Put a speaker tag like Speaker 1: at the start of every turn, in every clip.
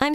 Speaker 1: I'm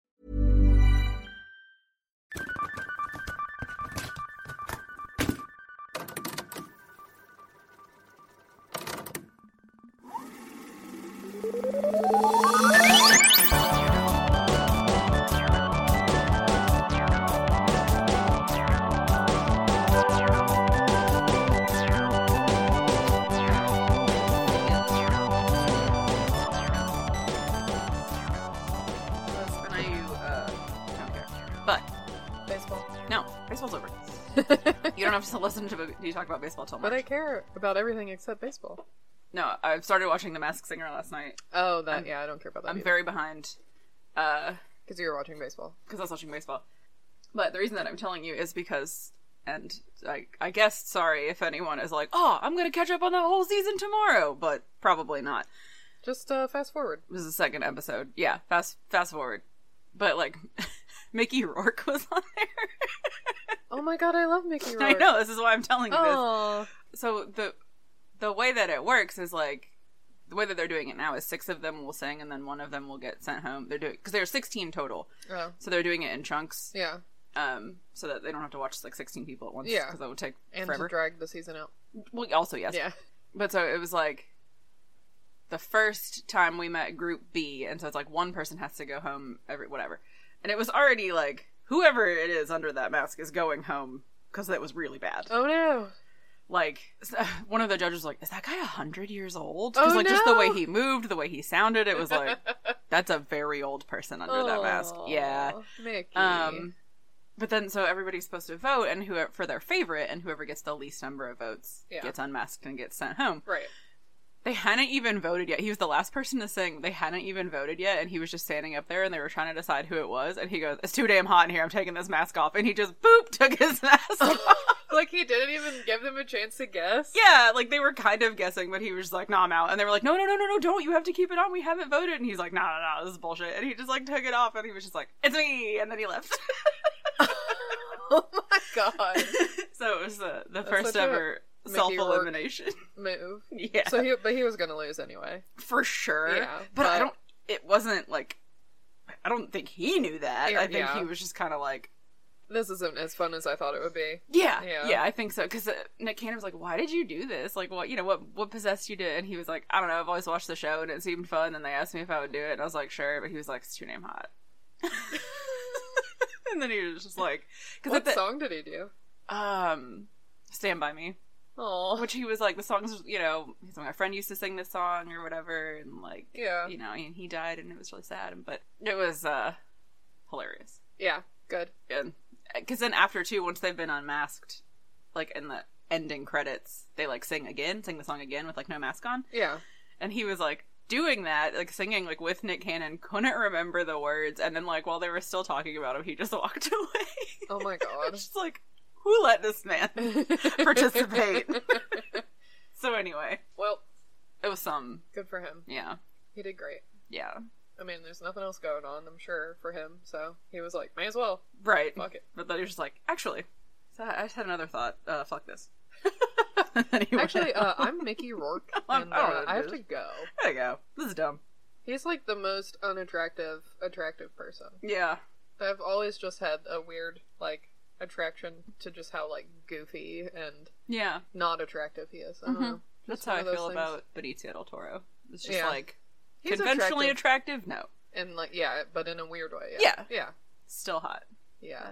Speaker 2: That's when I uh, don't care. But
Speaker 3: Baseball.
Speaker 2: no, baseball's over. You don't have to listen to you talk about baseball till March.
Speaker 3: but I care about everything except baseball.
Speaker 2: No, I started watching The Masked Singer last night.
Speaker 3: Oh, that yeah, I don't care about that.
Speaker 2: I'm very behind because
Speaker 3: because you were watching baseball.
Speaker 2: I was watching baseball. But the reason that I'm telling you is because, and I, I guess sorry if anyone is like, oh, I'm gonna catch up on that whole season tomorrow, but probably not.
Speaker 3: Just uh, fast forward.
Speaker 2: This is the second episode. Yeah, fast fast forward. But like, Mickey Rourke was on there.
Speaker 3: Oh my god, I love Mickey Rourke.
Speaker 2: I know this is why I'm telling you this.
Speaker 3: Oh,
Speaker 2: so the the way that it works is like the way that they're doing it now is six of them will sing and then one of them will get sent home. They're doing because there's 16 total,
Speaker 3: Oh.
Speaker 2: so they're doing it in chunks,
Speaker 3: yeah,
Speaker 2: um, so that they don't have to watch like 16 people at once.
Speaker 3: Yeah.
Speaker 2: because that would take
Speaker 3: and
Speaker 2: forever.
Speaker 3: to drag the season out.
Speaker 2: well, also yes,
Speaker 3: Yeah,
Speaker 2: but so it was like the first time we met Group B, and so it's like one person has to go home every whatever, and it was already like whoever it is under that mask is going home because that was really bad
Speaker 3: Oh no.
Speaker 2: like s- one of the judges was like is that guy 100 years old
Speaker 3: Oh,
Speaker 2: like just the way
Speaker 3: no.
Speaker 2: he moved the way he sounded it was like that's a very old person under that mask yeah
Speaker 3: Aw, Mickey.
Speaker 2: um but then so everybody's supposed to vote and who for their favorite and whoever gets the least number of votes
Speaker 3: Yeah.
Speaker 2: gets unmasked and gets sent home
Speaker 3: right.
Speaker 2: they hadn't even voted yet he was the last person to sing they hadn't even voted yet and he was just standing up there and they were trying to decide who it was and he goes it's too damn hot in here i'm taking this mask off and he just boop took his mask
Speaker 3: Oh.
Speaker 2: off
Speaker 3: like he didn't even give them a chance to guess.
Speaker 2: Yeah, like they were kind of guessing, but he was just like, "Nah, I'm out." And they were like, "No, no, no, no, no, don't! You have to keep it on. We haven't voted." And he's like, "Nah, nah, nah, this is bullshit." And he just like took it off, and he was just like, "It's me!" And then he left.
Speaker 3: Oh my god.
Speaker 2: so it was the the
Speaker 3: such
Speaker 2: first
Speaker 3: a
Speaker 2: ever
Speaker 3: Mickey
Speaker 2: self elimination.
Speaker 3: Move.
Speaker 2: yeah,
Speaker 3: So he, but he was gonna lose anyway.
Speaker 2: for sure.
Speaker 3: Yeah,
Speaker 2: but,
Speaker 3: but-
Speaker 2: I don't. It wasn't like I don't think he knew that.
Speaker 3: Yeah,
Speaker 2: I think
Speaker 3: yeah.
Speaker 2: he was just kind of like,
Speaker 3: This isn't as fun as I thought it would be.
Speaker 2: Yeah,
Speaker 3: Yeah.
Speaker 2: yeah, I think so. Because uh, Nick Cannon was like, "Why did you do this? Like, what you know, what what possessed you to?" And he was like, "I don't know. I've always watched the show, and it seemed fun. And they asked me if I would do it, and I was like, sure. But he was like, "It's your name hot." and then he was just like, "Because
Speaker 3: What song did he do?
Speaker 2: um, Stand by Me,"
Speaker 3: Oh,
Speaker 2: which he was like, "The songs, you know, he's like, my friend used to sing this song or whatever, and like,
Speaker 3: Yeah.
Speaker 2: you know, and he died, and it was really sad, and but it was uh, hilarious."
Speaker 3: yeah, good.
Speaker 2: and because then after too, once they've been unmasked, like in the ending credits, they like sing again, sing the song again with like no mask on,
Speaker 3: Yeah,
Speaker 2: and he was like doing that, like singing like with Nick Cannon, couldn't remember the words, and then like while they were still talking about him, he just walked away.
Speaker 3: Oh my God.
Speaker 2: just like who let this man participate? so anyway,
Speaker 3: well,
Speaker 2: it was some
Speaker 3: good for him.
Speaker 2: yeah
Speaker 3: He did great.
Speaker 2: yeah
Speaker 3: I mean, there's nothing else going on, I'm sure, for him. So he was like, may as well.
Speaker 2: right,
Speaker 3: Fuck it.
Speaker 2: but then he was just like actually. So I I just had another thought. Uh, fuck this. And then he went
Speaker 3: Actually,
Speaker 2: out.
Speaker 3: uh, I'm Mickey Rourke,
Speaker 2: I'm-
Speaker 3: and
Speaker 2: I don't
Speaker 3: uh,
Speaker 2: know
Speaker 3: I have
Speaker 2: this.
Speaker 3: to go.
Speaker 2: There you go. This is dumb.
Speaker 3: He's like the most unattractive, attractive person.
Speaker 2: Yeah.
Speaker 3: I've always just had a weird, like, attraction to just how, like, goofy and
Speaker 2: Yeah.
Speaker 3: not attractive he is. I
Speaker 2: Mm-hmm.
Speaker 3: don't know.
Speaker 2: That's
Speaker 3: Just
Speaker 2: how
Speaker 3: one
Speaker 2: I
Speaker 3: of those
Speaker 2: feel
Speaker 3: things.
Speaker 2: about Benicio del Toro. It's just
Speaker 3: Yeah.
Speaker 2: like
Speaker 3: He's
Speaker 2: conventionally
Speaker 3: attractive,
Speaker 2: attractive? No.
Speaker 3: and like yeah, but in a weird way.
Speaker 2: Yeah.
Speaker 3: yeah,
Speaker 2: Still hot.
Speaker 3: yeah.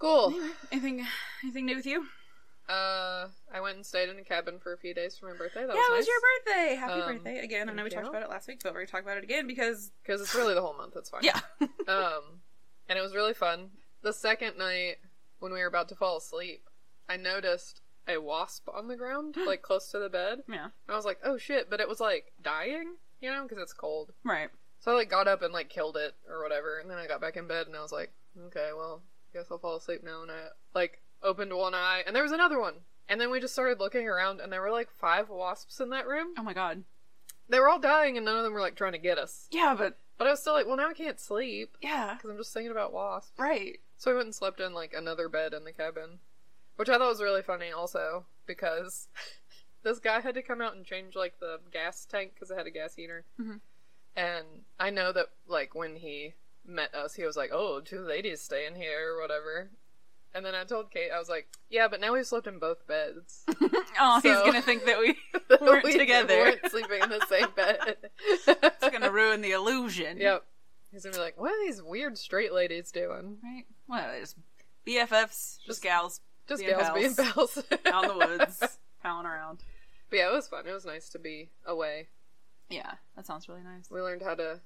Speaker 3: Cool.
Speaker 2: Anything anything new with you?
Speaker 3: Uh, I went and stayed in a cabin for a few days for my birthday. That
Speaker 2: yeah, it was
Speaker 3: was nice.
Speaker 2: your birthday. Happy
Speaker 3: Um,
Speaker 2: birthday. Again, I know we
Speaker 3: thank
Speaker 2: talked
Speaker 3: you.
Speaker 2: about it last week, but we're gonna talk about it again because
Speaker 3: because it's really the whole month. It's fine.
Speaker 2: Yeah.
Speaker 3: um, and it was really fun. The second night when we were about to fall asleep, I noticed a wasp on the ground, like close to the bed.
Speaker 2: yeah.
Speaker 3: And I was like, "Oh shit!" But it was like dying, you know, because it's cold.
Speaker 2: Right.
Speaker 3: So I like got up and like killed it or whatever, and then I got back in bed and I was like, okay, well, guess I'll fall asleep now. And I like opened one eye, and there was another one. And then we just started looking around, and there were like five wasps in that room.
Speaker 2: Oh my god.
Speaker 3: They were all dying, and none of them were like trying to get us.
Speaker 2: Yeah, but
Speaker 3: But I was still like, well, now I can't sleep
Speaker 2: yeah,
Speaker 3: because I'm just thinking about wasps.
Speaker 2: right.
Speaker 3: So I went and slept in like another bed in the cabin, which I thought was really funny also because this guy had to come out and change like the gas tank because it had a gas heater.
Speaker 2: Mhm.
Speaker 3: And I know that like when he met us, he was like, "Oh, two ladies stay in here or whatever." And then I told Kate, I was like, "Yeah, but now we've slept in both beds.
Speaker 2: Oh, he's
Speaker 3: So-
Speaker 2: gonna think that we
Speaker 3: That
Speaker 2: weren't
Speaker 3: we
Speaker 2: together.
Speaker 3: weren't sleeping in the same bed."
Speaker 2: It's gonna ruin the illusion.
Speaker 3: yep. He's gonna be like, "What are these weird straight ladies doing?"
Speaker 2: Right. Well, it's BFFs, just gals
Speaker 3: Just
Speaker 2: Being
Speaker 3: gals being pals
Speaker 2: out in the woods, palling around.
Speaker 3: But yeah, it was fun. It was nice to be away.
Speaker 2: Yeah, that sounds really nice.
Speaker 3: We learned how to.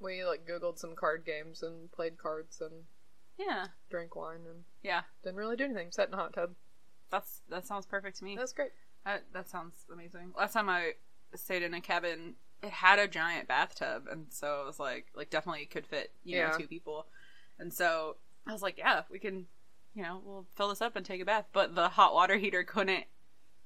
Speaker 3: We like Googled some card games and played cards and
Speaker 2: Yeah,
Speaker 3: drank wine and
Speaker 2: yeah.
Speaker 3: didn't really do anything. Sat in a hot tub.
Speaker 2: That's that sounds perfect to me.
Speaker 3: That's great.
Speaker 2: That, that sounds amazing. Last time I stayed in a cabin, it had a giant bathtub, and so it was like, like definitely could fit, you know,
Speaker 3: Yeah.
Speaker 2: two people. And so I was like, yeah, we can, you know, we'll fill this up and take a bath. But the hot water heater couldn't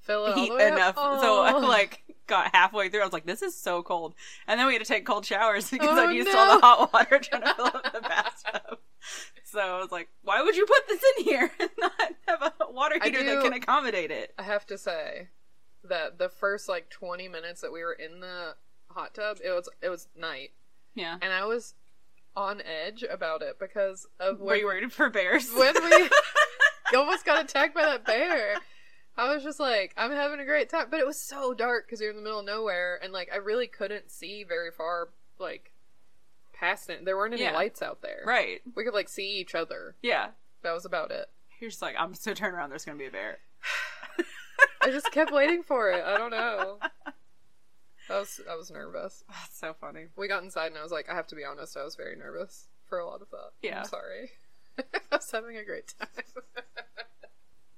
Speaker 3: Fill it all
Speaker 2: heat
Speaker 3: the way up.
Speaker 2: enough, so I
Speaker 3: Oh.
Speaker 2: like got halfway through. I was like, this is so cold. And then we had to take cold showers because
Speaker 3: Oh,
Speaker 2: I'm used to
Speaker 3: no.
Speaker 2: all the hot water trying to fill up the bathtub. So I was like, why would you put this in here and not have a water
Speaker 3: I
Speaker 2: heater that
Speaker 3: do-
Speaker 2: can accommodate it?
Speaker 3: I have to say that the first like 20 minutes that we were in the hot tub, it was it was night,
Speaker 2: Yeah.
Speaker 3: and I was on edge about it because of
Speaker 2: Were
Speaker 3: when
Speaker 2: you worried for bears?
Speaker 3: when we almost got attacked by that bear. I was just like, I'm having a great time, but it was so dark because you're in the middle of nowhere, and like I really couldn't see very far, like past it. There weren't any
Speaker 2: Yeah.
Speaker 3: lights out there.
Speaker 2: right.
Speaker 3: We could like see each other.
Speaker 2: Yeah.
Speaker 3: That was about it.
Speaker 2: You're just like, I'm so turned around, there's gonna be a bear.
Speaker 3: I just kept waiting for it. I don't know. I was I was nervous.
Speaker 2: That's so funny.
Speaker 3: We got inside, and I was like, I have to be honest, I was very nervous for a lot of that.
Speaker 2: Yeah.
Speaker 3: I'm sorry. I was having a great time.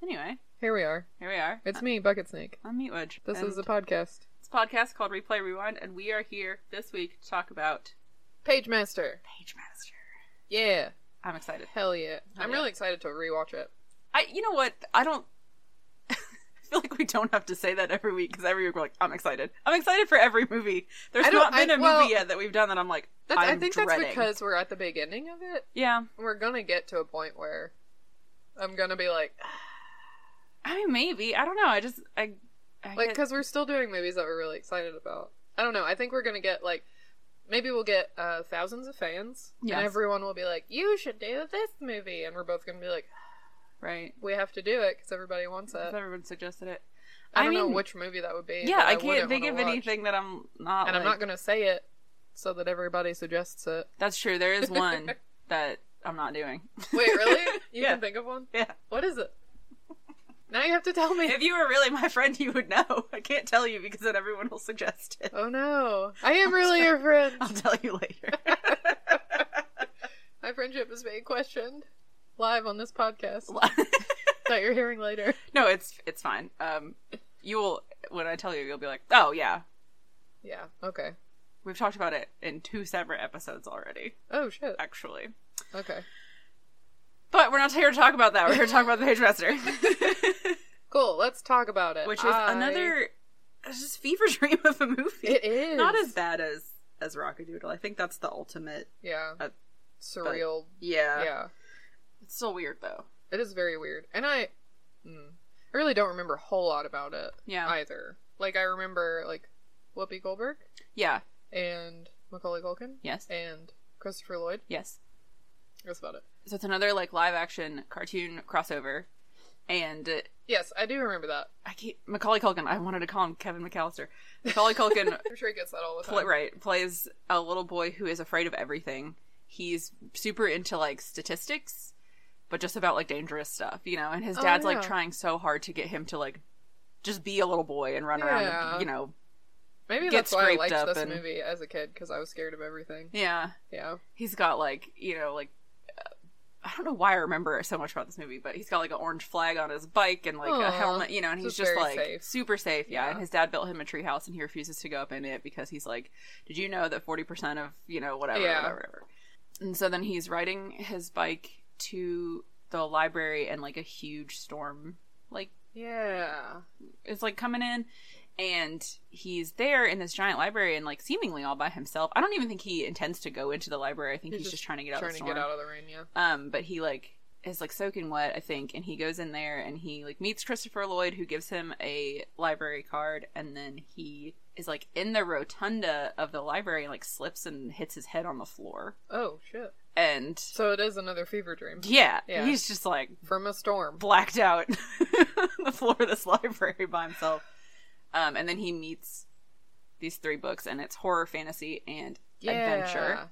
Speaker 2: Anyway,
Speaker 3: Here we are.
Speaker 2: here we are.
Speaker 3: It's me, Bucket Snake.
Speaker 2: I'm Meatwedge.
Speaker 3: This
Speaker 2: Uh, and
Speaker 3: is a podcast.
Speaker 2: it's a podcast called Replay Rewind, and we are here this week to talk about
Speaker 3: Page Master.
Speaker 2: Page Master.
Speaker 3: Yeah.
Speaker 2: I'm excited.
Speaker 3: Hell yeah. I'm
Speaker 2: yeah.
Speaker 3: really excited to rewatch it.
Speaker 2: I, you know what? I don't. I feel like we don't have to say that every week because every week we're like, I'm excited. I'm excited for every movie. There's
Speaker 3: I don't-
Speaker 2: not been a
Speaker 3: I- well,
Speaker 2: movie yet that we've done that I'm like,
Speaker 3: That's, I
Speaker 2: I'm
Speaker 3: think
Speaker 2: dreading.
Speaker 3: that's because we're at the beginning of it.
Speaker 2: yeah.
Speaker 3: We're gonna get to a point where I'm gonna be like,
Speaker 2: I mean, maybe I don't know. I just I, I
Speaker 3: like,
Speaker 2: get-
Speaker 3: because we're still doing movies that we're really excited about. I don't know. I think we're gonna get like, maybe we'll get uh, thousands of fans,
Speaker 2: Yes.
Speaker 3: and everyone will be like, "You should do this movie," and we're both gonna be like,
Speaker 2: right.
Speaker 3: "We have to do it because everybody wants
Speaker 2: If
Speaker 3: it."
Speaker 2: everyone suggested it.
Speaker 3: I
Speaker 2: I
Speaker 3: don't know
Speaker 2: mean-
Speaker 3: which movie that would be.
Speaker 2: Yeah,
Speaker 3: but
Speaker 2: I
Speaker 3: wouldn't
Speaker 2: can't think of
Speaker 3: wanna watch.
Speaker 2: anything that I'm not.
Speaker 3: and I'm
Speaker 2: like-
Speaker 3: not gonna say it so that everybody suggests it.
Speaker 2: That's true. There is one that I'm not doing.
Speaker 3: Wait, really? You
Speaker 2: Yeah.
Speaker 3: can think of one?
Speaker 2: yeah.
Speaker 3: What is it? Now you have to tell me.
Speaker 2: If you were really my friend, you would know. I can't tell you because then everyone will suggest it.
Speaker 3: Oh no. I am really your friend.
Speaker 2: I'll tell you later.
Speaker 3: My friendship is being questioned live on this podcast that you're hearing later.
Speaker 2: No, it's it's fine. Um, you will when I tell you, you'll be like, oh yeah,
Speaker 3: Yeah, okay.
Speaker 2: we've talked about it in two separate episodes already,
Speaker 3: Oh shit.
Speaker 2: actually.
Speaker 3: Okay.
Speaker 2: But we're not here to talk about that. We're here to talk about the Page Master,
Speaker 3: Cool, let's talk about it.
Speaker 2: which is
Speaker 3: I-
Speaker 2: another it's just fever dream of a movie.
Speaker 3: It is.
Speaker 2: not as bad as as Rockadoodle. I think that's the ultimate.
Speaker 3: Yeah.
Speaker 2: Uh,
Speaker 3: Surreal.
Speaker 2: Yeah,
Speaker 3: yeah.
Speaker 2: it's still weird though.
Speaker 3: It is very weird. And I mm, I really don't remember a whole lot about it
Speaker 2: Yeah.
Speaker 3: either. Like I remember like Whoopi Goldberg
Speaker 2: Yeah.
Speaker 3: and Macaulay Culkin
Speaker 2: Yes.
Speaker 3: and Christopher Lloyd.
Speaker 2: Yes.
Speaker 3: That's about it.
Speaker 2: So it's another like live action cartoon crossover, and uh,
Speaker 3: Yes, I do remember that.
Speaker 2: I can't Macaulay Culkin. I wanted to call him Kevin McAllister. Macaulay Culkin
Speaker 3: I'm sure he gets that all the time.
Speaker 2: pl- right plays a little boy who is afraid of everything. He's super into like statistics, but just about like dangerous stuff, you know. And his
Speaker 3: Oh,
Speaker 2: dad's
Speaker 3: yeah.
Speaker 2: like trying so hard to get him to like just be a little boy and run around,
Speaker 3: Yeah.
Speaker 2: and, you know.
Speaker 3: Maybe
Speaker 2: gets
Speaker 3: that's why I
Speaker 2: scraped
Speaker 3: liked
Speaker 2: up
Speaker 3: this
Speaker 2: and-
Speaker 3: movie as a kid because I was scared of everything.
Speaker 2: Yeah,
Speaker 3: Yeah.
Speaker 2: he's got like you know like uh, I don't know why I remember so much about this movie, but he's got like an orange flag on his bike and like a
Speaker 3: Aw,
Speaker 2: helmet, you know, and
Speaker 3: so
Speaker 2: he's just
Speaker 3: very
Speaker 2: like
Speaker 3: safe.
Speaker 2: super safe. Yeah. And
Speaker 3: Yeah.
Speaker 2: his dad built him a tree house and he refuses to go up in it because he's like, Did you know that 40% of, you know, whatever,
Speaker 3: Yeah.
Speaker 2: whatever, whatever. And so then he's riding his bike to the library and like a huge storm, like,
Speaker 3: Yeah.
Speaker 2: is like coming in and he's there in this giant library and like seemingly all by himself. I don't even think he intends to go into the library. I think he's, just, trying to get out of
Speaker 3: Trying
Speaker 2: the
Speaker 3: to
Speaker 2: storm.
Speaker 3: get out of the rain, yeah.
Speaker 2: Um, but he like is like soaking wet, I think, and he goes in there and he like meets Christopher Lloyd, who gives him a library card, and then he is like in the rotunda of the library and like slips and hits his head on the floor.
Speaker 3: Oh shit.
Speaker 2: And
Speaker 3: So it is another fever dream.
Speaker 2: yeah,
Speaker 3: Yeah.
Speaker 2: he's just like
Speaker 3: From a storm.
Speaker 2: blacked out on the floor of this library by himself. Um, and then he meets these three books, and it's horror, fantasy, and adventure.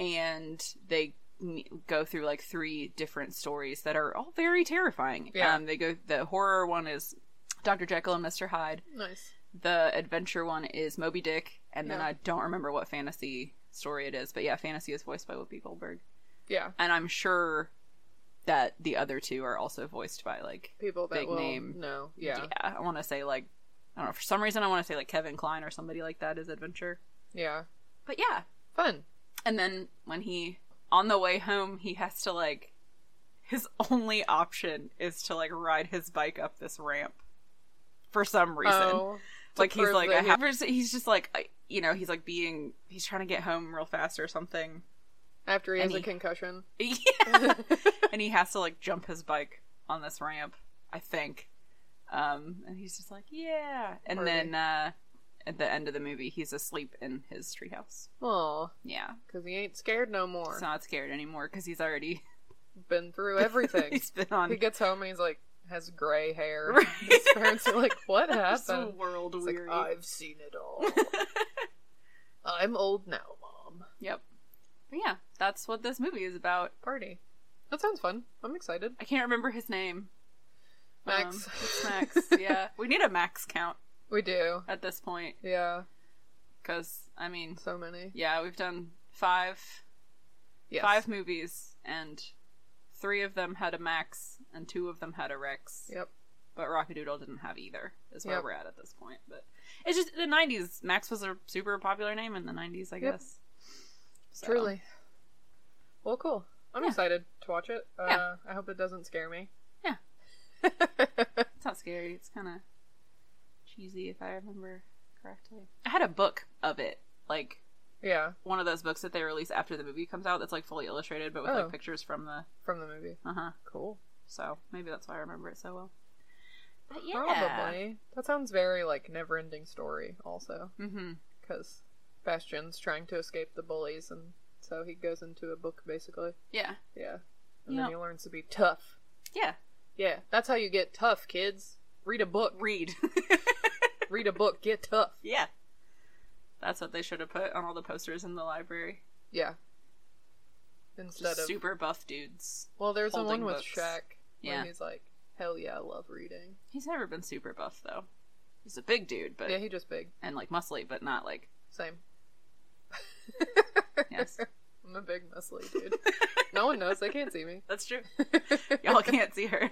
Speaker 2: and they m- go through like three different stories that are all very terrifying.
Speaker 3: Yeah.
Speaker 2: Um, they go the horror one is Dr. Jekyll and Mr. Hyde.
Speaker 3: Nice.
Speaker 2: The adventure one is Moby Dick, and then
Speaker 3: Yeah.
Speaker 2: I don't remember what fantasy story it is, but yeah, fantasy is voiced by Whoopi Goldberg,
Speaker 3: Yeah.
Speaker 2: and I'm sure that the other two are also voiced by like
Speaker 3: People that
Speaker 2: Big
Speaker 3: will
Speaker 2: name.
Speaker 3: know. Yeah. yeah.
Speaker 2: I want to say like I don't know for some reason I want to say like Kevin Klein or somebody like that is adventure, but yeah,
Speaker 3: Fun.
Speaker 2: And then when he on the way home, he has to like his only option is to like ride his bike up this ramp for some reason.
Speaker 3: Oh. to
Speaker 2: like he's
Speaker 3: prove
Speaker 2: like
Speaker 3: that
Speaker 2: I
Speaker 3: he-
Speaker 2: have, he's just like I- you know he's like being he's trying to get home real fast or something.
Speaker 3: After he has
Speaker 2: Any.
Speaker 3: a concussion.
Speaker 2: Yeah. and he has to like jump his bike on this ramp, I think. Um, and he's just like, yeah. And
Speaker 3: Party.
Speaker 2: then uh, at the end of the movie, he's asleep in his treehouse.
Speaker 3: Aw.
Speaker 2: Yeah,
Speaker 3: Because he ain't scared no more.
Speaker 2: he's not scared anymore because he's already
Speaker 3: Been through everything.
Speaker 2: he's been on
Speaker 3: he gets home and he's like, has gray hair.
Speaker 2: Right.
Speaker 3: His parents are like, what
Speaker 2: so
Speaker 3: happened?
Speaker 2: world
Speaker 3: It's
Speaker 2: weary.
Speaker 3: like, I've seen it all. I'm old now, mom.
Speaker 2: yep. But yeah, that's what this movie is about.
Speaker 3: Party. That sounds fun. I'm excited.
Speaker 2: I can't remember his name.
Speaker 3: Max.
Speaker 2: Um, it's Max. yeah, we need a Max count
Speaker 3: We do.
Speaker 2: at this point
Speaker 3: Yeah.
Speaker 2: because I mean,
Speaker 3: So many.
Speaker 2: yeah, we've done five
Speaker 3: Yes.
Speaker 2: five movies and three of them had a Max and two of them had a Rex.
Speaker 3: Yep.
Speaker 2: But Rockadoodle didn't have either. Is where
Speaker 3: Yep.
Speaker 2: we're at at this point. But it's just the '90s. Max was a super popular name in the '90s, I
Speaker 3: Yep.
Speaker 2: guess. So-
Speaker 3: Truly. Well, cool. I'm
Speaker 2: Yeah.
Speaker 3: excited to watch it. Uh,
Speaker 2: Yeah.
Speaker 3: I hope it doesn't scare me.
Speaker 2: Yeah. It's not scary. It's kind of cheesy, if I remember correctly. I had a book of it, like
Speaker 3: yeah,
Speaker 2: one of those books that they release after the movie comes out. That's like fully illustrated, but with
Speaker 3: Oh.
Speaker 2: like pictures from the.
Speaker 3: from the movie.
Speaker 2: Uh huh.
Speaker 3: Cool.
Speaker 2: So maybe that's why I remember it so well. But yeah.
Speaker 3: Probably. That sounds very like never-ending story. Also,
Speaker 2: Mm-hmm.
Speaker 3: because Bastion's trying to escape the bullies, and so he goes into a book basically.
Speaker 2: Yeah.
Speaker 3: Yeah. And
Speaker 2: Yep.
Speaker 3: then he learns to be tough.
Speaker 2: Yeah.
Speaker 3: Yeah, that's how you get tough, kids. Read a book.
Speaker 2: Read.
Speaker 3: Read a book. Get tough.
Speaker 2: yeah. That's what they should have put on all the posters in the library.
Speaker 3: Yeah.
Speaker 2: Just
Speaker 3: Instead of
Speaker 2: super buff dudes.
Speaker 3: well, there's the
Speaker 2: holding
Speaker 3: one with
Speaker 2: books.
Speaker 3: Shaq where
Speaker 2: Yeah.
Speaker 3: he's like, "Hell yeah, I love reading."
Speaker 2: He's never been super buff though. He's a big dude, but
Speaker 3: yeah, he just big.
Speaker 2: and like muscly, but not like
Speaker 3: Same.
Speaker 2: yes.
Speaker 3: I'm a big muscly dude. no one knows. They can't see me.
Speaker 2: That's true. Y'all can't see her,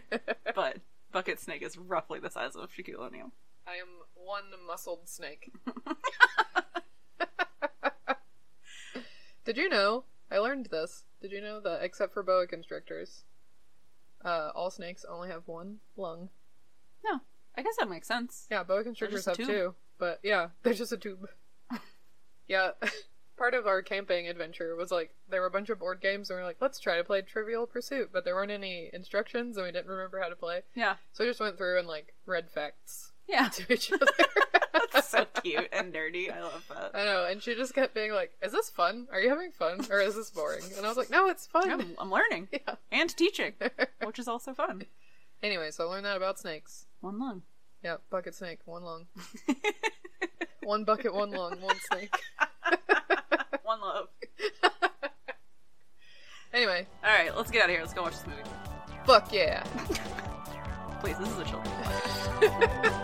Speaker 2: but Bucket Snake is roughly the size of Shaquille O'Neal.
Speaker 3: I am one muscled snake. Did you know? I learned this. Did you know that except for boa constrictors, uh, all snakes only have one lung?
Speaker 2: No, I guess that makes sense.
Speaker 3: Yeah, boa
Speaker 2: just
Speaker 3: constrictors
Speaker 2: a
Speaker 3: have
Speaker 2: tube.
Speaker 3: two, but yeah, they're just a tube. yeah, part of our camping adventure was like there were a bunch of board games, and we were like, let's try to play Trivial Pursuit, but there weren't any instructions, and we didn't remember how to play,
Speaker 2: Yeah,
Speaker 3: so we just went through and like read facts
Speaker 2: yeah.
Speaker 3: to each other.
Speaker 2: That's so cute and dirty. I love that.
Speaker 3: I know, and she just kept being like, "Is this fun? Are you having fun, or is this boring?" And I was like, "No, it's fun."
Speaker 2: I'm, I'm learning
Speaker 3: Yeah.
Speaker 2: and teaching, which is also fun.
Speaker 3: Anyway, so I learned that about snakes.
Speaker 2: One lung.
Speaker 3: Yeah, bucket snake, one lung, one bucket, one lung, one snake.
Speaker 2: One love.
Speaker 3: Anyway,
Speaker 2: All right, let's get out of here. Let's go watch this movie.
Speaker 3: fuck yeah.
Speaker 2: Please, this is a children's movie.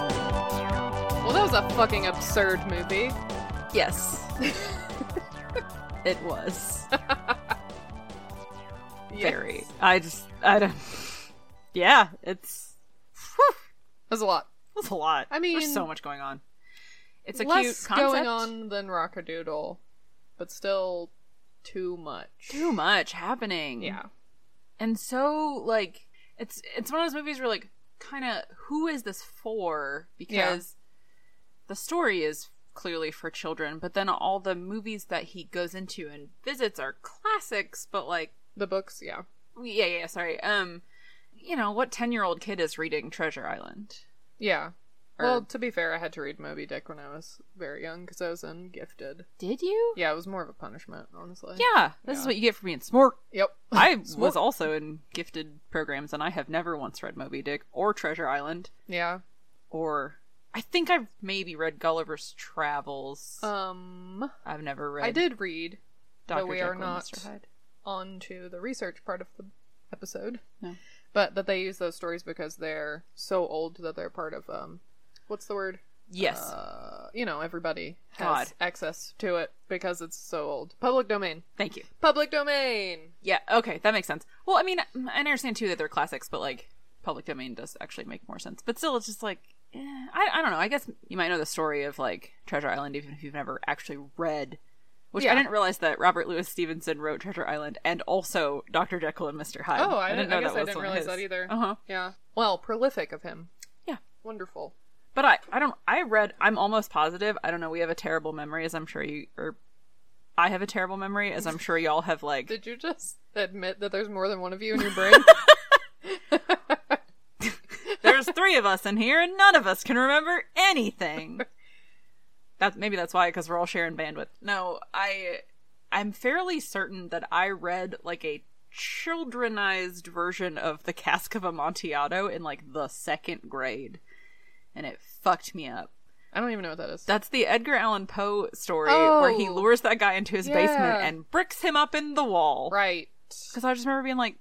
Speaker 3: Well, that was a fucking absurd movie.
Speaker 2: Yes. it was. Very.
Speaker 3: Yes.
Speaker 2: I just, I don't. Yeah, it's. Whew,
Speaker 3: That was a lot.
Speaker 2: that's a lot.
Speaker 3: I mean-
Speaker 2: there's so much going on. It's a
Speaker 3: Less
Speaker 2: cute concept.
Speaker 3: going on than Rockadoodle, but still too much.
Speaker 2: Too much happening.
Speaker 3: Yeah.
Speaker 2: and so like it's it's one of those movies where like kind of who is this for because the story is clearly for children but then all the movies that he goes into and visits are classics but like
Speaker 3: The books, yeah.
Speaker 2: yeah yeah sorry um you know what 10 year old kid is reading treasure island
Speaker 3: Yeah.
Speaker 2: Or-
Speaker 3: Well, to be fair, I had to read Moby Dick when I was very young because I was ungifted.
Speaker 2: did you
Speaker 3: Yeah, it was more of a punishment, honestly.
Speaker 2: yeah this is what you get for being smart
Speaker 3: Yep.
Speaker 2: i
Speaker 3: Smart.
Speaker 2: was also in gifted programs and i have never once read moby dick or treasure island
Speaker 3: Yeah.
Speaker 2: or I think I've maybe read Gulliver's Travels.
Speaker 3: Um,
Speaker 2: I've never read.
Speaker 3: I did read
Speaker 2: Dr.
Speaker 3: but we
Speaker 2: Jekyll
Speaker 3: are
Speaker 2: and
Speaker 3: not
Speaker 2: Mr. Hyde.
Speaker 3: onto the research part of the episode.
Speaker 2: No.
Speaker 3: But that they use those stories because they're so old that they're part of um what's the word?
Speaker 2: Yes,
Speaker 3: Uh, you know, everybody
Speaker 2: God.
Speaker 3: has access to it because it's so old. Public domain.
Speaker 2: thank you.
Speaker 3: Public domain.
Speaker 2: Yeah, okay, that makes sense. Well, I mean, I understand too that they're classics, but like public domain does actually make more sense. But still, it's just like eh, I, I don't know. I guess you might know the story of like Treasure Island even if you've never actually read. Which
Speaker 3: Yeah.
Speaker 2: I didn't realize that Robert Louis Stevenson wrote Treasure Island and also Dr. Jekyll and Mr. Hyde.
Speaker 3: Oh, I, didn't. I guess I
Speaker 2: was
Speaker 3: didn't
Speaker 2: one of
Speaker 3: realize
Speaker 2: his.
Speaker 3: that either.
Speaker 2: Uh-huh.
Speaker 3: Yeah. Well, prolific of him.
Speaker 2: Yeah.
Speaker 3: Wonderful.
Speaker 2: But I, I don't. I read. I'm almost positive. I don't know. We have a terrible memory, as I'm sure you or I have a terrible memory, as I'm sure y'all have. Like,
Speaker 3: Did you just admit that there's more than one of you in your brain?
Speaker 2: there's three of us in here, and none of us can remember anything. That maybe that's why, because we're all sharing bandwidth. No, I, I'm fairly certain that I read like a childrenized version of the Cask of Amontillado in like the second grade, and it fucked me up.
Speaker 3: I don't even know what that is.
Speaker 2: That's the Edgar Allan Poe story where he
Speaker 3: Oh.
Speaker 2: lures that guy into his
Speaker 3: Yeah.
Speaker 2: basement and bricks him up in the wall.
Speaker 3: right.
Speaker 2: Because I just remember being like,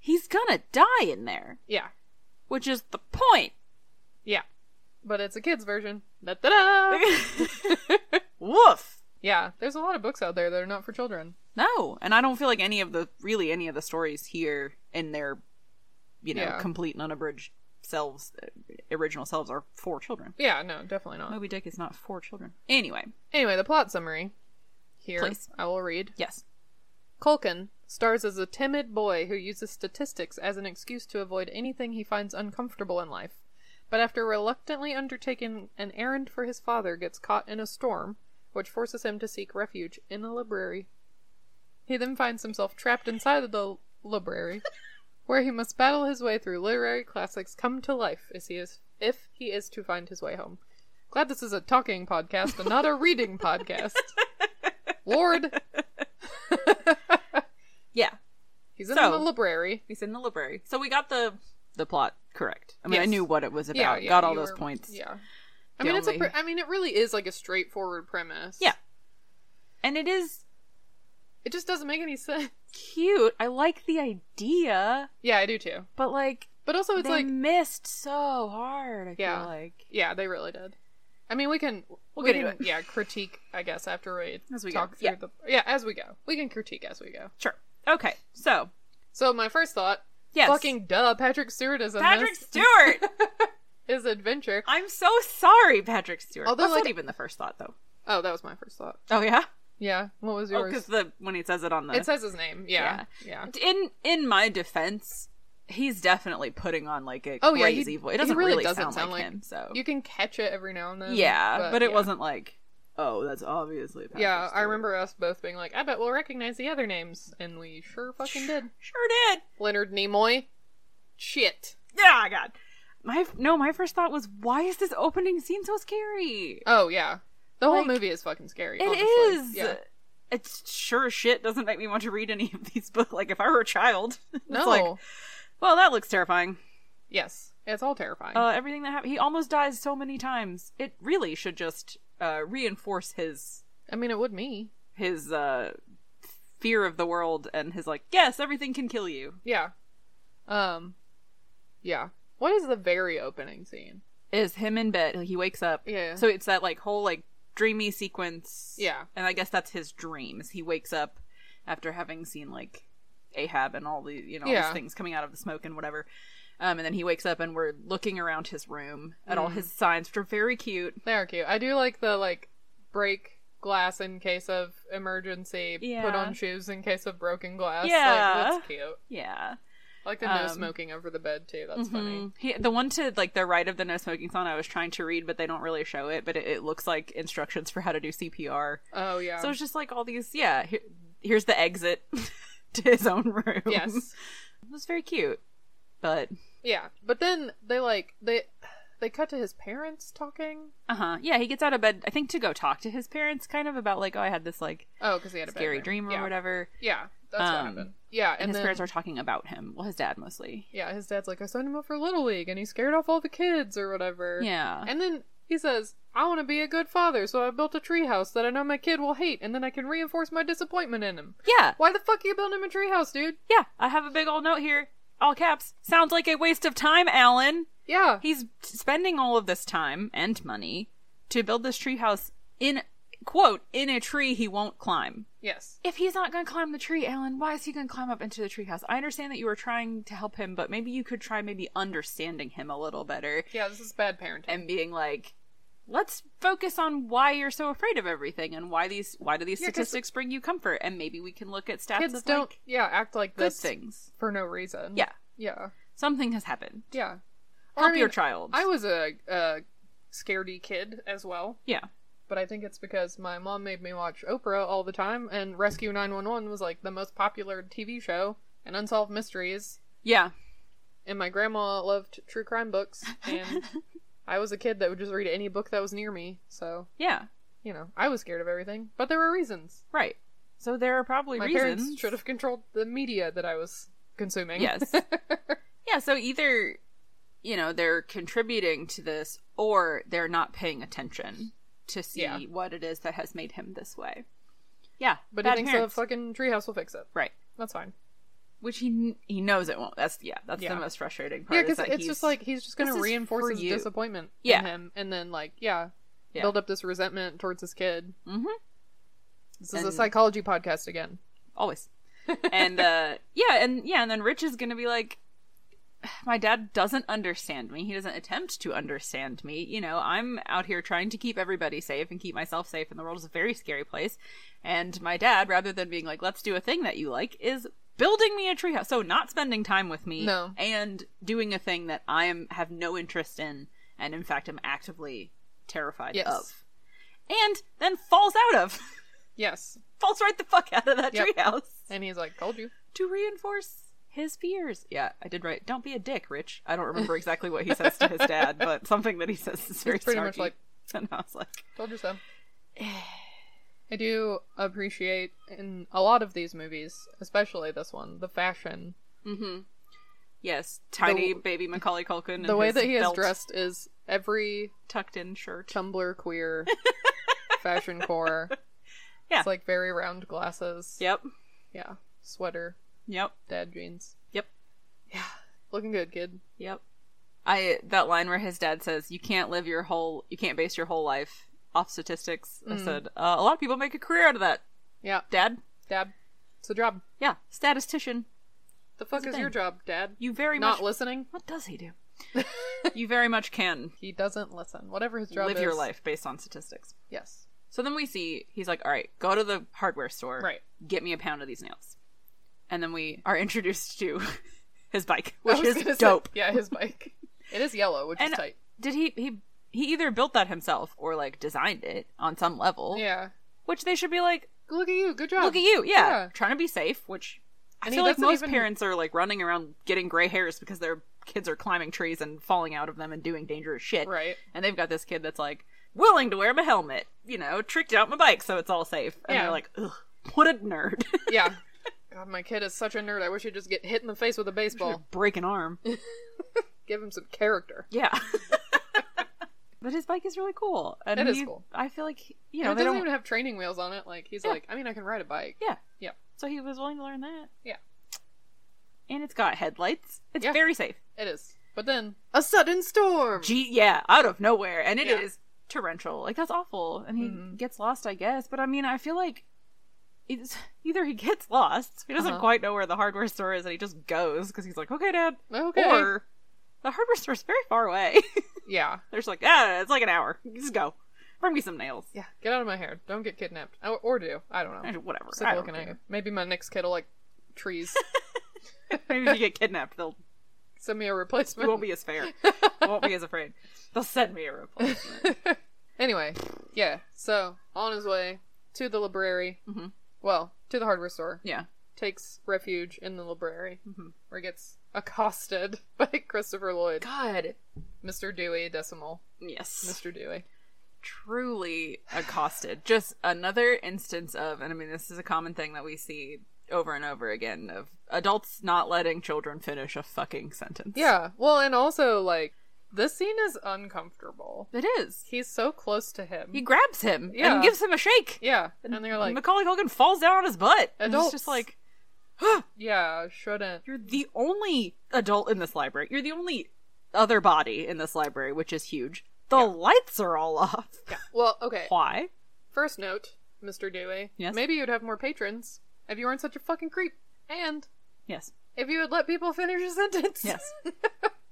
Speaker 2: he's gonna die in there,
Speaker 3: Yeah.
Speaker 2: which is the point.
Speaker 3: Yeah. But it's a kid's version. Da da da.
Speaker 2: Woof.
Speaker 3: yeah. There's a lot of books out there that are not for children.
Speaker 2: No, and I don't feel like any of the really any of the stories here in their, you know,
Speaker 3: Yeah.
Speaker 2: complete and unabridged selves, uh, original selves are for children.
Speaker 3: Yeah. No, definitely not.
Speaker 2: Moby Dick is not for children. Anyway,
Speaker 3: Anyway, the plot summary. Here,
Speaker 2: Please.
Speaker 3: I will read.
Speaker 2: yes,
Speaker 3: Culkin stars as a timid boy who uses statistics as an excuse to avoid anything he finds uncomfortable in life. But after reluctantly undertaking an errand for his father, gets caught in a storm, which forces him to seek refuge in a library. He then finds himself trapped inside of the library, where he must battle his way through literary classics come to life as he is, if he is to find his way home. Glad this is a talking podcast and not a reading podcast. Lord,
Speaker 2: yeah,
Speaker 3: he's in
Speaker 2: So-
Speaker 3: the library.
Speaker 2: he's in the library. So we got the the plot correct. I mean, I
Speaker 3: Yes.
Speaker 2: knew what it was about. got all
Speaker 3: you
Speaker 2: those
Speaker 3: were-
Speaker 2: points.
Speaker 3: Yeah.
Speaker 2: The
Speaker 3: I mean, it's a.
Speaker 2: only-
Speaker 3: Pre- I mean, it really is like a straightforward premise.
Speaker 2: Yeah. and it is
Speaker 3: It just doesn't make any sense.
Speaker 2: cute. I like the idea,
Speaker 3: Yeah, I do too.
Speaker 2: but like
Speaker 3: But also, it's
Speaker 2: they
Speaker 3: like
Speaker 2: missed so hard. I
Speaker 3: Yeah.
Speaker 2: feel like
Speaker 3: Yeah, they really did. I mean, we can
Speaker 2: We'll
Speaker 3: we
Speaker 2: get
Speaker 3: can,
Speaker 2: into it.
Speaker 3: Yeah, critique. I guess after we
Speaker 2: As we
Speaker 3: talk
Speaker 2: go,
Speaker 3: through
Speaker 2: yeah.
Speaker 3: the yeah as we go, we can critique as we go.
Speaker 2: sure. Okay, so
Speaker 3: So my first thought,
Speaker 2: yes,
Speaker 3: fucking duh, Patrick Stewart is in
Speaker 2: Patrick
Speaker 3: this,
Speaker 2: Stewart.
Speaker 3: his adventure.
Speaker 2: I'm so sorry, Patrick Stewart.
Speaker 3: Although,
Speaker 2: Although, That's
Speaker 3: like-
Speaker 2: not even the first thought though.
Speaker 3: Oh, that was my first thought.
Speaker 2: Oh yeah,
Speaker 3: Yeah, what was
Speaker 2: oh
Speaker 3: yours?
Speaker 2: because the when he says it on the
Speaker 3: it says his name. Yeah, yeah.
Speaker 2: in in my defense, he's definitely putting on like a
Speaker 3: Oh yeah, he-
Speaker 2: crazy voice. It doesn't
Speaker 3: he really,
Speaker 2: really
Speaker 3: doesn't
Speaker 2: sound, like, him. So
Speaker 3: you can catch it every now and then.
Speaker 2: yeah, but, it
Speaker 3: yeah.
Speaker 2: wasn't like oh that's obviously. Patrick
Speaker 3: Yeah, I
Speaker 2: Stewart.
Speaker 3: remember us both being like, I bet we'll recognize the other names, and we sure fucking did.
Speaker 2: Sure did.
Speaker 3: Leonard Nimoy, shit.
Speaker 2: Yeah, God. My no, my first thought was why is this opening scene so scary?
Speaker 3: Oh yeah, the whole
Speaker 2: Like,
Speaker 3: movie is fucking scary.
Speaker 2: It is.
Speaker 3: honestly. Yeah.
Speaker 2: It's sure as shit doesn't make me want to read any of these books. Like if I were a child, it's
Speaker 3: No.
Speaker 2: like well that looks terrifying.
Speaker 3: yes, it's all terrifying.
Speaker 2: Uh, everything that happened, he almost dies so many times. It really should just uh, reinforce his
Speaker 3: I mean, it would me.
Speaker 2: his uh fear of the world and his like yes everything can kill you
Speaker 3: Yeah. Um. Yeah. What is the very opening scene?
Speaker 2: is him in bed he wakes up
Speaker 3: Yeah.
Speaker 2: so it's that like whole like dreamy sequence
Speaker 3: Yeah.
Speaker 2: and i guess that's his dream is he wakes up after having seen like ahab and all the you know all
Speaker 3: Yeah.
Speaker 2: these things coming out of the smoke and whatever um and then he wakes up and we're looking around his room at
Speaker 3: Mm.
Speaker 2: all his signs which are very cute
Speaker 3: They are cute. I do like the like break glass in case of emergency. Put
Speaker 2: Yeah.
Speaker 3: on shoes in case of broken glass.
Speaker 2: Yeah.
Speaker 3: Like, that's cute.
Speaker 2: yeah
Speaker 3: I like the no
Speaker 2: Um,
Speaker 3: smoking over the bed too. That's funny.
Speaker 2: Mhm. He, the one to like the right of the no smoking sign i was trying to read but they don't really show it but it, it looks like instructions for how to do cpr
Speaker 3: Oh yeah.
Speaker 2: So it's just like all these, yeah. Here, here's the exit to his own room.
Speaker 3: yes.
Speaker 2: it was very cute, but
Speaker 3: Yeah. But then they like they they cut to his parents talking.
Speaker 2: uh huh, yeah. He gets out of bed, I think, to go talk to his parents, kind of about like, oh, I had this like
Speaker 3: Oh, because he had a bad
Speaker 2: scary dream or
Speaker 3: yeah.
Speaker 2: whatever,
Speaker 3: Yeah. That's what
Speaker 2: Um,
Speaker 3: happened. Yeah.
Speaker 2: and,
Speaker 3: And,
Speaker 2: his
Speaker 3: then,
Speaker 2: parents are talking about him. Well, his dad mostly.
Speaker 3: Yeah, his dad's like, I signed him up for Little League and he scared off all the kids or whatever.
Speaker 2: Yeah,
Speaker 3: And then he says, I want to be a good father, so I built a treehouse that I know my kid will hate, and then I can reinforce my disappointment in him.
Speaker 2: yeah,
Speaker 3: Why the fuck are you building him a treehouse, dude?
Speaker 2: yeah. I have a big old note here, all caps. Sounds like a waste of time, Alan.
Speaker 3: Yeah.
Speaker 2: He's spending all of this time and money to build this treehouse in quote in a tree he won't climb.
Speaker 3: yes.
Speaker 2: if he's not going to climb the tree, Alan, why is he going to climb up into the treehouse? I understand that you were trying to help him, but maybe you could try maybe understanding him a little better
Speaker 3: Yeah, this is bad parenting.
Speaker 2: and being like, let's focus on why you're so afraid of everything and why these why do these
Speaker 3: Yeah, 'cause-
Speaker 2: statistics bring you comfort and maybe we can look at stats
Speaker 3: Kids
Speaker 2: of
Speaker 3: don't,
Speaker 2: like
Speaker 3: yeah, act like
Speaker 2: good
Speaker 3: this
Speaker 2: things.
Speaker 3: for no reason.
Speaker 2: Yeah,
Speaker 3: Yeah.
Speaker 2: something has happened.
Speaker 3: Yeah. Or,
Speaker 2: Help
Speaker 3: I mean,
Speaker 2: your child.
Speaker 3: I was a, a scaredy kid as well,
Speaker 2: yeah.
Speaker 3: but I think it's because my mom made me watch Oprah all the time, and Rescue 911 was like the most popular TV show, and Unsolved Mysteries
Speaker 2: Yeah.
Speaker 3: and my grandma loved true crime books and i was a kid that would just read any book that was near me so
Speaker 2: Yeah.
Speaker 3: you know i was scared of everything but there were reasons
Speaker 2: Right. So there are probably
Speaker 3: my
Speaker 2: reasons
Speaker 3: parents should have controlled the media that i was consuming
Speaker 2: Yes. Yeah, so either you know, they're contributing to this or they're not paying attention to see
Speaker 3: Yeah.
Speaker 2: what it is that has made him this way. Yeah,
Speaker 3: but
Speaker 2: bad
Speaker 3: he thinks
Speaker 2: parents.
Speaker 3: the fucking treehouse will fix it
Speaker 2: right.
Speaker 3: that's fine
Speaker 2: Which he kn- he knows it won't. That's yeah, that's
Speaker 3: Yeah.
Speaker 2: the most frustrating part.
Speaker 3: yeah
Speaker 2: is
Speaker 3: because
Speaker 2: that
Speaker 3: it's
Speaker 2: he's-
Speaker 3: just like he's just gonna
Speaker 2: This is
Speaker 3: reinforce
Speaker 2: for
Speaker 3: his
Speaker 2: you.
Speaker 3: disappointment
Speaker 2: Yeah.
Speaker 3: in him and then like yeah,
Speaker 2: Yeah.
Speaker 3: build up this resentment towards his kid
Speaker 2: Mhm.
Speaker 3: this is a
Speaker 2: And-
Speaker 3: psychology podcast again
Speaker 2: always. and uh yeah, and yeah, and then Rich is going to be like my dad doesn't understand me. He doesn't attempt to understand me. You know, I'm out here trying to keep everybody safe and keep myself safe and the world is a very scary place. And my dad rather than being like let's do a thing that you like is building me a treehouse. So not spending time with me
Speaker 3: No.
Speaker 2: and doing a thing that I am have no interest in and in fact am actively terrified
Speaker 3: Yes.
Speaker 2: of. And then falls out of.
Speaker 3: yes
Speaker 2: falls right the fuck out of that
Speaker 3: Yep.
Speaker 2: treehouse
Speaker 3: and he's like told you
Speaker 2: to reinforce his fears. Yeah, I did write, don't be a dick, Rich. I don't remember exactly what he says to his dad, but something that he says is very
Speaker 3: It's pretty much
Speaker 2: snarky.
Speaker 3: like-
Speaker 2: and I was like,
Speaker 3: Told you so. I do appreciate in a lot of these movies, especially this one, the fashion.
Speaker 2: Mm-hmm. yes, tiny baby Macaulay Culkin. and
Speaker 3: the way
Speaker 2: his
Speaker 3: that he is
Speaker 2: belt
Speaker 3: dressed is every
Speaker 2: tucked in shirt.
Speaker 3: Tumblr queer fashion core
Speaker 2: Yeah.
Speaker 3: It's like very round glasses.
Speaker 2: Yep.
Speaker 3: Yeah. Sweater,
Speaker 2: Yep.
Speaker 3: dad jeans.
Speaker 2: Yep.
Speaker 3: Yeah. Looking good, kid.
Speaker 2: Yep. I that line where his dad says, "You can't live your whole, you can't base your whole life off statistics." I said, uh, "A lot of people make a career out of that,
Speaker 3: Yeah.
Speaker 2: Dad."
Speaker 3: Dad. It's a job.
Speaker 2: Yeah, statistician.
Speaker 3: The fuck
Speaker 2: It's a
Speaker 3: is your
Speaker 2: thing.
Speaker 3: job, dad?
Speaker 2: You very
Speaker 3: Not
Speaker 2: much.
Speaker 3: listening?
Speaker 2: what does he do? you very much can
Speaker 3: He doesn't listen. Whatever his job
Speaker 2: live
Speaker 3: is.
Speaker 2: your life based on statistics.
Speaker 3: Yes.
Speaker 2: So then we see he's like, "All right, go to the hardware store,
Speaker 3: Right.
Speaker 2: Get me a pound of these nails." And then we are introduced to his bike, which
Speaker 3: I was
Speaker 2: is
Speaker 3: gonna say-
Speaker 2: dope.
Speaker 3: yeah, his bike. It is yellow, which
Speaker 2: And-
Speaker 3: is tight.
Speaker 2: Did he he he either built that himself or like designed it on some level?
Speaker 3: Yeah.
Speaker 2: Which they should be like,
Speaker 3: Look at you. Good job.
Speaker 2: look at you, yeah,
Speaker 3: Yeah.
Speaker 2: trying to be safe. Which I
Speaker 3: And he
Speaker 2: feel like
Speaker 3: doesn't
Speaker 2: most
Speaker 3: even-
Speaker 2: parents are like running around getting gray hairs because their kids are climbing trees and falling out of them and doing dangerous shit.
Speaker 3: Right.
Speaker 2: And they've got this kid that's like willing to wear my helmet, you know, tricked out my bike so it's all safe. And
Speaker 3: Yeah.
Speaker 2: they're like, ugh, what a nerd.
Speaker 3: Yeah. God, my kid is such a nerd. I wish he'd just get hit in the face with a baseball.
Speaker 2: Break an arm.
Speaker 3: Give him some character.
Speaker 2: Yeah. but his bike is really cool. And
Speaker 3: It is
Speaker 2: he-
Speaker 3: cool.
Speaker 2: I feel like, you
Speaker 3: And
Speaker 2: know,
Speaker 3: it
Speaker 2: they
Speaker 3: doesn't
Speaker 2: don't.
Speaker 3: even have training wheels on it. Like he's
Speaker 2: Yeah.
Speaker 3: like, I mean, I can ride a bike.
Speaker 2: Yeah.
Speaker 3: Yeah.
Speaker 2: So he was willing to learn that.
Speaker 3: Yeah.
Speaker 2: And it's got headlights. It's
Speaker 3: Yeah.
Speaker 2: very safe.
Speaker 3: It is. But then a sudden storm.
Speaker 2: Gee, yeah, out of nowhere, and it is
Speaker 3: Yeah. Mm-hmm.
Speaker 2: torrential. Like that's awful, and he gets lost, I guess. But I mean, I feel like it's either he gets lost, he doesn't
Speaker 3: Uh-huh.
Speaker 2: quite know where the hardware store is, and he just goes because he's like, "Okay, Dad,"
Speaker 3: okay.
Speaker 2: or the hardware store's very far away.
Speaker 3: yeah.
Speaker 2: They're just like, "Yeah, it's like an hour. You just go. Bring me some nails,
Speaker 3: Yeah. Get out of my hair. Don't get kidnapped. Or, or do. I don't know.
Speaker 2: And whatever."
Speaker 3: Sick
Speaker 2: I
Speaker 3: of
Speaker 2: don't
Speaker 3: looking at you.
Speaker 2: care.
Speaker 3: Maybe my next kid will like trees.
Speaker 2: Maybe if you get kidnapped, they'll
Speaker 3: Send me a
Speaker 2: you
Speaker 3: replacement.
Speaker 2: won't be as fair. you won't be as afraid. They'll send me a replacement.
Speaker 3: Anyway, yeah. So on his way to the library. Mm-hmm. Well, to the hardware store.
Speaker 2: Yeah.
Speaker 3: Takes refuge in the library,
Speaker 2: Mm-hmm.
Speaker 3: where he gets accosted by Christopher Lloyd,
Speaker 2: God.
Speaker 3: Mr. Dewey Decimal,
Speaker 2: Yes.
Speaker 3: Mr. Dewey.
Speaker 2: truly accosted. Just another instance of, and I mean, this is a common thing that we see over and over again of adults not letting children finish a fucking sentence.
Speaker 3: Yeah. Well, and also like this scene is uncomfortable.
Speaker 2: it is.
Speaker 3: He's so close to him.
Speaker 2: He grabs him
Speaker 3: Yeah.
Speaker 2: and gives him a shake.
Speaker 3: yeah. And they're like,
Speaker 2: Macaulay Culkin falls down on his butt. And it's
Speaker 3: Adults.
Speaker 2: just like,
Speaker 3: yeah, shouldn't.
Speaker 2: you're the only adult in this library. You're the only other body in this library, which is huge. The lights are all off.
Speaker 3: Well, okay.
Speaker 2: Why?
Speaker 3: First note, Mr. Dewey.
Speaker 2: Yes?
Speaker 3: Maybe you'd have more patrons if you weren't such a fucking creep. And
Speaker 2: Yes.
Speaker 3: if you would let people finish a sentence.
Speaker 2: Yes.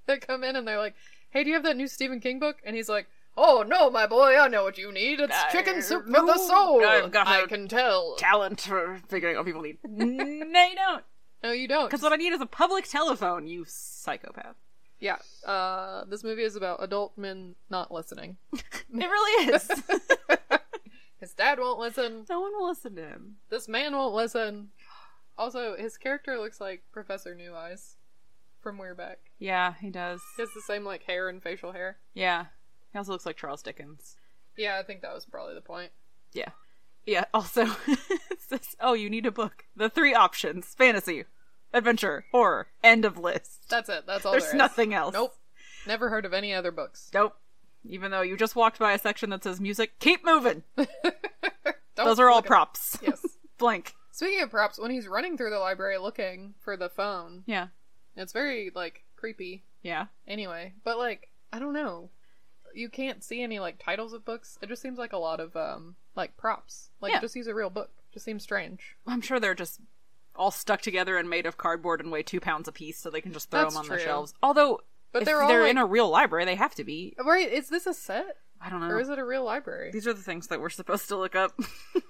Speaker 3: they come in and they're like, "Hey, do you have that new Stephen King book?" And he's like, "Oh no, my boy, I know what you need. It's
Speaker 2: I
Speaker 3: chicken soup for the
Speaker 2: know.
Speaker 3: soul.
Speaker 2: I've got
Speaker 3: I
Speaker 2: a
Speaker 3: can tell."
Speaker 2: Talent for figuring out what people need. no, you don't.
Speaker 3: no, you don't.
Speaker 2: Because what I need is a public telephone, you psychopath.
Speaker 3: yeah, uh, this movie is about adult men not listening.
Speaker 2: It really is.
Speaker 3: His dad won't listen.
Speaker 2: no one will listen to him.
Speaker 3: This man won't listen. Also, his character looks like Professor New Eyes from We're Back.
Speaker 2: Yeah, he does.
Speaker 3: He has the same like hair and facial hair.
Speaker 2: Yeah. He also looks like Charles Dickens.
Speaker 3: Yeah, I think that was probably the point.
Speaker 2: Yeah. Yeah, also, it says, oh, you need a book. The three options fantasy, adventure, horror. End of list.
Speaker 3: That's it. That's all.
Speaker 2: There's
Speaker 3: there is.
Speaker 2: nothing else.
Speaker 3: Nope. Never heard of any other books.
Speaker 2: Nope. Even though you just walked by a section that says music, keep moving.
Speaker 3: Don't
Speaker 2: Those are all
Speaker 3: look at-
Speaker 2: props.
Speaker 3: Yes.
Speaker 2: Blank.
Speaker 3: Speaking of props, when he's running through the library looking for the phone,
Speaker 2: Yeah.
Speaker 3: it's very like creepy.
Speaker 2: Yeah.
Speaker 3: Anyway, but like I don't know, you can't see any like titles of books. It just seems like a lot of um like props. Like
Speaker 2: Yeah.
Speaker 3: just use a real book. Just seems strange.
Speaker 2: I'm sure they're just all stuck together and made of cardboard and weigh two pounds apiece, so they can just throw
Speaker 3: That's
Speaker 2: them on the
Speaker 3: true.
Speaker 2: shelves. Although,
Speaker 3: But
Speaker 2: if
Speaker 3: they're all,
Speaker 2: in
Speaker 3: like-
Speaker 2: a real library. They have to be.
Speaker 3: Right? Is this a set
Speaker 2: I don't
Speaker 3: or
Speaker 2: know.
Speaker 3: is it a real library?
Speaker 2: These are the things that we're supposed to look up.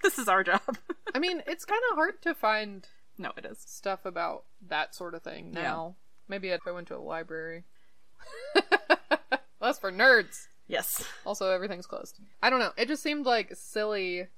Speaker 2: this is our job.
Speaker 3: I mean, it's kind of hard to find
Speaker 2: no, it is.
Speaker 3: stuff about that sort of thing
Speaker 2: Yeah.
Speaker 3: now. Maybe if I went to a library. That's for nerds.
Speaker 2: Yes.
Speaker 3: Also, everything's closed. I don't know. It just seemed like silly.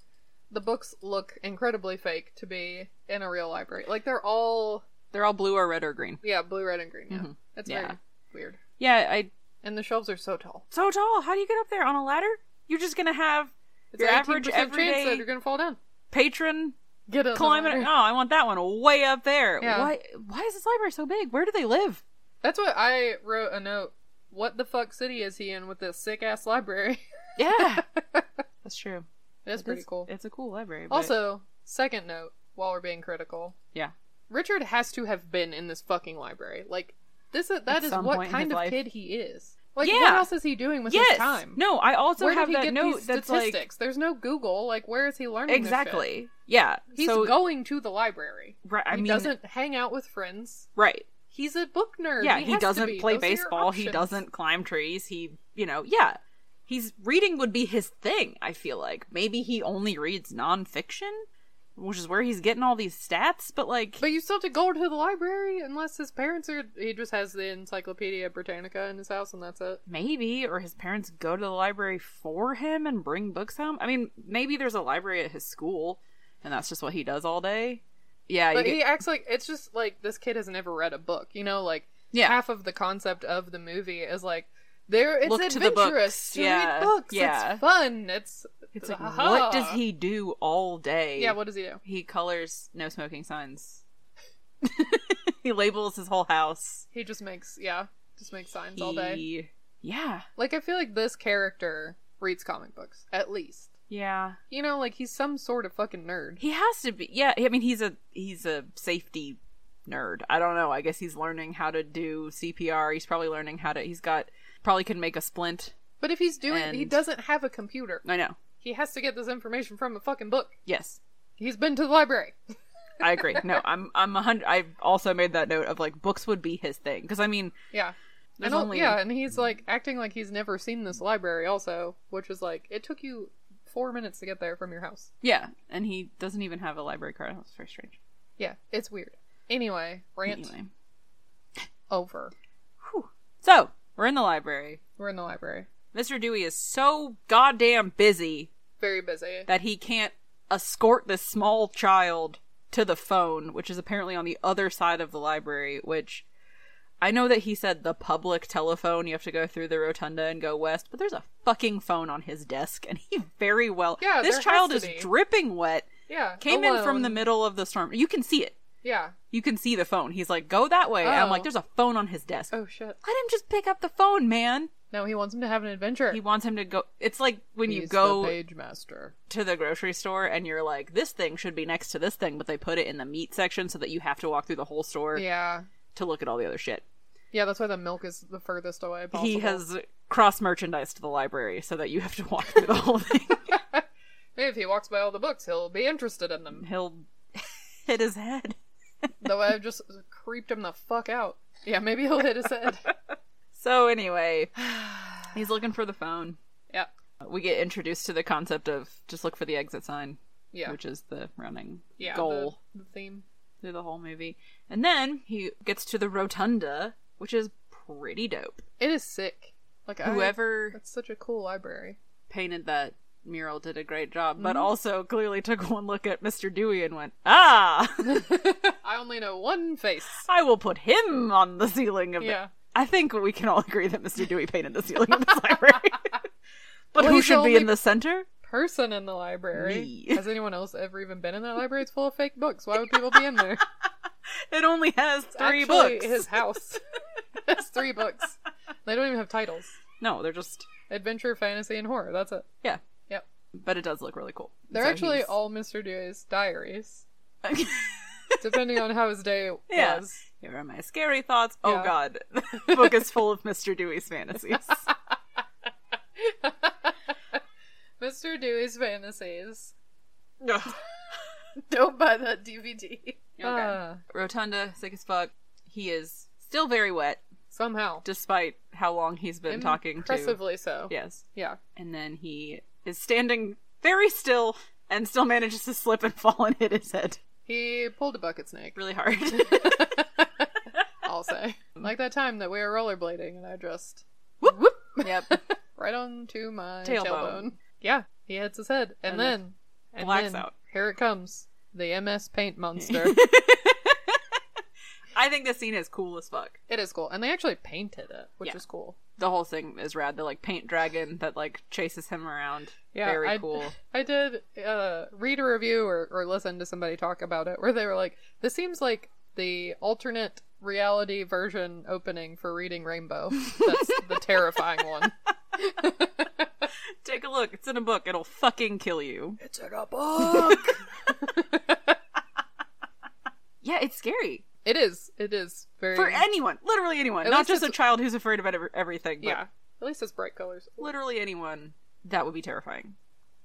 Speaker 3: The books look incredibly fake to be in a real library. Like they're all
Speaker 2: They're all blue or red or green.
Speaker 3: yeah, blue, red, and green. Yeah,
Speaker 2: Mhm.
Speaker 3: it's
Speaker 2: Yeah.
Speaker 3: very weird.
Speaker 2: Yeah, I
Speaker 3: And the shelves are so tall.
Speaker 2: so tall. How do you get up there on a ladder? You're just gonna have
Speaker 3: It's
Speaker 2: your
Speaker 3: an
Speaker 2: average
Speaker 3: 18% chance that
Speaker 2: everyday
Speaker 3: you're gonna fall down.
Speaker 2: patron
Speaker 3: Get on the
Speaker 2: climbing.
Speaker 3: ladder.
Speaker 2: Oh, I want that one way up there.
Speaker 3: Yeah.
Speaker 2: Why? Why is this library so big? Where do they live?
Speaker 3: That's what I wrote a note. What the fuck city is he in with this sick ass library?
Speaker 2: Yeah, that's true.
Speaker 3: That's pretty cool.
Speaker 2: It's a cool library. but-
Speaker 3: Also, second note, while we're being critical,
Speaker 2: yeah.
Speaker 3: Richard has to have been in this fucking library. Like this is
Speaker 2: At
Speaker 3: that is
Speaker 2: some
Speaker 3: what
Speaker 2: point in
Speaker 3: kind
Speaker 2: his
Speaker 3: of
Speaker 2: life.
Speaker 3: kid he is. Like
Speaker 2: Yeah.
Speaker 3: what else is he doing with his time?
Speaker 2: No, I also
Speaker 3: Where
Speaker 2: have
Speaker 3: did he
Speaker 2: that
Speaker 3: get
Speaker 2: note
Speaker 3: these
Speaker 2: that's like
Speaker 3: statistics? There's no Google. Like where is he learning? this shit?
Speaker 2: exactly. Yeah.
Speaker 3: He's
Speaker 2: so,
Speaker 3: going to the library.
Speaker 2: Right, I
Speaker 3: he
Speaker 2: mean-
Speaker 3: doesn't hang out with friends.
Speaker 2: right.
Speaker 3: He's a book nerd.
Speaker 2: Yeah,
Speaker 3: he,
Speaker 2: he,
Speaker 3: has to
Speaker 2: doesn't
Speaker 3: be.
Speaker 2: play
Speaker 3: Those are your
Speaker 2: baseball. He
Speaker 3: options.
Speaker 2: doesn't climb trees. He, you know, yeah. He's reading would be his thing. I feel like maybe he only reads nonfiction, which is where he's getting all these stats. But like,
Speaker 3: But you still have to go to the library unless his parents are. He just has the Encyclopedia Britannica in his house, and that's it.
Speaker 2: maybe or his parents go to the library for him and bring books home. I mean, maybe there's a library at his school, and that's just what he does all day. Yeah, you
Speaker 3: But
Speaker 2: get-
Speaker 3: he acts like it's just like this kid has never read a book. You know, like
Speaker 2: Yeah.
Speaker 3: half of the concept of the movie is like there. It's
Speaker 2: Look to the
Speaker 3: adventurous
Speaker 2: books.
Speaker 3: to,
Speaker 2: Yeah,
Speaker 3: read books.
Speaker 2: yeah.
Speaker 3: It's fun. It's
Speaker 2: it's like,
Speaker 3: aha.
Speaker 2: what does he do all day?
Speaker 3: Yeah, what does he do?
Speaker 2: he colors no smoking signs. he labels his whole house.
Speaker 3: He just makes yeah, just makes signs all day.
Speaker 2: He- Yeah.
Speaker 3: Like I feel like this character reads comic books at least.
Speaker 2: Yeah.
Speaker 3: You know, like he's some sort of fucking nerd.
Speaker 2: He has to be. Yeah, I mean he's a he's a safety nerd. I don't know. I guess he's learning how to do CPR. He's probably learning how to he's got probably can make a splint.
Speaker 3: But if he's doing, he
Speaker 2: And-
Speaker 3: doesn't have a computer.
Speaker 2: I know.
Speaker 3: He has to get this information from a fucking book.
Speaker 2: Yes.
Speaker 3: He's been to the library.
Speaker 2: I agree. No, I'm I'm a hundred. I've also made that note of like books would be his thing because I mean
Speaker 3: Yeah.
Speaker 2: There's
Speaker 3: and al-
Speaker 2: only-
Speaker 3: yeah, and he's like acting like he's never seen this library also, which is like it took you 4 minutes to get there from your house.
Speaker 2: yeah, and he doesn't even have a library card. That's very strange.
Speaker 3: Yeah, it's weird. Anyway, rant
Speaker 2: Anyway,
Speaker 3: over.
Speaker 2: Whew. so we're in the library.
Speaker 3: We're in the library.
Speaker 2: Mr. Dewey is so goddamn busy
Speaker 3: Very busy.
Speaker 2: that he can't escort this small child to the phone, which is apparently on the other side of the library, which I know that he said the public telephone, you have to go through the rotunda and go west, but there's a fucking phone on his desk and he very well
Speaker 3: Yeah,
Speaker 2: this
Speaker 3: there
Speaker 2: child
Speaker 3: has
Speaker 2: is
Speaker 3: to be.
Speaker 2: dripping wet.
Speaker 3: yeah.
Speaker 2: Came in from the
Speaker 3: alone.
Speaker 2: middle of the storm. You can see it.
Speaker 3: Yeah.
Speaker 2: You can see the phone. He's like, "Go that way." And I'm
Speaker 3: Oh.
Speaker 2: like, "There's a phone on his desk."
Speaker 3: Oh shit.
Speaker 2: Let him just pick up the phone, man.
Speaker 3: No, he wants him to have an adventure.
Speaker 2: He wants him to go. It's like when you
Speaker 3: He's
Speaker 2: go
Speaker 3: the page master.
Speaker 2: to the grocery store and you're like, this thing should be next to this thing, but they put it in the meat section so that you have to walk through the whole store
Speaker 3: Yeah.
Speaker 2: to look at all the other shit.
Speaker 3: Yeah, that's why the milk is the furthest away possible.
Speaker 2: He has cross merchandised the library so that you have to walk through the whole thing.
Speaker 3: If he walks by all the books, he'll be interested in them.
Speaker 2: He'll hit his head.
Speaker 3: Though I've just creeped him the fuck out. Yeah, maybe he'll hit his head.
Speaker 2: So, anyway, he's looking for the phone.
Speaker 3: Yeah.
Speaker 2: We get introduced to the concept of just look for the exit sign,
Speaker 3: Yeah.
Speaker 2: which is the running
Speaker 3: yeah,
Speaker 2: goal.
Speaker 3: The, the theme.
Speaker 2: through the whole movie. And then he gets to the rotunda, which is pretty dope.
Speaker 3: It is sick. Like I-
Speaker 2: Whoever
Speaker 3: that's such a cool library.
Speaker 2: painted that mural did a great job,
Speaker 3: Mm-hmm.
Speaker 2: but also clearly took one look at Mr. Dewey and went, "Ah,
Speaker 3: I only know one face.
Speaker 2: I will put him on the ceiling of
Speaker 3: Yeah.
Speaker 2: the." I think we can all agree that Mr. Dewey painted the ceiling of this library. but
Speaker 3: Well,
Speaker 2: who
Speaker 3: he's
Speaker 2: should
Speaker 3: the
Speaker 2: be in
Speaker 3: only-
Speaker 2: the center?
Speaker 3: Person in the library.
Speaker 2: Me.
Speaker 3: Has anyone else ever even been in that library? It's full of fake books. Why would people be in there?
Speaker 2: It only has three
Speaker 3: Actually,
Speaker 2: books.
Speaker 3: His house. it's three books. They don't even have titles.
Speaker 2: No, they're just
Speaker 3: Adventure, fantasy, and horror. That's it.
Speaker 2: yeah,
Speaker 3: Yep.
Speaker 2: but it does look really cool.
Speaker 3: They're
Speaker 2: So
Speaker 3: actually
Speaker 2: he's-
Speaker 3: all Mr. Dewey's diaries, depending on how his day
Speaker 2: Yeah.
Speaker 3: was.
Speaker 2: Here are my scary thoughts. Oh
Speaker 3: Yeah.
Speaker 2: god. The book is full of Mr. Dewey's fantasies.
Speaker 3: Mr. Dewey's fantasies.
Speaker 2: Ugh.
Speaker 3: Don't buy that DVD. Uh, Ah.
Speaker 2: Okay. Rotunda, sick as fuck. He is still very wet,
Speaker 3: somehow.
Speaker 2: despite how long he's been talking to
Speaker 3: Impressively so.
Speaker 2: Yes.
Speaker 3: Yeah.
Speaker 2: And then he is standing very still and still manages to slip and fall and hit his head
Speaker 3: He pulled a bucket snake.
Speaker 2: really hard.
Speaker 3: I'll say. like that time that we were rollerblading and I just
Speaker 2: whoop whoop. Yep.
Speaker 3: right onto my
Speaker 2: Tailbone.
Speaker 3: tailbone. Yeah. He hits his head. And,
Speaker 2: And then
Speaker 3: then and
Speaker 2: blacks
Speaker 3: then,
Speaker 2: out.
Speaker 3: Here it comes. The MS paint monster.
Speaker 2: I think this scene is cool as fuck.
Speaker 3: it is cool. And they actually painted it, which
Speaker 2: Yeah.
Speaker 3: is cool.
Speaker 2: The whole thing is rad. The like paint dragon that like chases him around.
Speaker 3: Yeah,
Speaker 2: very
Speaker 3: I,
Speaker 2: cool.
Speaker 3: I did uh, read a review or, or listen to somebody talk about it where they were like, "This seems like the alternate reality version opening for Reading Rainbow. That's the terrifying one."
Speaker 2: Take a look. It's in a book. It'll fucking kill you.
Speaker 3: It's in a book.
Speaker 2: Yeah, it's scary
Speaker 3: it is. It is very.
Speaker 2: for anyone. Literally anyone.
Speaker 3: At
Speaker 2: Not
Speaker 3: least
Speaker 2: just a
Speaker 3: it's-
Speaker 2: child who's afraid about ev- everything. But
Speaker 3: yeah. At least it's bright colors.
Speaker 2: Literally anyone. That would be terrifying.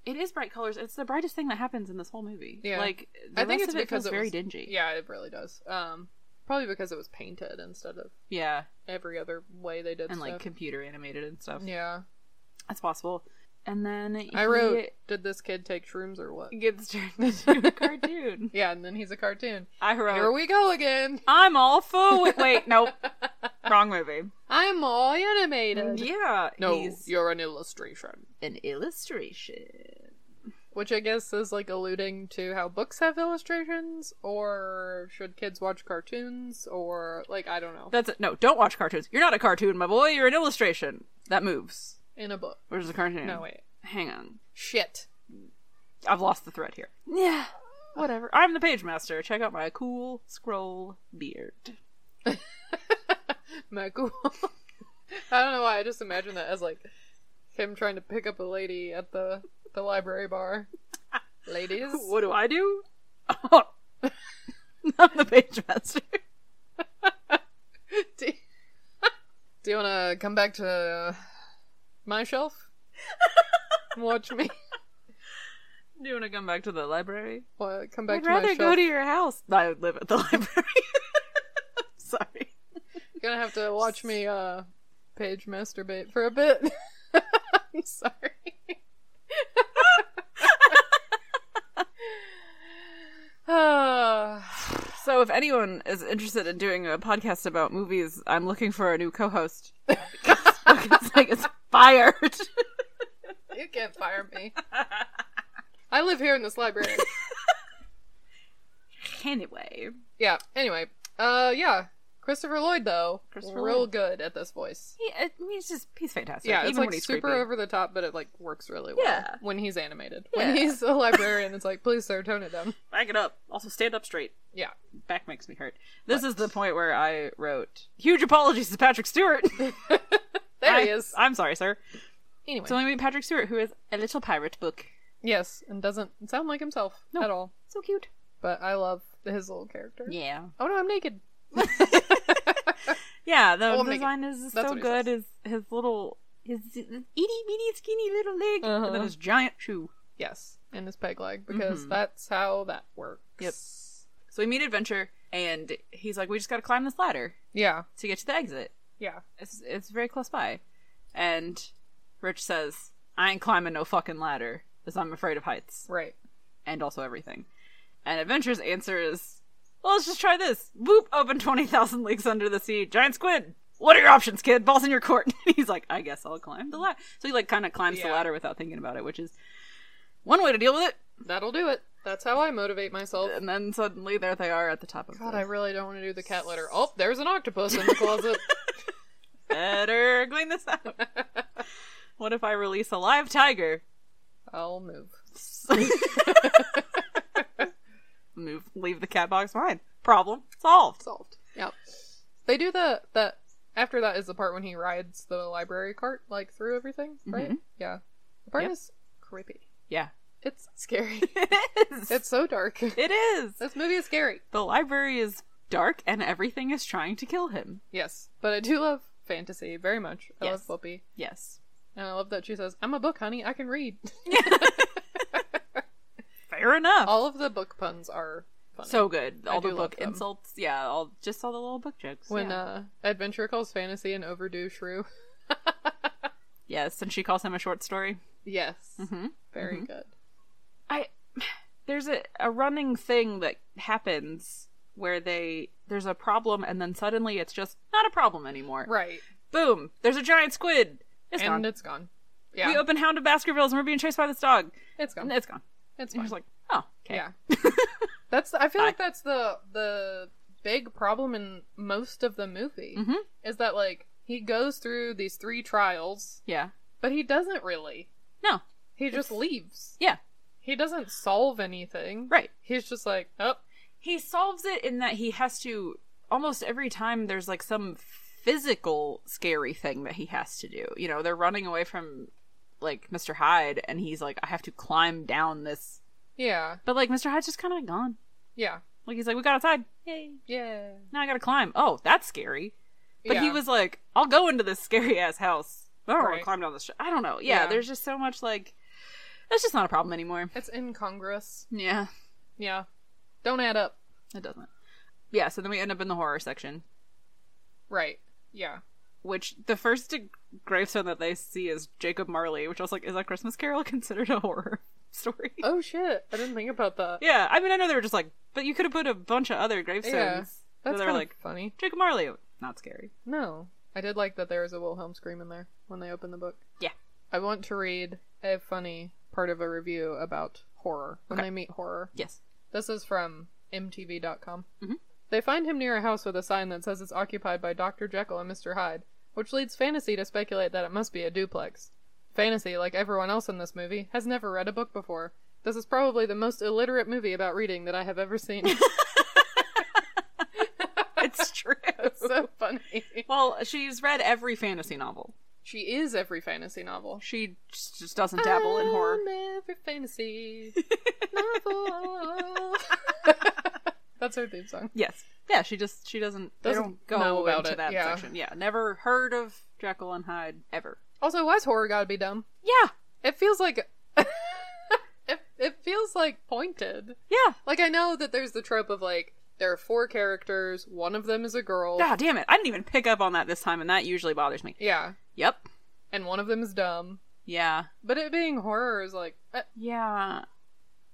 Speaker 2: It is bright colors. It's the brightest thing that happens in this whole movie.
Speaker 3: Yeah.
Speaker 2: Like the
Speaker 3: I think
Speaker 2: rest
Speaker 3: it's
Speaker 2: of it
Speaker 3: because
Speaker 2: feels
Speaker 3: it
Speaker 2: very
Speaker 3: was-
Speaker 2: dingy.
Speaker 3: Yeah, it really does. Um, probably because it was painted instead of
Speaker 2: Yeah.
Speaker 3: every other way they did
Speaker 2: and
Speaker 3: stuff.
Speaker 2: like computer animated and stuff.
Speaker 3: yeah.
Speaker 2: That's possible. And then he
Speaker 3: I wrote, did this kid take shrooms or what?
Speaker 2: gets turned into a cartoon.
Speaker 3: Yeah, and then he's a cartoon.
Speaker 2: I wrote
Speaker 3: Here we go again.
Speaker 2: I'm all for it. Wait, nope. Wrong movie.
Speaker 3: I'm all animated.
Speaker 2: Yeah.
Speaker 3: No,
Speaker 2: he's
Speaker 3: you're an illustration.
Speaker 2: an illustration.
Speaker 3: Which I guess is like alluding to how books have illustrations, or should kids watch cartoons, or like, I don't know.
Speaker 2: That's it. No, don't watch cartoons. You're not a cartoon, my boy. You're an illustration. That moves.
Speaker 3: In a book.
Speaker 2: Where's the cartoon?
Speaker 3: No, wait.
Speaker 2: Hang on.
Speaker 3: Shit.
Speaker 2: I've lost the thread here. Yeah. Whatever. I'm the page master. Check out my cool scroll beard.
Speaker 3: Michael. I don't know why, I just imagine that as like him trying to pick up a lady at the, the library bar. Ladies.
Speaker 2: What do I do? I'm the page master.
Speaker 3: Do you, do you want to come back to uh, my shelf? Watch me.
Speaker 2: Do you want to come back to the library?
Speaker 3: What, come back
Speaker 2: I'd
Speaker 3: to
Speaker 2: rather
Speaker 3: my shelf.
Speaker 2: go to your house. I would live at the library. Sorry.
Speaker 3: You're gonna have to watch me, uh, page masturbate for a bit. I'm sorry. Ah,
Speaker 2: So, if anyone is interested in doing a podcast about movies, I'm looking for a new co-host. it's like it's fired.
Speaker 3: you can't fire me. I live here in this library.
Speaker 2: Anyway,
Speaker 3: Yeah. Anyway, uh, yeah. Christopher Lloyd though,
Speaker 2: Christopher
Speaker 3: real
Speaker 2: Lloyd.
Speaker 3: good at this voice.
Speaker 2: he, I mean, he's just he's fantastic.
Speaker 3: yeah,
Speaker 2: even
Speaker 3: it's like
Speaker 2: when he's
Speaker 3: super
Speaker 2: creepy.
Speaker 3: over the top, but it like works really well
Speaker 2: Yeah.
Speaker 3: when he's animated.
Speaker 2: Yeah.
Speaker 3: When he's a librarian, it's like, please sir, tone it down.
Speaker 2: Back it up. Also, stand up straight.
Speaker 3: Yeah.
Speaker 2: Back makes me hurt. This is the point where I wrote huge apologies to Patrick Stewart.
Speaker 3: There
Speaker 2: I,
Speaker 3: he is.
Speaker 2: I'm sorry, sir.
Speaker 3: Anyway.
Speaker 2: So we meet Patrick Stewart, who is a little pirate book.
Speaker 3: yes, and doesn't sound like himself
Speaker 2: No.
Speaker 3: at all.
Speaker 2: So cute.
Speaker 3: But I love his little character.
Speaker 2: Yeah.
Speaker 3: Oh no, I'm naked.
Speaker 2: Yeah, the
Speaker 3: Oh, I'm naked.
Speaker 2: design is
Speaker 3: That's
Speaker 2: so
Speaker 3: what he
Speaker 2: good.
Speaker 3: says.
Speaker 2: His his little his itty bitty skinny little leg, and then
Speaker 3: Uh-huh.
Speaker 2: his giant shoe.
Speaker 3: Yes, and his peg leg because that's how that works.
Speaker 2: Mm-hmm. Yep. So we meet Adventure, and he's like, "We just got to climb this ladder
Speaker 3: Yeah.
Speaker 2: to get to the exit.
Speaker 3: Yeah.
Speaker 2: It's it's very close by." And Rich says, "I ain't climbing no fucking ladder, cause I'm afraid of heights
Speaker 3: Right.
Speaker 2: and also everything." And Adventure's answer is, "Well, let's just try this. Boop! Open twenty thousand leagues under the sea. Giant squid." What are your options, kid? Balls in your court. he's like, I guess I'll climb the ladder. So he like kind of climbs the
Speaker 3: Yeah.
Speaker 2: ladder without thinking about it, which is one way to deal with it.
Speaker 3: That'll do it. That's how I motivate myself.
Speaker 2: And then suddenly there they are at the top of
Speaker 3: God,
Speaker 2: the
Speaker 3: I really don't want to do the cat litter. Oh, there's an octopus in the closet.
Speaker 2: Better clean this up. What if I release a live tiger?
Speaker 3: I'll move.
Speaker 2: Move, leave the cat box behind. Problem solved.
Speaker 3: Solved. Yep. They do the the after that is the part when he rides the library cart like through everything, right? Yeah. The part
Speaker 2: Mm-hmm. Yep.
Speaker 3: is creepy.
Speaker 2: Yeah,
Speaker 3: It's scary.
Speaker 2: it is.
Speaker 3: it's so dark.
Speaker 2: It is.
Speaker 3: this movie is scary.
Speaker 2: The library is dark, and everything is trying to kill him.
Speaker 3: Yes, but I do love fantasy very much. I
Speaker 2: Yes.
Speaker 3: love Whoopi,
Speaker 2: Yes,
Speaker 3: and I love that she says, "I'm a book, honey. I can read."
Speaker 2: fair enough.
Speaker 3: All of the book puns are funny.
Speaker 2: so good.
Speaker 3: I
Speaker 2: All
Speaker 3: do
Speaker 2: the
Speaker 3: love
Speaker 2: book
Speaker 3: them.
Speaker 2: insults. Yeah, all just all the little book jokes.
Speaker 3: when
Speaker 2: yeah.
Speaker 3: uh, adventure calls fantasy an overdue shrew,
Speaker 2: yes, and she calls him a short story.
Speaker 3: yes,
Speaker 2: Mm-hmm.
Speaker 3: very good.
Speaker 2: I there's a, a running thing that happens where they there's a problem and then suddenly it's just not a problem anymore.
Speaker 3: Right,
Speaker 2: Boom! There's a giant squid. It's
Speaker 3: and
Speaker 2: gone.
Speaker 3: it's gone. Yeah,
Speaker 2: We open Hound of Baskervilles and we're being chased by this dog.
Speaker 3: it's gone.
Speaker 2: And it's gone.
Speaker 3: It's
Speaker 2: And
Speaker 3: fine.
Speaker 2: you're just like, oh, okay.
Speaker 3: Yeah, that's. I feel like that's the the big problem in most of the movie
Speaker 2: Mm-hmm.
Speaker 3: is that like he goes through these three trials,
Speaker 2: Yeah.
Speaker 3: but he doesn't really.
Speaker 2: No.
Speaker 3: He just leaves.
Speaker 2: Yeah.
Speaker 3: He doesn't solve anything.
Speaker 2: Right.
Speaker 3: He's just like, oh,
Speaker 2: He solves it in that he has to almost every time there's like some physical scary thing that he has to do. You know, they're running away from like Mr. Hyde, and he's like, I have to climb down this.
Speaker 3: Yeah.
Speaker 2: But like Mr. Hyde's just kind of gone.
Speaker 3: Yeah.
Speaker 2: Like he's like, we got outside. Yay!
Speaker 3: Yeah.
Speaker 2: Now I gotta climb. Oh, that's scary. But he
Speaker 3: Yeah.
Speaker 2: was like, I'll go into this scary ass house. I don't want
Speaker 3: Right.
Speaker 2: to climb down this. Sh-. I don't know. Yeah,
Speaker 3: Yeah.
Speaker 2: there's just so much like. That's just not a problem anymore.
Speaker 3: It's incongruous.
Speaker 2: Yeah,
Speaker 3: Yeah. Don't add up.
Speaker 2: it doesn't. Yeah, so then we end up in the horror section,
Speaker 3: Right. Yeah.
Speaker 2: which the first d- gravestone that they see is Jacob Marley, which I was like, is that Christmas Carol considered a horror story?
Speaker 3: Oh shit. I didn't think about that.
Speaker 2: Yeah, I mean, I know they were just like, but you could have put a bunch of other gravestones.
Speaker 3: Yeah.
Speaker 2: So
Speaker 3: That's
Speaker 2: they
Speaker 3: kind
Speaker 2: were
Speaker 3: of
Speaker 2: like,
Speaker 3: funny.
Speaker 2: Jacob Marley, not scary.
Speaker 3: No. I did like that there was a Wilhelm scream in there when they opened the book.
Speaker 2: Yeah.
Speaker 3: I want to read a funny part of a review about horror when
Speaker 2: Okay.
Speaker 3: they meet horror.
Speaker 2: Yes.
Speaker 3: This is from MTV.com.
Speaker 2: Mhm.
Speaker 3: They find him near a house with a sign that says it's occupied by Dr. Jekyll and Mr. Hyde, which leads fantasy to speculate that it must be a duplex. Fantasy, like everyone else in this movie, has never read a book before. This is probably the most illiterate movie about reading that I have ever seen.
Speaker 2: It's true.
Speaker 3: That's so funny.
Speaker 2: well, she's read every fantasy novel.
Speaker 3: She is every fantasy novel.
Speaker 2: She just just doesn't dabble in horror.
Speaker 3: I'm every fantasy novel. That's her theme song.
Speaker 2: Yes. Yeah, she just she doesn't they
Speaker 3: Doesn't
Speaker 2: don't go
Speaker 3: know about
Speaker 2: into
Speaker 3: it,
Speaker 2: that
Speaker 3: yeah.
Speaker 2: section. Yeah, never heard of Jekyll and Hyde ever.
Speaker 3: Also, why's horror gotta be dumb?
Speaker 2: Yeah,
Speaker 3: It feels like it, it feels like pointed.
Speaker 2: yeah.
Speaker 3: Like I know that there's the trope of like there are four characters, one of them is a girl.
Speaker 2: Oh. God damn it! I didn't even pick up on that this time, and that usually bothers me.
Speaker 3: Yeah.
Speaker 2: Yep.
Speaker 3: And one of them is dumb.
Speaker 2: Yeah.
Speaker 3: But it being horror is like uh,
Speaker 2: Yeah.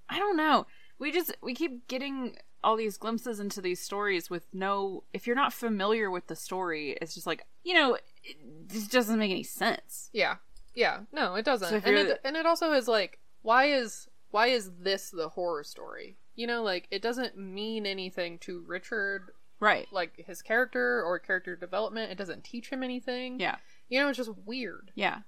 Speaker 2: I don't know. We just we keep getting all these glimpses into these stories with no if you're not familiar with the story, it's just like, you know, it just doesn't make any sense.
Speaker 3: yeah. Yeah. No, it doesn't.
Speaker 2: So if
Speaker 3: and
Speaker 2: you're-
Speaker 3: it and it also is like why is why is this the horror story? You know, like it doesn't mean anything to Richard
Speaker 2: Right.
Speaker 3: like his character or character development. It doesn't teach him anything.
Speaker 2: Yeah.
Speaker 3: You know, it's just weird.
Speaker 2: Yeah.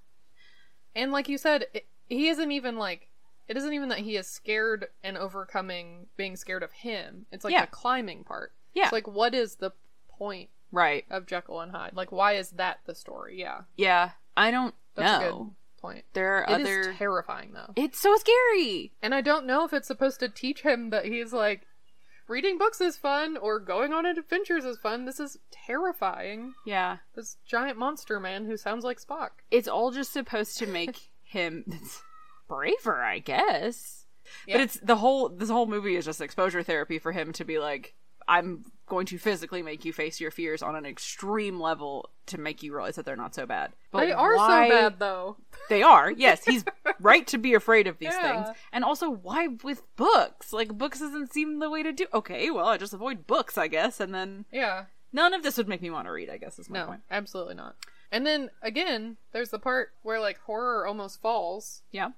Speaker 3: And like you said, it, he isn't even like it isn't even that he is scared and overcoming being scared of him. It's like
Speaker 2: Yeah.
Speaker 3: the climbing part.
Speaker 2: Yeah.
Speaker 3: It's like what is the point
Speaker 2: Right.
Speaker 3: of Jekyll and Hyde? Like why is that the story? Yeah.
Speaker 2: Yeah. I don't
Speaker 3: That's a good
Speaker 2: know.
Speaker 3: point.
Speaker 2: There are
Speaker 3: It is
Speaker 2: other
Speaker 3: terrifying though.
Speaker 2: It's so scary.
Speaker 3: And I don't know if it's supposed to teach him that he's like reading books is fun or going on adventures is fun. This is terrifying.
Speaker 2: Yeah.
Speaker 3: This giant monster man who sounds like Spock.
Speaker 2: It's all just supposed to make him braver, I guess.
Speaker 3: Yeah.
Speaker 2: But it's the whole this whole movie is just exposure therapy for him to be like, I'm going to physically make you face your fears on an extreme level to make you realize that they're not so bad. But
Speaker 3: they are
Speaker 2: why-
Speaker 3: so bad though.
Speaker 2: They are. Yes, he's right to be afraid of these
Speaker 3: Yeah.
Speaker 2: things. And also, why with books? Like books doesn't seem the way to do. Okay, well, I just avoid books, I guess, and then
Speaker 3: Yeah.
Speaker 2: none of this would make me want to read. I guess is my
Speaker 3: No,
Speaker 2: point.
Speaker 3: absolutely not. And then again, there's the part where like horror almost falls,
Speaker 2: Yeah.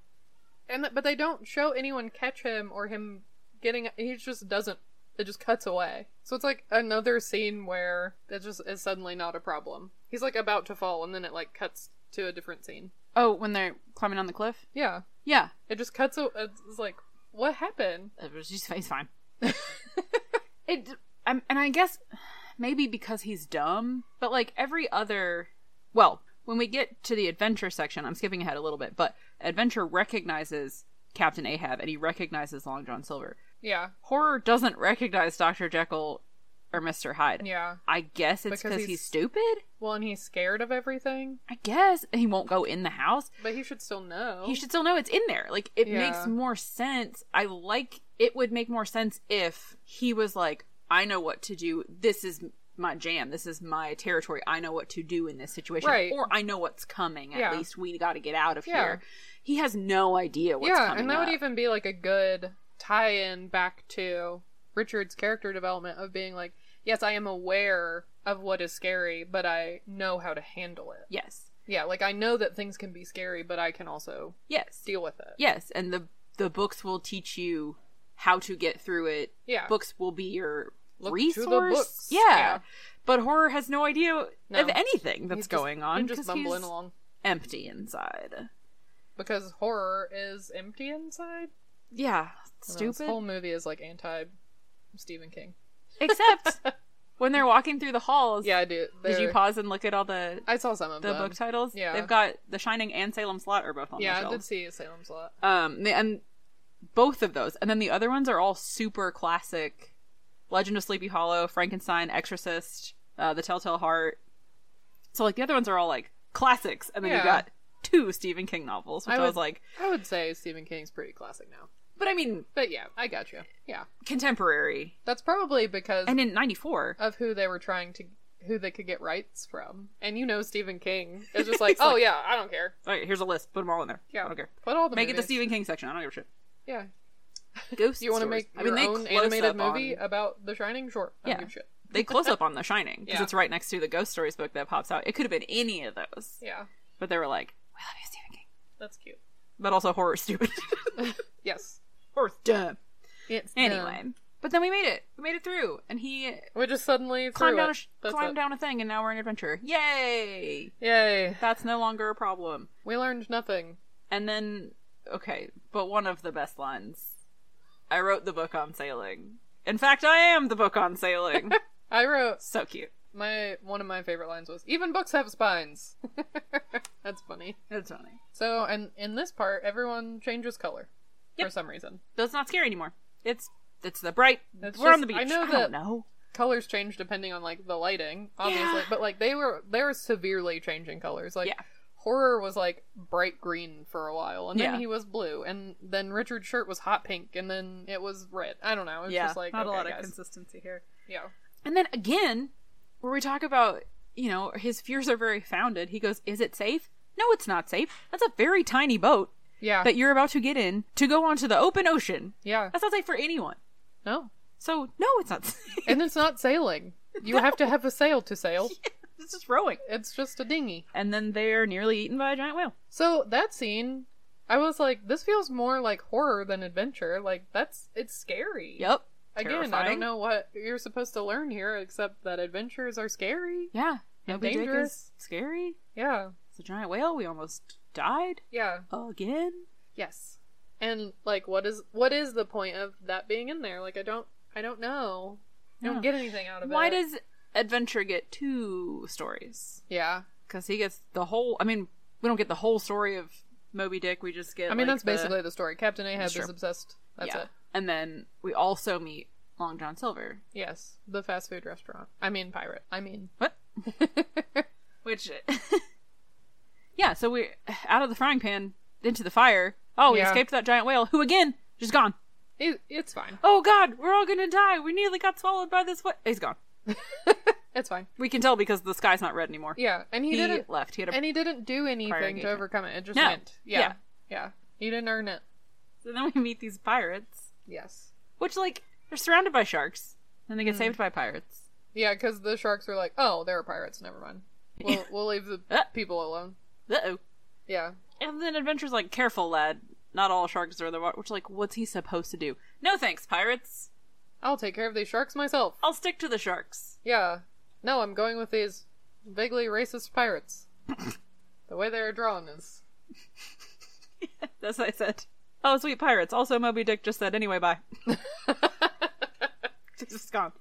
Speaker 3: and th- but they don't show anyone catch him or him getting. He just doesn't. It just cuts away. So it's like another scene where it just is suddenly not a problem. He's like about to fall, and then it like cuts to a different scene.
Speaker 2: Oh, when they're climbing on the cliff?
Speaker 3: Yeah,
Speaker 2: Yeah.
Speaker 3: it just cuts. A- it's like what happened?
Speaker 2: It was just he's fine. it I'm, and I guess maybe because he's dumb, but like every other well, when we get to the adventure section, I'm skipping ahead a little bit, but adventure recognizes Captain Ahab and he recognizes Long John Silver.
Speaker 3: Yeah,
Speaker 2: Horror doesn't recognize Dr. Jekyll or Mr. Hyde.
Speaker 3: yeah.
Speaker 2: I guess it's
Speaker 3: Because
Speaker 2: because he's...
Speaker 3: he's-
Speaker 2: stupid.
Speaker 3: Well, and he's scared of everything,
Speaker 2: I guess and he won't go in the house.
Speaker 3: but he should still know.
Speaker 2: he should still know it's in there. Like it
Speaker 3: Yeah.
Speaker 2: makes more sense. I like it would make more sense if he was like, I know what to do. This is my jam. This is my territory. I know what to do in this situation.
Speaker 3: Right.
Speaker 2: Or I know what's coming. At
Speaker 3: Yeah.
Speaker 2: least we got to get out of
Speaker 3: Yeah.
Speaker 2: here. He has no idea what's
Speaker 3: yeah,
Speaker 2: coming.
Speaker 3: and that
Speaker 2: up.
Speaker 3: would even be like a good tie-in back to Richard's character development of being like, yes, I am aware of what is scary, but I know how to handle it.
Speaker 2: yes,
Speaker 3: Yeah, like I know that things can be scary, but I can also
Speaker 2: yes,
Speaker 3: deal with it.
Speaker 2: yes. And the the books will teach you how to get through it.
Speaker 3: Yeah.
Speaker 2: Books will be your
Speaker 3: Look to the
Speaker 2: resource.
Speaker 3: books.
Speaker 2: Yeah.
Speaker 3: Yeah.
Speaker 2: But horror has no idea
Speaker 3: No.
Speaker 2: of anything that's
Speaker 3: He's just-
Speaker 2: going on.
Speaker 3: I'm just
Speaker 2: 'cause he's-
Speaker 3: bumbling along
Speaker 2: empty inside.
Speaker 3: because horror is empty inside.
Speaker 2: Yeah,
Speaker 3: I don't know, This
Speaker 2: stupid.
Speaker 3: whole movie is like anti Stephen King.
Speaker 2: Except when they're walking through the halls.
Speaker 3: Yeah, I do.
Speaker 2: Did you
Speaker 3: They're-
Speaker 2: pause and look at all the
Speaker 3: I saw some of
Speaker 2: the
Speaker 3: them.
Speaker 2: book titles?
Speaker 3: Yeah.
Speaker 2: They've got The Shining and Salem's Lot are both on
Speaker 3: yeah,
Speaker 2: the
Speaker 3: I
Speaker 2: shelves.
Speaker 3: did see Salem's Lot.
Speaker 2: Um, the- and both of those, and then the other ones are all super classic: Legend of Sleepy Hollow, Frankenstein, Exorcist, uh, The Telltale Heart. So like the other ones are all like classics, and then you
Speaker 3: Yeah.
Speaker 2: got two Stephen King novels, which
Speaker 3: I
Speaker 2: I, was
Speaker 3: would-
Speaker 2: like,
Speaker 3: I would say Stephen King's pretty classic now,
Speaker 2: but I mean
Speaker 3: but yeah, I got you. Yeah,
Speaker 2: contemporary,
Speaker 3: that's probably because
Speaker 2: and in '94.
Speaker 3: of who they were trying to, who they could get rights from, and you know Stephen King is just like, oh yeah, I don't care.
Speaker 2: All right, here's a list. Put them all in there.
Speaker 3: Yeah,
Speaker 2: I don't care.
Speaker 3: Put all the
Speaker 2: Make it the
Speaker 3: movies.
Speaker 2: Stephen King section. I don't give a shit.
Speaker 3: Yeah,
Speaker 2: Ghost.
Speaker 3: you want to
Speaker 2: stories.
Speaker 3: make
Speaker 2: I
Speaker 3: your
Speaker 2: mean, they
Speaker 3: own
Speaker 2: close
Speaker 3: animated
Speaker 2: up on-
Speaker 3: movie about The Shining? Sure, I
Speaker 2: Yeah.
Speaker 3: don't give a shit.
Speaker 2: they close up on The Shining because
Speaker 3: Yeah.
Speaker 2: it's right next to the ghost stories book that pops out. It could have been any of those,
Speaker 3: Yeah,
Speaker 2: but they were like, "We love you, Stephen King,"
Speaker 3: that's cute.
Speaker 2: but also horror stupid,
Speaker 3: Yes,
Speaker 2: horror dumb.
Speaker 3: it's
Speaker 2: Anyway, but then we made it. We made it through, and he
Speaker 3: we just suddenly
Speaker 2: climbed
Speaker 3: threw
Speaker 2: down, a
Speaker 3: it.
Speaker 2: sh-
Speaker 3: That's
Speaker 2: climbed
Speaker 3: it.
Speaker 2: down a thing, and now we're an adventurer. Yay!
Speaker 3: Yay!
Speaker 2: That's no longer a problem.
Speaker 3: We learned nothing.
Speaker 2: And then, okay, but one of the best lines. I wrote the book on sailing. In fact, I am the book on sailing.
Speaker 3: I wrote
Speaker 2: so cute.
Speaker 3: my one of my favorite lines was even books have spines. That's funny.
Speaker 2: That's funny.
Speaker 3: So, and in this part, everyone changes color for
Speaker 2: Yep.
Speaker 3: some reason.
Speaker 2: But it's not scary anymore. It's it's the bright.
Speaker 3: It's
Speaker 2: we're on the
Speaker 3: just-
Speaker 2: beach.
Speaker 3: I
Speaker 2: I, don't
Speaker 3: know that-
Speaker 2: know.
Speaker 3: Colors change depending on like the lighting, obviously,
Speaker 2: Yeah.
Speaker 3: but like they were they were severely changing colors. Like
Speaker 2: Yeah.
Speaker 3: horror was like bright green for a while, and then
Speaker 2: Yeah.
Speaker 3: he was blue, and then Richard's shirt was hot pink, and then it was red. I don't know. It's
Speaker 2: Yeah,
Speaker 3: just like
Speaker 2: not
Speaker 3: okay,
Speaker 2: a lot of
Speaker 3: guys.
Speaker 2: consistency here.
Speaker 3: yeah.
Speaker 2: And then again, where we talk about, you know, his fears are very founded, he goes, Is it safe? No, it's not safe. That's a very tiny boat
Speaker 3: Yeah.
Speaker 2: that you're about to get in to go onto the open ocean.
Speaker 3: yeah.
Speaker 2: That's not safe for anyone.
Speaker 3: No.
Speaker 2: So, no, it's not safe.
Speaker 3: And it's not sailing. You have to have a sail to sail.
Speaker 2: it's just rowing.
Speaker 3: It's just a dinghy.
Speaker 2: And then they're nearly eaten by a giant whale.
Speaker 3: So that scene, I was like, this feels more like horror than adventure. Like that's it's scary.
Speaker 2: Yep.
Speaker 3: Again, I
Speaker 2: Terrifying.
Speaker 3: don't know what you're supposed to learn here, except that adventures are scary.
Speaker 2: Yeah. Moby Dick
Speaker 3: dangerous.
Speaker 2: is scary.
Speaker 3: Yeah.
Speaker 2: It's a giant whale. We almost died
Speaker 3: Yeah.
Speaker 2: again.
Speaker 3: Yes. And like, what is what is the point of that being in there? Like, I don't, I don't know. I
Speaker 2: Yeah.
Speaker 3: don't get anything out of
Speaker 2: Why
Speaker 3: it.
Speaker 2: does Adventure get two stories?
Speaker 3: Yeah.
Speaker 2: because he gets the whole. I mean, we don't get the whole story of Moby Dick. We just get.
Speaker 3: I mean,
Speaker 2: like,
Speaker 3: that's basically the story. Captain Ahab
Speaker 2: Sure.
Speaker 3: is obsessed.
Speaker 2: The,
Speaker 3: That's it.
Speaker 2: And then we also meet Long John Silver,
Speaker 3: Yes, the fast food restaurant. I mean, pirate. I mean,
Speaker 2: What? which, yeah. So we out of the frying pan into the fire. Oh, we
Speaker 3: Yeah.
Speaker 2: escaped that giant whale, who again just gone.
Speaker 3: it, it's fine.
Speaker 2: Oh God, we're all gonna die. We nearly got swallowed by this whale. He's gone.
Speaker 3: It's fine.
Speaker 2: We can tell because the sky's not red anymore.
Speaker 3: Yeah, and he,
Speaker 2: He,
Speaker 3: didn't
Speaker 2: left. He had a.
Speaker 3: and he didn't do anything to
Speaker 2: engagement.
Speaker 3: overcome it. It just
Speaker 2: No.
Speaker 3: went. Yeah.
Speaker 2: Yeah.
Speaker 3: yeah. He didn't earn it.
Speaker 2: so then we meet these pirates,
Speaker 3: Yes.
Speaker 2: which like they're surrounded by sharks, and
Speaker 3: Hmm.
Speaker 2: they get saved by pirates.
Speaker 3: Yeah, because the sharks were like, "Oh, there are pirates. Never mind. We'll we'll leave the
Speaker 2: Ah.
Speaker 3: people alone."
Speaker 2: Uh oh.
Speaker 3: Yeah.
Speaker 2: And then Adventure's like, careful, lad. Not all sharks are in the water. Which, like, what's he supposed to do? No thanks, pirates.
Speaker 3: I'll take care of these sharks myself.
Speaker 2: I'll stick to the sharks.
Speaker 3: Yeah. No, I'm going with these vaguely racist pirates. the way they're drawn is.
Speaker 2: That's what I said. Oh, sweet pirates. Also, Moby Dick just said, anyway, bye. just gone.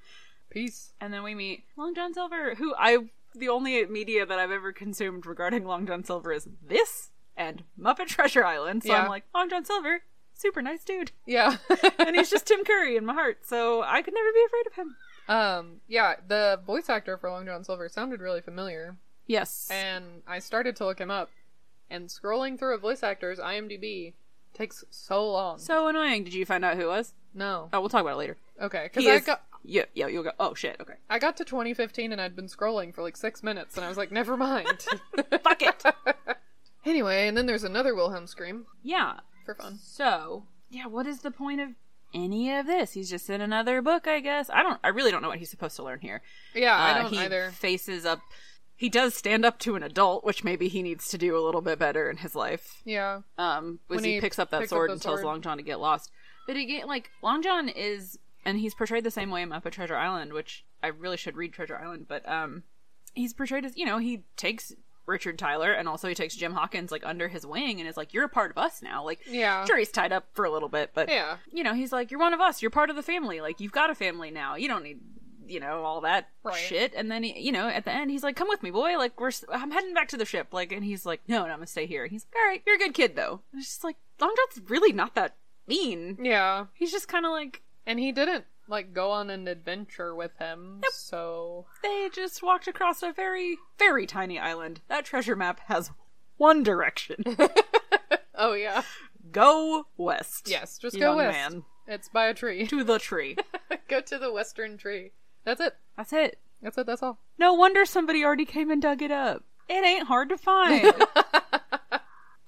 Speaker 3: Peace.
Speaker 2: And then we meet Long John Silver, who I. The only media that I've ever consumed regarding Long John Silver is this and Muppet Treasure Island. So
Speaker 3: Yeah.
Speaker 2: I'm like, Long John Silver, super nice dude.
Speaker 3: Yeah.
Speaker 2: And he's just Tim Curry in my heart, so I could never be afraid of him.
Speaker 3: um. Yeah. The voice actor for Long John Silver sounded really familiar.
Speaker 2: Yes.
Speaker 3: and I started to look him up. And scrolling through a voice actor's IMDb takes so long.
Speaker 2: so annoying. Did you find out who it was?
Speaker 3: no,
Speaker 2: Oh, we'll talk about it later.
Speaker 3: okay, because
Speaker 2: He
Speaker 3: I
Speaker 2: is-
Speaker 3: got
Speaker 2: Yeah, yeah, you'll go. Oh shit. Okay.
Speaker 3: I got to 2015 and I'd been scrolling for like six minutes, and I was like, never mind.
Speaker 2: Fuck it.
Speaker 3: anyway, and then there's another Wilhelm scream
Speaker 2: yeah.
Speaker 3: for fun.
Speaker 2: So yeah, what is the point of any of this? He's just in another book, I guess. I don't. I really don't know what he's supposed to learn here.
Speaker 3: Yeah, I
Speaker 2: Uh,
Speaker 3: don't
Speaker 2: he
Speaker 3: either.
Speaker 2: Faces up. He does stand up to an adult, which maybe he needs to do a little bit better in his life.
Speaker 3: Yeah,
Speaker 2: Um, was
Speaker 3: When
Speaker 2: he,
Speaker 3: he
Speaker 2: picks up that
Speaker 3: picks up
Speaker 2: sword
Speaker 3: the
Speaker 2: and tells
Speaker 3: sword.
Speaker 2: Long John to get lost. But again, like Long John is, and he's portrayed the same way in Muppet Treasure Island, which I really should read Treasure Island, but um, he's portrayed as you know he takes Richard Tyler and also he takes Jim Hawkins like under his wing and is like you're a part of us now. Like
Speaker 3: yeah,
Speaker 2: sure he's tied up for a little bit, but
Speaker 3: yeah,
Speaker 2: you know he's like you're one of us. You're part of the family. Like you've got a family now. You don't need you know all that
Speaker 3: Right.
Speaker 2: shit and then he, you know at the end he's like come with me boy like we're s- i'm heading back to the ship like and he's like no no i'm gonna stay here and he's like all right you're a good kid though and it's just like longdrop's really not that mean
Speaker 3: Yeah.
Speaker 2: he's just kind of like
Speaker 3: And he didn't like go on an adventure with him. So
Speaker 2: they just walked across a very very tiny island that treasure map has one direction
Speaker 3: Oh yeah.
Speaker 2: go west
Speaker 3: Yes, just
Speaker 2: you
Speaker 3: go
Speaker 2: young
Speaker 3: west.
Speaker 2: man.
Speaker 3: It's by a tree.
Speaker 2: to the tree
Speaker 3: go to the western tree. That's it.
Speaker 2: that's it
Speaker 3: That's it, that's all.
Speaker 2: No wonder somebody already came and dug it up. It ain't hard to find.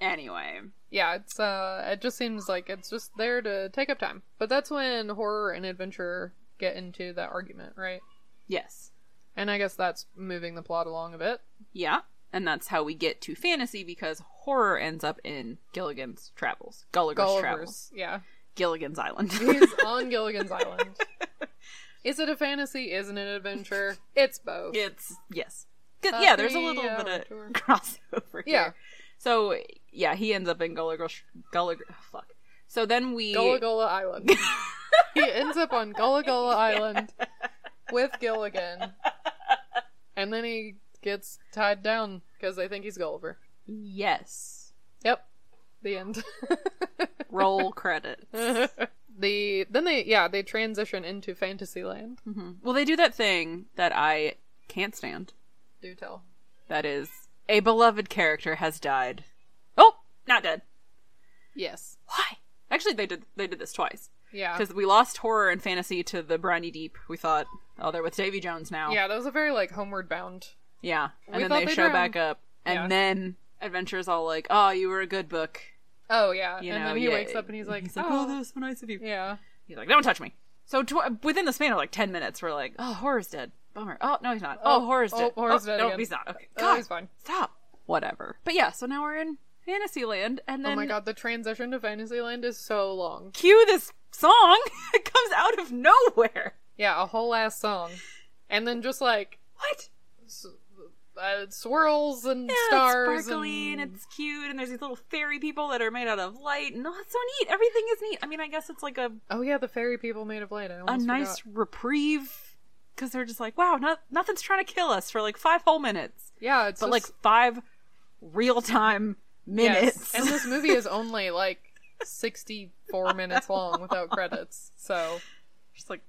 Speaker 2: anyway,
Speaker 3: Yeah, it's uh it just seems like it's just there to take up time. But that's when horror and adventure get into that argument, right?
Speaker 2: yes.
Speaker 3: And I guess that's moving the plot along a bit.
Speaker 2: Yeah. And that's how we get to fantasy because horror ends up in Gilligan's Travels. Gulliver's, Travels.
Speaker 3: Gulliver's, yeah.
Speaker 2: Gilligan's Island.
Speaker 3: He's on Gilligan's Island. Is it a fantasy? Isn't it an adventure? It's both.
Speaker 2: it's, yes. 'Cause, yeah, there's a
Speaker 3: Happy
Speaker 2: little bit
Speaker 3: hour
Speaker 2: of
Speaker 3: tour.
Speaker 2: crossover
Speaker 3: Yeah.
Speaker 2: here. So, yeah, he ends up in Gulliver's, Gulliver, fuck. So then we,
Speaker 3: Gullah Gullah Island. he ends up on Gullah Gullah Island with Gilligan, and then he gets tied down because they think he's Gulliver.
Speaker 2: yes,
Speaker 3: Yep, the end.
Speaker 2: roll credits. Mm-hmm.
Speaker 3: the then they yeah they transition into Fantasyland.
Speaker 2: Well, they do that thing that I can't stand.
Speaker 3: Do tell.
Speaker 2: That is, a beloved character has died. Oh, not dead.
Speaker 3: Yes.
Speaker 2: Why? Actually, they did. They did this twice
Speaker 3: Yeah.
Speaker 2: because we lost horror and fantasy to the briny deep. We thought, oh, they're with Davy Jones now.
Speaker 3: Yeah, that was a very like homeward bound.
Speaker 2: yeah. And
Speaker 3: We
Speaker 2: then
Speaker 3: thought
Speaker 2: they,
Speaker 3: they
Speaker 2: show
Speaker 3: drowned.
Speaker 2: back up, and
Speaker 3: Yeah.
Speaker 2: then Adventure's all like, oh, you were a good book.
Speaker 3: Oh yeah,
Speaker 2: You
Speaker 3: and
Speaker 2: know,
Speaker 3: then he
Speaker 2: yeah.
Speaker 3: wakes up and he's like,
Speaker 2: oh,
Speaker 3: oh,
Speaker 2: that was so nice of you.
Speaker 3: yeah, oh,
Speaker 2: He's like, don't touch me. So tw- within the span of like ten minutes, we're like, oh, horror's dead. Bummer. Oh no, he's not. Oh,
Speaker 3: Oh,
Speaker 2: horror's
Speaker 3: oh,
Speaker 2: dead.
Speaker 3: horror's dead
Speaker 2: No,
Speaker 3: again.
Speaker 2: he's not. Okay,
Speaker 3: Oh,
Speaker 2: God,
Speaker 3: he's fine.
Speaker 2: Stop. Whatever. But yeah, so now we're in Fantasyland, and then
Speaker 3: oh my god, the transition to Fantasyland is so long.
Speaker 2: cue this song. it comes out of nowhere.
Speaker 3: Yeah, a whole ass song, and then just like
Speaker 2: What?
Speaker 3: uh, swirls and
Speaker 2: Yeah,
Speaker 3: stars
Speaker 2: it's sparkly and...
Speaker 3: and,
Speaker 2: it's cute, and there's these little fairy people that are made out of light, and oh, it's so neat. Everything is neat. I mean, I guess it's like a
Speaker 3: oh yeah, the fairy people made of light. I
Speaker 2: a
Speaker 3: almost
Speaker 2: nice
Speaker 3: forgot.
Speaker 2: reprieve because they're just like, wow, not, nothing's trying to kill us for like five whole minutes,
Speaker 3: yeah, it's
Speaker 2: but
Speaker 3: just,
Speaker 2: like five real time
Speaker 3: yes.
Speaker 2: minutes.
Speaker 3: and this movie is only like sixty four minutes long without credits. So
Speaker 2: just like,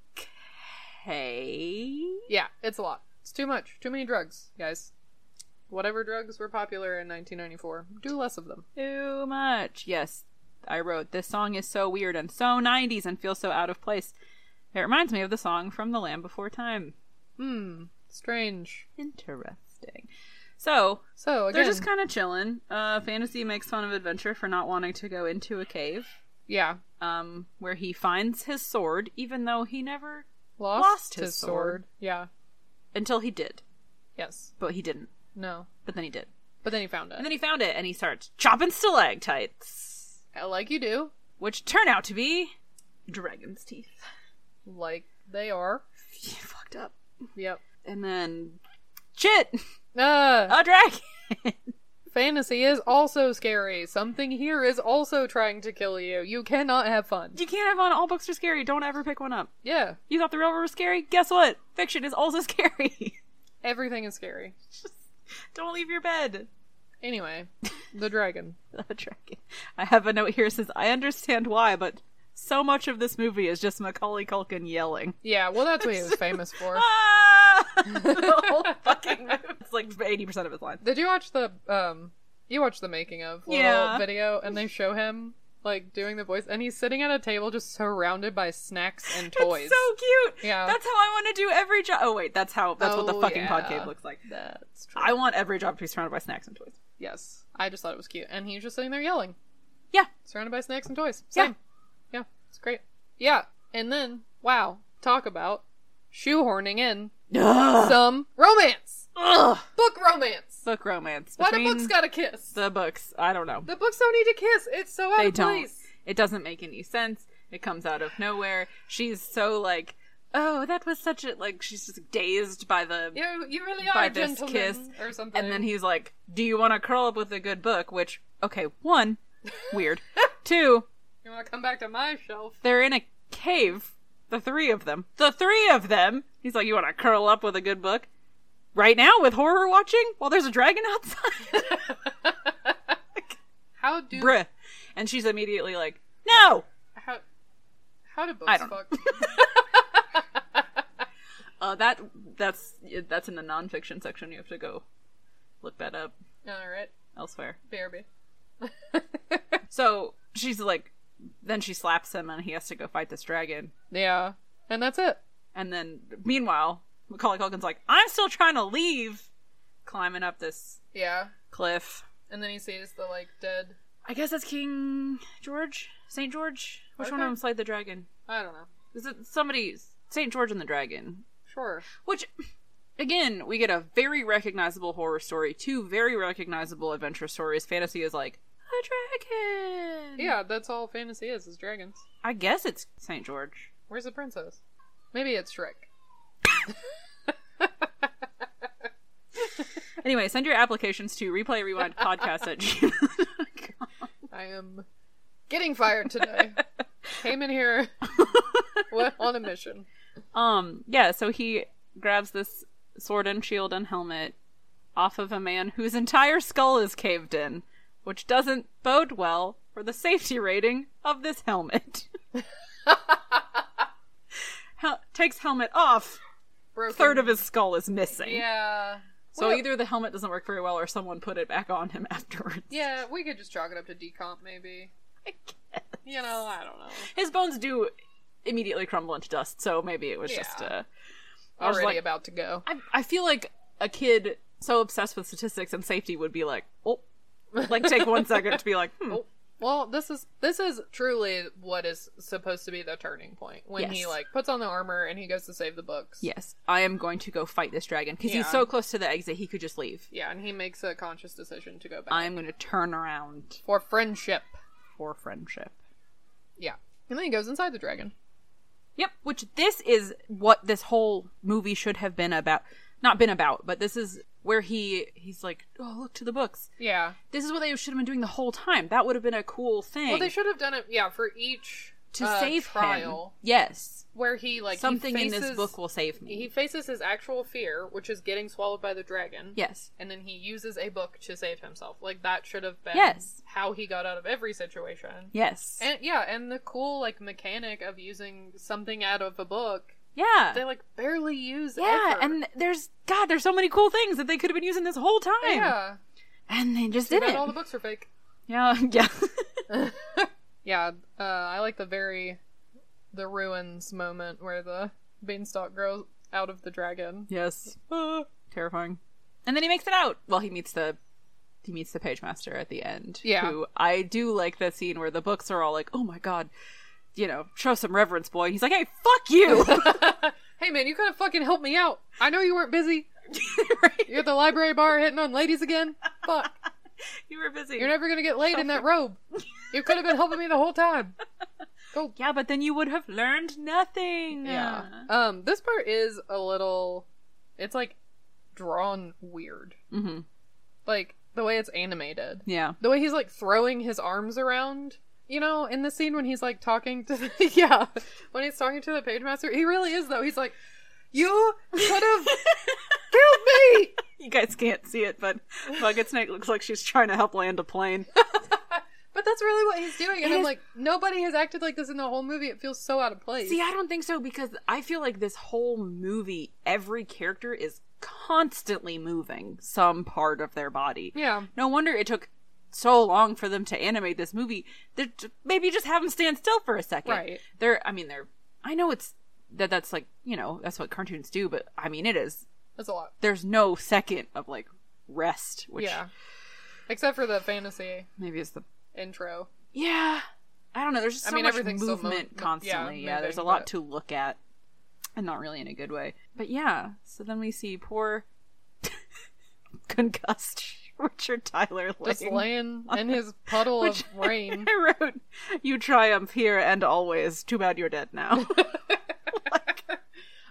Speaker 2: okay.
Speaker 3: yeah, it's a lot. It's too much. Too many drugs, guys. Whatever drugs were popular in 1994, do less of them.
Speaker 2: Too much. Yes, I wrote. This song is so weird and so 90s and feels so out of place. It reminds me of the song from The Land Before Time.
Speaker 3: Hmm, strange.
Speaker 2: Interesting. So,
Speaker 3: So again,
Speaker 2: they're just kind of chilling. Uh, Fantasy makes fun of Adventure for not wanting to go into a cave
Speaker 3: yeah,
Speaker 2: um, where he finds his sword, even though he never,
Speaker 3: lost,
Speaker 2: Lost
Speaker 3: his,
Speaker 2: his
Speaker 3: sword.
Speaker 2: sword.
Speaker 3: Yeah,
Speaker 2: until he did.
Speaker 3: yes,
Speaker 2: But he didn't.
Speaker 3: no,
Speaker 2: But then he did.
Speaker 3: but then he found it.
Speaker 2: And then he found it and he starts chopping stalactites,
Speaker 3: like you do,
Speaker 2: which turn out to be dragon's teeth.
Speaker 3: like they are.
Speaker 2: he fucked up.
Speaker 3: Yep.
Speaker 2: And then, shit,
Speaker 3: Uh,
Speaker 2: a dragon.
Speaker 3: fantasy is also scary. Something here is also trying to kill you. You cannot have fun.
Speaker 2: You can't have on all books are scary. Don't ever pick one up.
Speaker 3: Yeah,
Speaker 2: You thought the railroad was scary? Guess what? Fiction is also scary.
Speaker 3: everything is scary.
Speaker 2: Don't leave your bed.
Speaker 3: Anyway, the dragon.
Speaker 2: A dragon. I have a note here that says I understand why, but so much of this movie is just Macaulay Culkin yelling.
Speaker 3: Yeah, well, that's what he was famous for.
Speaker 2: Ah! the whole fucking movie. It's like eighty percent of his lines.
Speaker 3: Did you watch the um? You watched the making of little
Speaker 2: Yeah.
Speaker 3: video, and they show him like doing the voice, and he's sitting at a table just surrounded by snacks and
Speaker 2: It's
Speaker 3: toys.
Speaker 2: so cute.
Speaker 3: Yeah.
Speaker 2: That's how I want to do every job. Oh wait, that's how. That's what the
Speaker 3: Oh,
Speaker 2: fucking pod
Speaker 3: yeah.
Speaker 2: cave looks like.
Speaker 3: That's true.
Speaker 2: I want every job to be surrounded by snacks and toys.
Speaker 3: Yes, I just thought it was cute, and he's just sitting there yelling,
Speaker 2: Yeah.
Speaker 3: surrounded by snacks and toys.
Speaker 2: Yeah.
Speaker 3: Same. Yeah, it's great. Yeah, and then wow, talk about shoehorning in some romance,
Speaker 2: Ugh.
Speaker 3: book romance.
Speaker 2: Book romance.
Speaker 3: Why do
Speaker 2: Between
Speaker 3: books gotta kiss?
Speaker 2: the books? I don't know.
Speaker 3: The books don't need to kiss. It's so out
Speaker 2: they
Speaker 3: of
Speaker 2: don't.
Speaker 3: place.
Speaker 2: It doesn't make any sense. It comes out of nowhere. She's so like, oh, that was such a like. She's just dazed by the
Speaker 3: You, you really
Speaker 2: by
Speaker 3: are a
Speaker 2: this
Speaker 3: gentleman
Speaker 2: kiss
Speaker 3: or something.
Speaker 2: And then he's like, "Do you want to curl up with a good book?" Which, okay, one, weird. Two,
Speaker 3: You want to come back to my shelf?
Speaker 2: they're in a cave The three of them. The three of them! He's like, You want to curl up with a good book? Right now with horror watching while there's a dragon outside?
Speaker 3: How do
Speaker 2: Bruh. And she's immediately like, No!
Speaker 3: how how do books
Speaker 2: I don't
Speaker 3: fuck?
Speaker 2: Uh, that that's that's in the nonfiction section. You have to go look that up
Speaker 3: All right,
Speaker 2: elsewhere.
Speaker 3: BRB.
Speaker 2: So she's like, then she slaps him, and he has to go fight this dragon.
Speaker 3: Yeah, and that's it.
Speaker 2: And then, meanwhile, Macaulay Culkin's like, "I'm still trying to leave," climbing up this
Speaker 3: Yeah,
Speaker 2: cliff.
Speaker 3: and then he sees the like dead.
Speaker 2: I guess that's King George, Saint George. Which one of
Speaker 3: Okay.
Speaker 2: them slayed the dragon?
Speaker 3: I don't know.
Speaker 2: Is it somebody Saint George and the dragon?
Speaker 3: Sure.
Speaker 2: Which, again, we get a very recognizable horror story, two very recognizable adventure stories. Fantasy is like, a dragon!
Speaker 3: Yeah, that's all fantasy is is dragons.
Speaker 2: I guess it's St. George.
Speaker 3: Where's the princess? Maybe it's Shrek.
Speaker 2: Anyway, send your applications to replay rewind podcast at gmail.
Speaker 3: I am getting fired today. Came in here wa- on a mission.
Speaker 2: Um, yeah, so he grabs this sword and shield and helmet off of a man whose entire skull is caved in, which doesn't bode well for the safety rating of this helmet. Hel- takes helmet off,
Speaker 3: Broken.
Speaker 2: third of his skull is missing.
Speaker 3: Yeah.
Speaker 2: So
Speaker 3: Well-
Speaker 2: either the helmet doesn't work very well or someone put it back on him afterwards.
Speaker 3: Yeah, we could just chalk it up to decomp, maybe. You know, I don't know.
Speaker 2: His bones do immediately crumble into dust, so maybe it was just
Speaker 3: Yeah.
Speaker 2: uh I was
Speaker 3: Already
Speaker 2: like-
Speaker 3: about to go.
Speaker 2: I, I feel like a kid so obsessed with statistics and safety would be like, oh, like take one second to be like, hmm.
Speaker 3: Well, this is this is truly what is supposed to be the turning point when he
Speaker 2: Yes.
Speaker 3: like puts on the armor and he goes to save the books.
Speaker 2: yes, I am going to go fight this dragon because he's
Speaker 3: Yeah.
Speaker 2: so close to the exit he could just leave.
Speaker 3: Yeah, and he makes a conscious decision to go back
Speaker 2: I'm going to turn around
Speaker 3: for friendship.
Speaker 2: for friendship.
Speaker 3: Yeah, and then he goes inside the dragon.
Speaker 2: Yep, which this is what this whole movie should have been about. Not been about, but this is where he he's like, oh, look to the books.
Speaker 3: Yeah.
Speaker 2: This is what they should have been doing the whole time. That would have been a cool thing
Speaker 3: Well, they should have done it. Yeah, for each
Speaker 2: to
Speaker 3: uh,
Speaker 2: save
Speaker 3: trial
Speaker 2: him. Yes,
Speaker 3: where he like he
Speaker 2: something in this
Speaker 3: faces-
Speaker 2: book will save me.
Speaker 3: He faces his actual fear, which is getting swallowed by the dragon.
Speaker 2: yes,
Speaker 3: and then he uses a book to save himself. Like that should have been
Speaker 2: Yes.
Speaker 3: how he got out of every situation.
Speaker 2: yes,
Speaker 3: And yeah, and the cool like mechanic of using something out of a book
Speaker 2: yeah.
Speaker 3: they like barely use.
Speaker 2: Yeah,
Speaker 3: ever.
Speaker 2: and there's God, there's so many cool things that they could have been using this whole time.
Speaker 3: yeah,
Speaker 2: And they just
Speaker 3: Too bad
Speaker 2: didn't.
Speaker 3: all the books are fake.
Speaker 2: Yeah, yeah.
Speaker 3: Yeah, uh, I like the very the ruins moment where the beanstalk grows out of the dragon.
Speaker 2: yes.
Speaker 3: Ah.
Speaker 2: Terrifying. And then he makes it out. Well, he meets the he meets the page master at the end.
Speaker 3: Yeah.
Speaker 2: Who I do like that scene where the books are all like, Oh my god, you know, show some reverence, boy. And he's like, Hey, fuck you
Speaker 3: Hey man, you could have fucking helped me out. I know you weren't busy. You're at the library bar hitting on ladies again. Fuck.
Speaker 2: You were busy.
Speaker 3: You're never gonna get laid in that robe. You could have been helping me the whole time. Go.
Speaker 2: yeah, but then you would have learned nothing.
Speaker 3: Yeah. Um, this part is a little. It's like drawn weird.
Speaker 2: Mm-hmm.
Speaker 3: Like the way it's animated.
Speaker 2: Yeah.
Speaker 3: The way he's like throwing his arms around. You know, in the scene when he's like talking to the, yeah, when he's talking to the page master, he really is though. He's like, "You could have killed me."
Speaker 2: You guys can't see it, but Bucket Snake looks like she's trying to help land a plane.
Speaker 3: But that's really what he's doing, and
Speaker 2: It
Speaker 3: I'm
Speaker 2: is-
Speaker 3: like, nobody has acted like this in the whole movie. It feels so out of place.
Speaker 2: See, I don't think so because I feel like this whole movie, every character is constantly moving some part of their body.
Speaker 3: Yeah.
Speaker 2: No wonder it took so long for them to animate this movie. They're j- Maybe just have them stand still for a second.
Speaker 3: Right.
Speaker 2: They're, I mean, they're, I know it's that that's like, you know, that's what cartoons do, but I mean, it is.
Speaker 3: that's a lot.
Speaker 2: There's no second of like rest, which
Speaker 3: Yeah. Except for the fantasy
Speaker 2: maybe is the,
Speaker 3: intro.
Speaker 2: yeah. I don't know. There's just
Speaker 3: I
Speaker 2: so
Speaker 3: mean,
Speaker 2: much
Speaker 3: everything's so mo-
Speaker 2: movement
Speaker 3: mo- yeah,
Speaker 2: constantly. Yeah, there's a
Speaker 3: moving,
Speaker 2: lot
Speaker 3: but-
Speaker 2: to look at, and not really in a good way. But yeah, so then we see poor concussed Richard Tyler
Speaker 3: Just
Speaker 2: laying-
Speaker 3: laying in his puddle of
Speaker 2: Which-
Speaker 3: rain.
Speaker 2: I wrote, "You triumph here and always. Too bad you're dead now."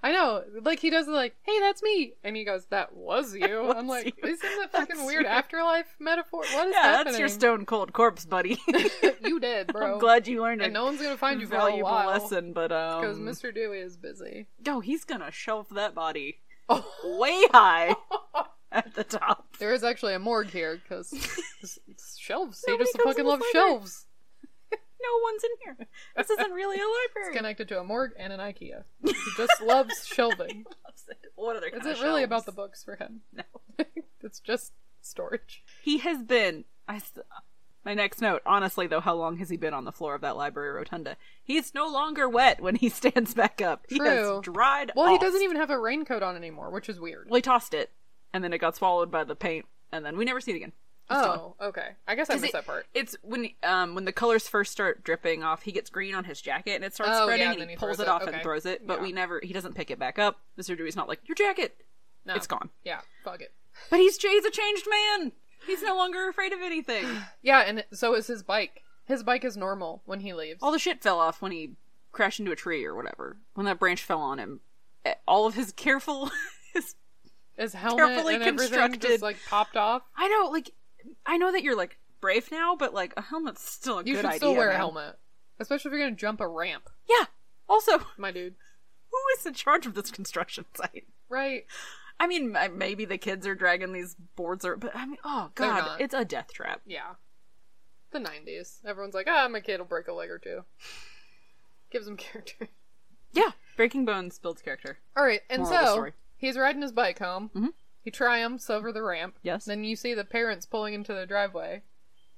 Speaker 3: I know. know. Like he does like, hey, that's me, and he goes, that was you. I'm like,
Speaker 2: you.
Speaker 3: isn't that
Speaker 2: That's
Speaker 3: fucking weird
Speaker 2: you."
Speaker 3: afterlife metaphor? What is
Speaker 2: yeah,
Speaker 3: happening?
Speaker 2: that's your stone cold corpse, buddy.
Speaker 3: you did, bro.
Speaker 2: I'm glad you learned
Speaker 3: and
Speaker 2: a
Speaker 3: no one's gonna find you for a
Speaker 2: valuable
Speaker 3: while.
Speaker 2: lesson, but
Speaker 3: Because
Speaker 2: um,
Speaker 3: Mr. Dewey is busy.
Speaker 2: no, he's gonna shelf that body
Speaker 3: Oh,
Speaker 2: way high at the top.
Speaker 3: there is actually a morgue here because shelves. He
Speaker 2: Nobody
Speaker 3: just
Speaker 2: goes
Speaker 3: fucking
Speaker 2: in this
Speaker 3: loves
Speaker 2: library.
Speaker 3: shelves.
Speaker 2: No one's in here. This isn't really a
Speaker 3: It's
Speaker 2: library.
Speaker 3: connected to a morgue and an IKEA. He just loves shelving.
Speaker 2: What other?
Speaker 3: Is
Speaker 2: kind of
Speaker 3: it really
Speaker 2: shelves?
Speaker 3: about the books for him? No. it's just storage.
Speaker 2: He has been. I, s- my next note, honestly though, how long has he been on the floor of that library rotunda? He's no longer wet when he stands back up. He
Speaker 3: True.
Speaker 2: has dried.
Speaker 3: Well, he
Speaker 2: off.
Speaker 3: doesn't even have a raincoat on anymore, which is weird.
Speaker 2: Well, he tossed it, and then it got swallowed by the paint, and then we never see it again.
Speaker 3: oh, okay. I guess I
Speaker 2: 'Cause
Speaker 3: missed
Speaker 2: it-
Speaker 3: that part.
Speaker 2: It's when um when the colors first start dripping off, he gets green on his jacket and it starts
Speaker 3: Oh, yeah,
Speaker 2: spreading,
Speaker 3: and
Speaker 2: and
Speaker 3: then
Speaker 2: he,
Speaker 3: he
Speaker 2: pulls
Speaker 3: throws
Speaker 2: it
Speaker 3: it.
Speaker 2: off
Speaker 3: Okay.
Speaker 2: and throws it. But we never he doesn't pick it back up. Mr. Dewey's not like your jacket,
Speaker 3: No.
Speaker 2: it's gone.
Speaker 3: Yeah, fuck it.
Speaker 2: But he's he's a changed man. He's no longer afraid of anything.
Speaker 3: Yeah, and so is his bike. His bike is normal when he leaves.
Speaker 2: All the shit fell off when he crashed into a tree or whatever. When that branch fell on him, Eh, all of his careful his
Speaker 3: His helmet
Speaker 2: carefully
Speaker 3: and everything just
Speaker 2: constructed-
Speaker 3: like popped off.
Speaker 2: I know like I know that you're like brave now, but like a helmet's still a
Speaker 3: You
Speaker 2: good
Speaker 3: should
Speaker 2: idea.
Speaker 3: still wear a
Speaker 2: man.
Speaker 3: helmet, especially if you're gonna jump a ramp,
Speaker 2: Yeah. Also, who
Speaker 3: my dude.
Speaker 2: is in charge of this construction site?
Speaker 3: Right?
Speaker 2: I mean, m- maybe the kids are dragging these boards, or but I mean, oh
Speaker 3: They're
Speaker 2: god,
Speaker 3: not.
Speaker 2: it's a death trap.
Speaker 3: Yeah. The '90s. Everyone's like, ah, my kid will break a leg or two. Gives him character.
Speaker 2: Yeah, Breaking Bones builds character.
Speaker 3: All right, and
Speaker 2: Moral of the
Speaker 3: so
Speaker 2: story.
Speaker 3: he's riding his bike home.
Speaker 2: Mhm.
Speaker 3: He triumphs over the ramp.
Speaker 2: Yes.
Speaker 3: Then you see the parents pulling into their driveway,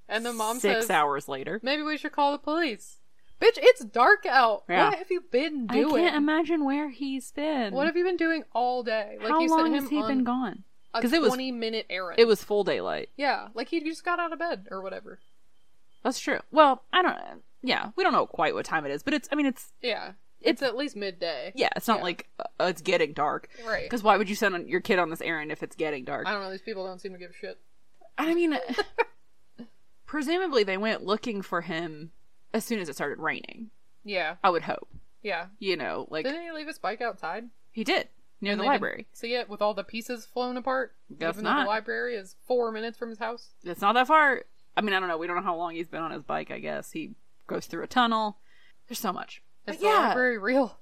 Speaker 3: and the mom
Speaker 2: Six
Speaker 3: says,
Speaker 2: hours later,
Speaker 3: "Maybe we should call the police." Bitch, it's dark out.
Speaker 2: Yeah.
Speaker 3: What have you been doing?
Speaker 2: imagine where he's been.
Speaker 3: What have you been doing all day? you sent him on
Speaker 2: gone?
Speaker 3: A
Speaker 2: 'Cause it was-
Speaker 3: twenty-minute errand.
Speaker 2: It was full daylight.
Speaker 3: yeah, like he just got out of bed or whatever.
Speaker 2: That's true. Well, I don't. Yeah, we don't know quite what time it is, but it's. I mean, it's.
Speaker 3: Yeah,
Speaker 2: It's-
Speaker 3: it's, at least midday.
Speaker 2: Yeah, it's not
Speaker 3: Yeah.
Speaker 2: like uh, it's getting dark.
Speaker 3: right.
Speaker 2: Because why would you send on your kid on this errand if it's getting dark?
Speaker 3: I don't know. These people don't seem to give a shit.
Speaker 2: I mean, presumably they went looking for him as soon as it started raining.
Speaker 3: Yeah,
Speaker 2: I would hope.
Speaker 3: yeah.
Speaker 2: You know, like
Speaker 3: Didn't he leave his bike outside?
Speaker 2: he did near
Speaker 3: And
Speaker 2: the
Speaker 3: they didn't
Speaker 2: library.
Speaker 3: See it with all the pieces flown apart.
Speaker 2: Guess
Speaker 3: Even Though
Speaker 2: not.
Speaker 3: the library is four minutes from his house.
Speaker 2: It's not that far. I mean, I don't know. We don't know how long he's been on his bike. I guess he goes through a tunnel. There's so much.
Speaker 3: Is
Speaker 2: But
Speaker 3: the library real?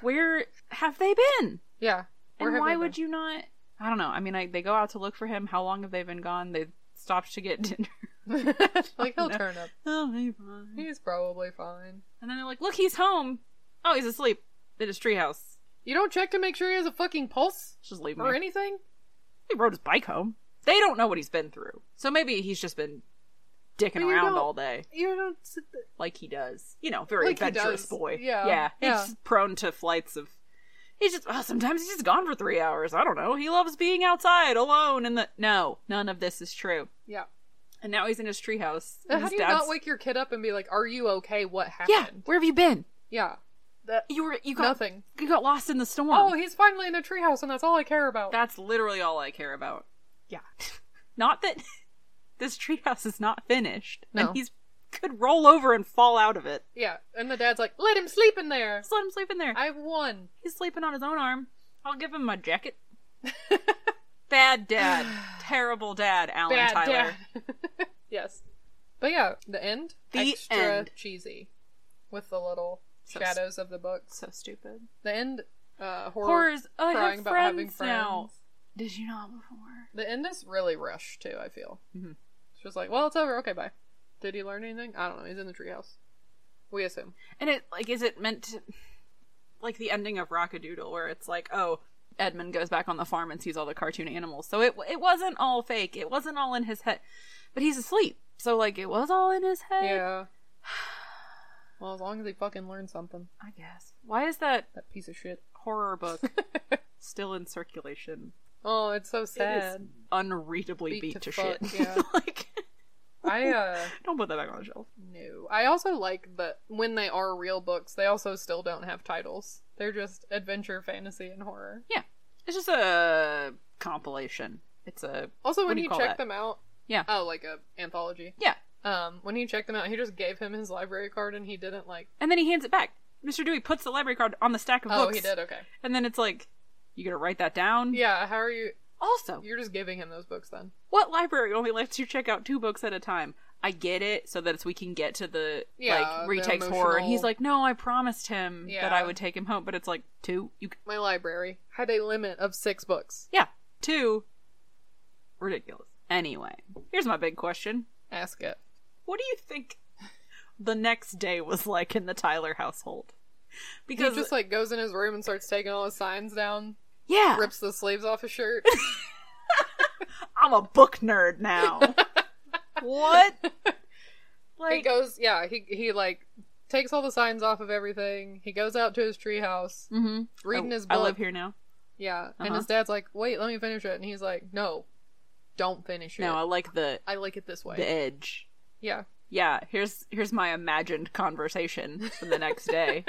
Speaker 2: where have they been?
Speaker 3: Yeah.
Speaker 2: and why would you not? I don't know. I mean, I, they go out to look for him. How long have they been gone? They stopped to get dinner.
Speaker 3: you? like he'll turn up.
Speaker 2: oh, they fine.
Speaker 3: He's probably fine.
Speaker 2: And then they're like, "Look, he's home. Oh, he's asleep in his treehouse.
Speaker 3: You don't check to make sure he has a fucking pulse
Speaker 2: Just leave him."
Speaker 3: or
Speaker 2: here."
Speaker 3: anything.
Speaker 2: He rode his bike home. They don't know what he's been through, so maybe he's just been
Speaker 3: But
Speaker 2: dicking
Speaker 3: you
Speaker 2: around
Speaker 3: don't-
Speaker 2: all day.
Speaker 3: You don't. sit th-
Speaker 2: like he does. You know, very
Speaker 3: Like he
Speaker 2: adventurous
Speaker 3: does.
Speaker 2: boy.
Speaker 3: Yeah.
Speaker 2: yeah. He's
Speaker 3: Yeah.
Speaker 2: just prone to flights of. He's just oh, sometimes he's just gone for three hours. I don't know. He loves being outside alone. And the no, none of this is true.
Speaker 3: Yeah.
Speaker 2: And now he's in his treehouse. and
Speaker 3: Uh, How
Speaker 2: his
Speaker 3: do you
Speaker 2: dad's-
Speaker 3: not wake your kid up and be like, "Are you okay? What
Speaker 2: Yeah,
Speaker 3: happened?"
Speaker 2: where have you been?
Speaker 3: Yeah. That.
Speaker 2: You were you got
Speaker 3: Nothing.
Speaker 2: You got lost in the storm.
Speaker 3: Oh, he's finally in a treehouse, and that's all I care about.
Speaker 2: that's literally all I care about.
Speaker 3: yeah.
Speaker 2: Not that this treehouse is not finished,
Speaker 3: No.
Speaker 2: and he's could roll over and fall out of it.
Speaker 3: Yeah. And the dad's like, "Let him sleep in there.
Speaker 2: Just let him sleep in there.
Speaker 3: I've won."
Speaker 2: He's sleeping on his own arm. I'll give him my jacket. Bad dad. Terrible dad, Alan Tyler.
Speaker 3: dad. yes. But yeah, the end.
Speaker 2: The
Speaker 3: extra
Speaker 2: end.
Speaker 3: cheesy. With the little
Speaker 2: So s-
Speaker 3: shadows of the books.
Speaker 2: So stupid.
Speaker 3: The end uh horror
Speaker 2: Horrors. I
Speaker 3: crying
Speaker 2: have
Speaker 3: about having
Speaker 2: friends
Speaker 3: friends.
Speaker 2: now. Did you not before?
Speaker 3: The end is really rushed too, I feel.
Speaker 2: Mhm.
Speaker 3: It's just like, well it's over, okay, bye. Did he learn anything? I don't know, he's in the treehouse. We assume.
Speaker 2: And it like is it meant to like the ending of Rockadoodle where it's like, oh, Edmund goes back on the farm and sees all the cartoon animals. So it it wasn't all fake. It wasn't all in his head. But he's asleep. So like it was all in his head.
Speaker 3: Yeah. Well, as long as he fucking learned something.
Speaker 2: I guess. Why is that
Speaker 3: That piece of shit.
Speaker 2: horror book still in circulation?
Speaker 3: Oh, it's so
Speaker 2: It
Speaker 3: sad.
Speaker 2: is unreadably beat,
Speaker 3: Beat
Speaker 2: to,
Speaker 3: to
Speaker 2: shit.
Speaker 3: fuck, yeah.
Speaker 2: like,
Speaker 3: I uh
Speaker 2: don't put that back on the shelf.
Speaker 3: No. I also like that when they are real books, they also still don't have titles. They're just adventure, fantasy, and horror.
Speaker 2: Yeah, it's just a compilation. It's a
Speaker 3: Also,
Speaker 2: What
Speaker 3: when
Speaker 2: do
Speaker 3: he
Speaker 2: you call that?
Speaker 3: checked them out,
Speaker 2: yeah,
Speaker 3: oh, like a anthology.
Speaker 2: yeah.
Speaker 3: Um, when he checked them out, he just gave him his library card, and he didn't like.
Speaker 2: And then he hands it back. Mr. Dewey puts the library card on the stack of
Speaker 3: Oh,
Speaker 2: books.
Speaker 3: he did. Okay.
Speaker 2: And then it's like, you gotta write that down.
Speaker 3: Yeah. How are you?
Speaker 2: Also,
Speaker 3: You're just giving him those books then.
Speaker 2: what library only lets you check out two books at a time? I get it, so that it's, we can get to the
Speaker 3: Yeah,
Speaker 2: like
Speaker 3: the
Speaker 2: retakes horror. And he's
Speaker 3: emotional-
Speaker 2: like, no, I promised him that I
Speaker 3: Yeah.
Speaker 2: would take him home, but it's like two. You c-
Speaker 3: My library had a limit of six books.
Speaker 2: yeah, two. Ridiculous. Anyway, here's my big question:
Speaker 3: Ask it.
Speaker 2: What do you think the next day was like in the Tyler household? Because
Speaker 3: He just like goes in his room and starts taking all his signs down,
Speaker 2: yeah,
Speaker 3: rips the sleeves off his shirt.
Speaker 2: I'm a book nerd now. what?
Speaker 3: he goes, yeah, he he like takes all the signs off of everything. He goes out to his treehouse,
Speaker 2: mm-hmm.
Speaker 3: reading his
Speaker 2: I
Speaker 3: book.
Speaker 2: live here now.
Speaker 3: Yeah, and
Speaker 2: Uh-huh.
Speaker 3: his dad's like, "Wait, let me finish it," and he's like, "No, don't finish it.
Speaker 2: No, I like the
Speaker 3: I like it this way."
Speaker 2: the edge.
Speaker 3: yeah,
Speaker 2: Yeah, here's here's my imagined conversation for the next day.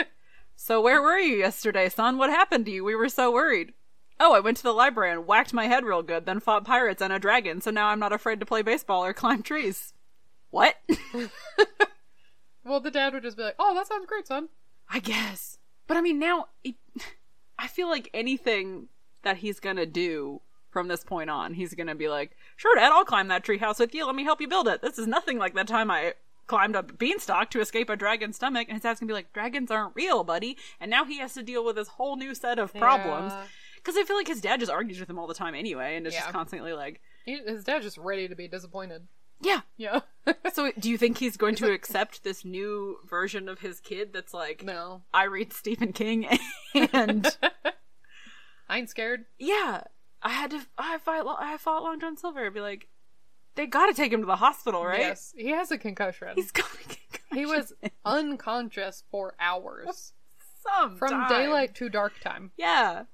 Speaker 2: so where were you yesterday, son? What happened to you? We were so worried. Oh, I went to the library and whacked my head real good, then fought pirates and a dragon, so now I'm not afraid to play baseball or climb trees. What?
Speaker 3: Well, the dad would just be like, "Oh, that sounds great, son."
Speaker 2: I guess. But I mean, now it, I feel like anything that he's gonna do from this point on, he's gonna be like, "Sure, Dad, I'll climb that treehouse with you. Let me help you build it. This is nothing like that time I climbed a beanstalk to escape a dragon's stomach." And his dad's gonna be like, "Dragons aren't real, buddy." And now he has to deal with this whole new set of problems
Speaker 3: Yeah.
Speaker 2: because I feel like his dad just argues with him all the time anyway, and is just
Speaker 3: Yeah.
Speaker 2: constantly like,
Speaker 3: He, his dad's just ready to be disappointed.
Speaker 2: "Yeah."
Speaker 3: Yeah.
Speaker 2: So, do you think he's going to accept this new version of his kid that's like,
Speaker 3: no,
Speaker 2: "I read Stephen King and."
Speaker 3: I ain't scared.
Speaker 2: yeah, I had to. I fought. I fought Long John Silver. I'd be like, they got to take him to the hospital, right?
Speaker 3: Yes, he has a concussion.
Speaker 2: He's going to get
Speaker 3: he was unconscious for hours
Speaker 2: some
Speaker 3: from daylight to dark time.
Speaker 2: Yeah,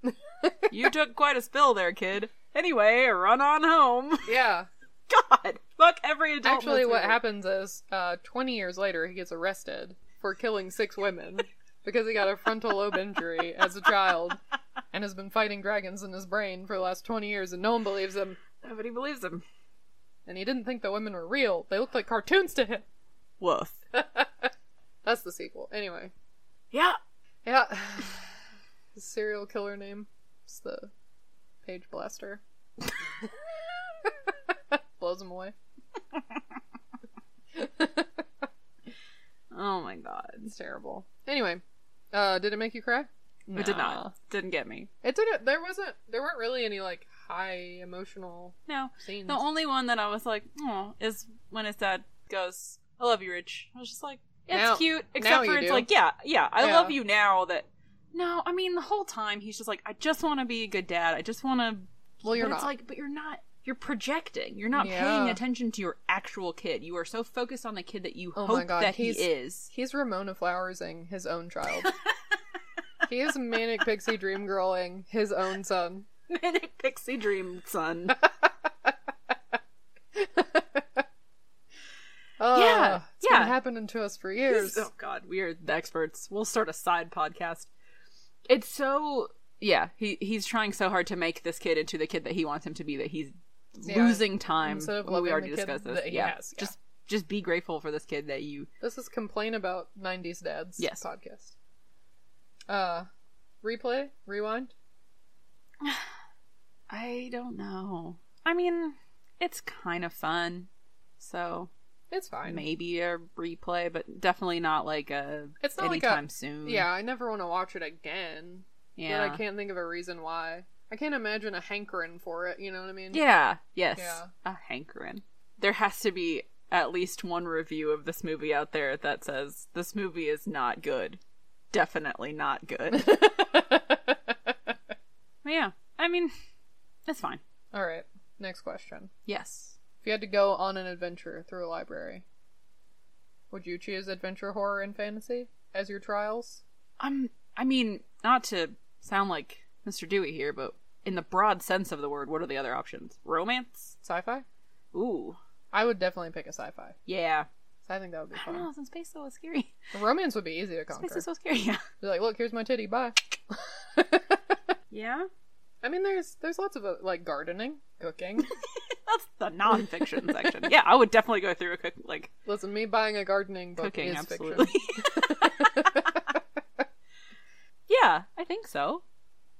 Speaker 2: you took quite a spill there, kid. Anyway, run on home.
Speaker 3: Yeah.
Speaker 2: God, fuck every adult. in
Speaker 3: Actually,
Speaker 2: this
Speaker 3: what
Speaker 2: movie.
Speaker 3: happens is, uh, 20 years later, he gets arrested for killing six women because he got a frontal lobe injury as a child and has been fighting dragons in his brain for the last 20 years, and no one believes him.
Speaker 2: Nobody believes him.
Speaker 3: And he didn't think the women were real. They looked like cartoons to him.
Speaker 2: Woof.
Speaker 3: That's the sequel. Anyway.
Speaker 2: Yeah.
Speaker 3: Yeah. His serial killer name is the Page Blaster. Blows him away.
Speaker 2: Oh my God.
Speaker 3: It's terrible. Anyway, uh, did it make you cry?
Speaker 2: It did
Speaker 3: Nah.
Speaker 2: not. Didn't get me.
Speaker 3: It didn't. There wasn't. There weren't really any like high emotional.
Speaker 2: No.
Speaker 3: Scenes.
Speaker 2: The only one that I was like, oh, is when his dad goes, I love you, Rich. I was just like, it's
Speaker 3: Now-
Speaker 2: cute.
Speaker 3: now
Speaker 2: Except for
Speaker 3: you
Speaker 2: it's
Speaker 3: do.
Speaker 2: like, yeah, yeah, I
Speaker 3: Yeah.
Speaker 2: love you now that. No, I mean, the whole time he's just like, I just want to be a good dad. I just want to.
Speaker 3: Well, you're
Speaker 2: but
Speaker 3: not.
Speaker 2: It's like, but you're not. You're projecting. You're not paying
Speaker 3: Yeah.
Speaker 2: attention to your actual kid. You are so focused on the kid that you
Speaker 3: oh
Speaker 2: hope
Speaker 3: my god,
Speaker 2: that
Speaker 3: he's
Speaker 2: he is.
Speaker 3: He's Ramona Flowersing his own child. he is manic pixie dream girling his own son.
Speaker 2: Manic pixie dream son.
Speaker 3: Oh,
Speaker 2: Yeah,
Speaker 3: it's
Speaker 2: yeah.
Speaker 3: been happening to us for years.
Speaker 2: Oh God, we are the experts. We'll start a side podcast. It's so yeah. He he's trying so hard to make this kid into the kid that he wants him to be. That he's
Speaker 3: Yeah.
Speaker 2: losing time.
Speaker 3: Instead of
Speaker 2: We- we
Speaker 3: loving
Speaker 2: already
Speaker 3: the kid
Speaker 2: discussed this.
Speaker 3: that he
Speaker 2: yeah.
Speaker 3: has, yeah.
Speaker 2: just just be grateful for this kid that you.
Speaker 3: This is complain about '90s dads.
Speaker 2: Yes.
Speaker 3: podcast. Uh, replay, rewind.
Speaker 2: I don't know. I mean, it's kind of fun. So
Speaker 3: It's fine.
Speaker 2: maybe a replay, but definitely not like a
Speaker 3: It's not like a-
Speaker 2: anytime soon.
Speaker 3: Yeah, I never want to watch it again.
Speaker 2: yeah,
Speaker 3: But I can't think of a reason why. I can't imagine a hankering for it, you know what I mean?
Speaker 2: Yeah. Yes.
Speaker 3: Yeah.
Speaker 2: A hankering. There has to be at least one review of this movie out there that says this movie is not good. Definitely not good. But yeah. I mean, it's fine.
Speaker 3: Alright, next question.
Speaker 2: Yes.
Speaker 3: If you had to go on an adventure through a library, would you choose adventure horror and fantasy as your trials?
Speaker 2: I'm. I mean, not to sound like Mr. Dewey here, but in the broad sense of the word, what are the other options? Romance.
Speaker 3: Sci fi?
Speaker 2: Ooh.
Speaker 3: I would definitely pick a sci fi.
Speaker 2: Yeah.
Speaker 3: I think that would be
Speaker 2: I don't know.
Speaker 3: fun.
Speaker 2: Since space is so scary.
Speaker 3: Romance would be easy to conquer.
Speaker 2: Space is so scary. Yeah.
Speaker 3: Be like, look, here's my titty, bye.
Speaker 2: Yeah.
Speaker 3: I mean, there's there's lots of uh, like gardening, cooking.
Speaker 2: That's the nonfiction section. Yeah, I would definitely go through a cook like
Speaker 3: Listen, me buying a gardening book
Speaker 2: cooking
Speaker 3: is
Speaker 2: absolutely
Speaker 3: fiction.
Speaker 2: Yeah, I think so.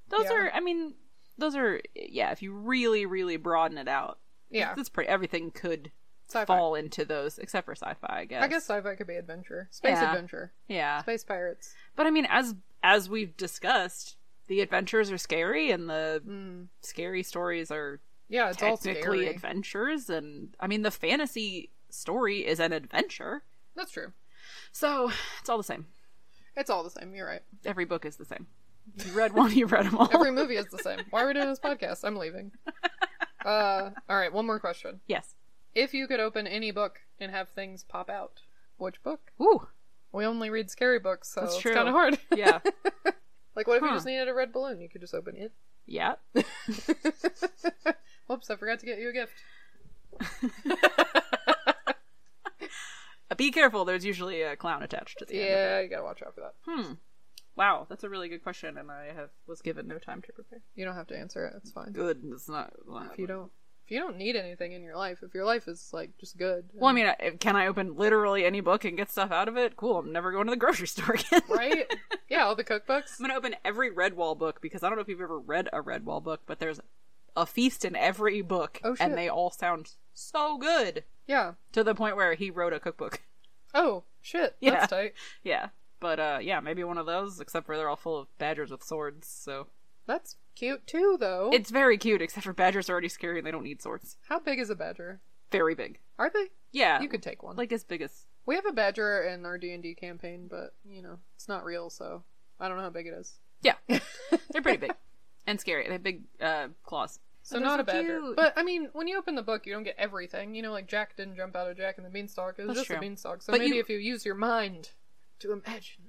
Speaker 2: Those
Speaker 3: Yeah.
Speaker 2: are, I mean, those are, yeah. If you really, really broaden it out,
Speaker 3: Yeah.
Speaker 2: that's pretty. Everything could
Speaker 3: Sci-fi.
Speaker 2: fall into those, except for sci-fi, I guess.
Speaker 3: I guess sci-fi could be adventure, space
Speaker 2: Yeah.
Speaker 3: adventure,
Speaker 2: Yeah,
Speaker 3: space pirates.
Speaker 2: but I mean, as as we've discussed, the adventures are scary, and the
Speaker 3: Mm.
Speaker 2: scary stories are
Speaker 3: Yeah, it's all
Speaker 2: technically
Speaker 3: scary.
Speaker 2: adventures. And I mean, the fantasy story is an adventure,
Speaker 3: That's true.
Speaker 2: so it's all the same.
Speaker 3: It's all the same. You're right.
Speaker 2: Every book is the same. If you read one, you've read them all.
Speaker 3: Every movie is the same. Why are we doing this podcast? I'm leaving. Uh, all right. One more question.
Speaker 2: yes.
Speaker 3: If you could open any book and have things pop out, which book?
Speaker 2: Ooh.
Speaker 3: We only read scary books, so
Speaker 2: That's
Speaker 3: it's
Speaker 2: true.
Speaker 3: kind of hard.
Speaker 2: Yeah.
Speaker 3: like, what if
Speaker 2: Huh.
Speaker 3: you just needed a red balloon? You could just open it.
Speaker 2: yeah.
Speaker 3: Whoops! I forgot to get you a gift.
Speaker 2: Uh, Be careful. There's usually a clown attached to the end.
Speaker 3: Yeah, you gotta watch out for that.
Speaker 2: Hmm. Wow, that's a really good question, and I have was given no time to prepare.
Speaker 3: You don't have to answer it. It's fine.
Speaker 2: Good. It's not. Well,
Speaker 3: If you don't, if you don't need anything in your life, if your life is like just good,
Speaker 2: Well, I mean, I- can I open literally any book and get stuff out of it? Cool. I'm never going to the grocery store again.
Speaker 3: right? yeah, all the cookbooks.
Speaker 2: I'm gonna open every Redwall book because I don't know if you've ever read a Redwall book, but there's a feast in every book,
Speaker 3: Oh, shit.
Speaker 2: and they all sound so good
Speaker 3: Yeah.
Speaker 2: to the point where he wrote a cookbook.
Speaker 3: Oh shit.
Speaker 2: Yeah.
Speaker 3: That's tight.
Speaker 2: Yeah. But uh yeah, maybe one of those, except for they're all full of badgers with swords, so
Speaker 3: That's cute too, though.
Speaker 2: it's very cute, except for badgers are already scary and they don't need swords.
Speaker 3: How big is a badger?
Speaker 2: Very big.
Speaker 3: Are they?
Speaker 2: Yeah.
Speaker 3: You could take one.
Speaker 2: like as big as
Speaker 3: we have a badger in our D and D campaign, but you know it's not real, so I don't know how big it is.
Speaker 2: Yeah. they're pretty big. And scary. They have big uh claws.
Speaker 3: So
Speaker 2: But those
Speaker 3: not
Speaker 2: are
Speaker 3: a badger.
Speaker 2: cute.
Speaker 3: But I mean, when you open the book, you don't get everything. You know, like Jack didn't jump out of Jack and the Beanstalk. It was
Speaker 2: That's
Speaker 3: just a
Speaker 2: true.
Speaker 3: beanstalk. So
Speaker 2: But
Speaker 3: maybe
Speaker 2: you-
Speaker 3: if you use your mind to imagine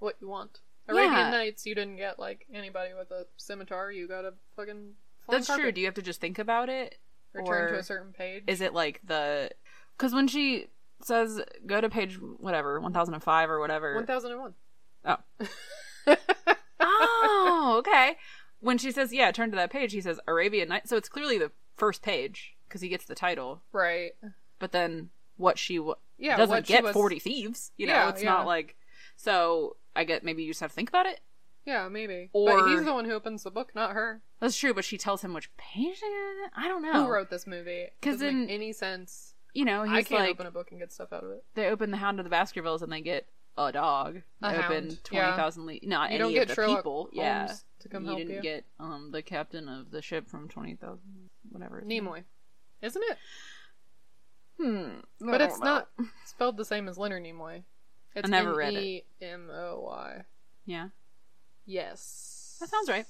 Speaker 3: what you want. Arabian
Speaker 2: Yeah.
Speaker 3: Nights, you didn't get like anybody with a scimitar. You got a fucking. flying
Speaker 2: That's true.
Speaker 3: carpet.
Speaker 2: Do you have to just think about it?
Speaker 3: Return to
Speaker 2: or-
Speaker 3: a certain page.
Speaker 2: Is it like the cuz when she says go to page whatever, 1005 or whatever.
Speaker 3: one thousand and one?
Speaker 2: Oh. oh, okay. When she says, yeah, turn to that page, he says Arabian Nights. So it's clearly the first page because he gets the title.
Speaker 3: Right.
Speaker 2: But then what she w-
Speaker 3: Yeah.
Speaker 2: doesn't
Speaker 3: what she
Speaker 2: get
Speaker 3: was-
Speaker 2: 40 Thieves. You know,
Speaker 3: Yeah,
Speaker 2: it's
Speaker 3: yeah.
Speaker 2: not like. So I get maybe you just have to think about it.
Speaker 3: Yeah, maybe.
Speaker 2: Or-
Speaker 3: But he's the one who opens the book, not her.
Speaker 2: That's true, but she tells him which page. I don't know.
Speaker 3: Who wrote this movie?
Speaker 2: 'Cause
Speaker 3: Doesn't make
Speaker 2: in-
Speaker 3: any sense.
Speaker 2: You know, Oh, he's
Speaker 3: I can't
Speaker 2: like
Speaker 3: open a book and get stuff out of it.
Speaker 2: they open the Hound of the Baskervilles and they get a dog.
Speaker 3: A
Speaker 2: they open
Speaker 3: hound, yeah.
Speaker 2: twenty thousand leagues. Not
Speaker 3: You
Speaker 2: any
Speaker 3: don't
Speaker 2: of
Speaker 3: get
Speaker 2: the
Speaker 3: Sherlock
Speaker 2: people.
Speaker 3: Holmes
Speaker 2: yeah,
Speaker 3: to come
Speaker 2: you
Speaker 3: help
Speaker 2: didn't
Speaker 3: you.
Speaker 2: get um the captain of the ship from twenty thousand whatever. his name
Speaker 3: Nimoy, isn't it?
Speaker 2: Hmm.
Speaker 3: but it's not spelled the same as Leonard Nimoy. It's E
Speaker 2: never read it.
Speaker 3: N-E-M-O-Y.
Speaker 2: Yeah.
Speaker 3: Yes.
Speaker 2: That sounds right.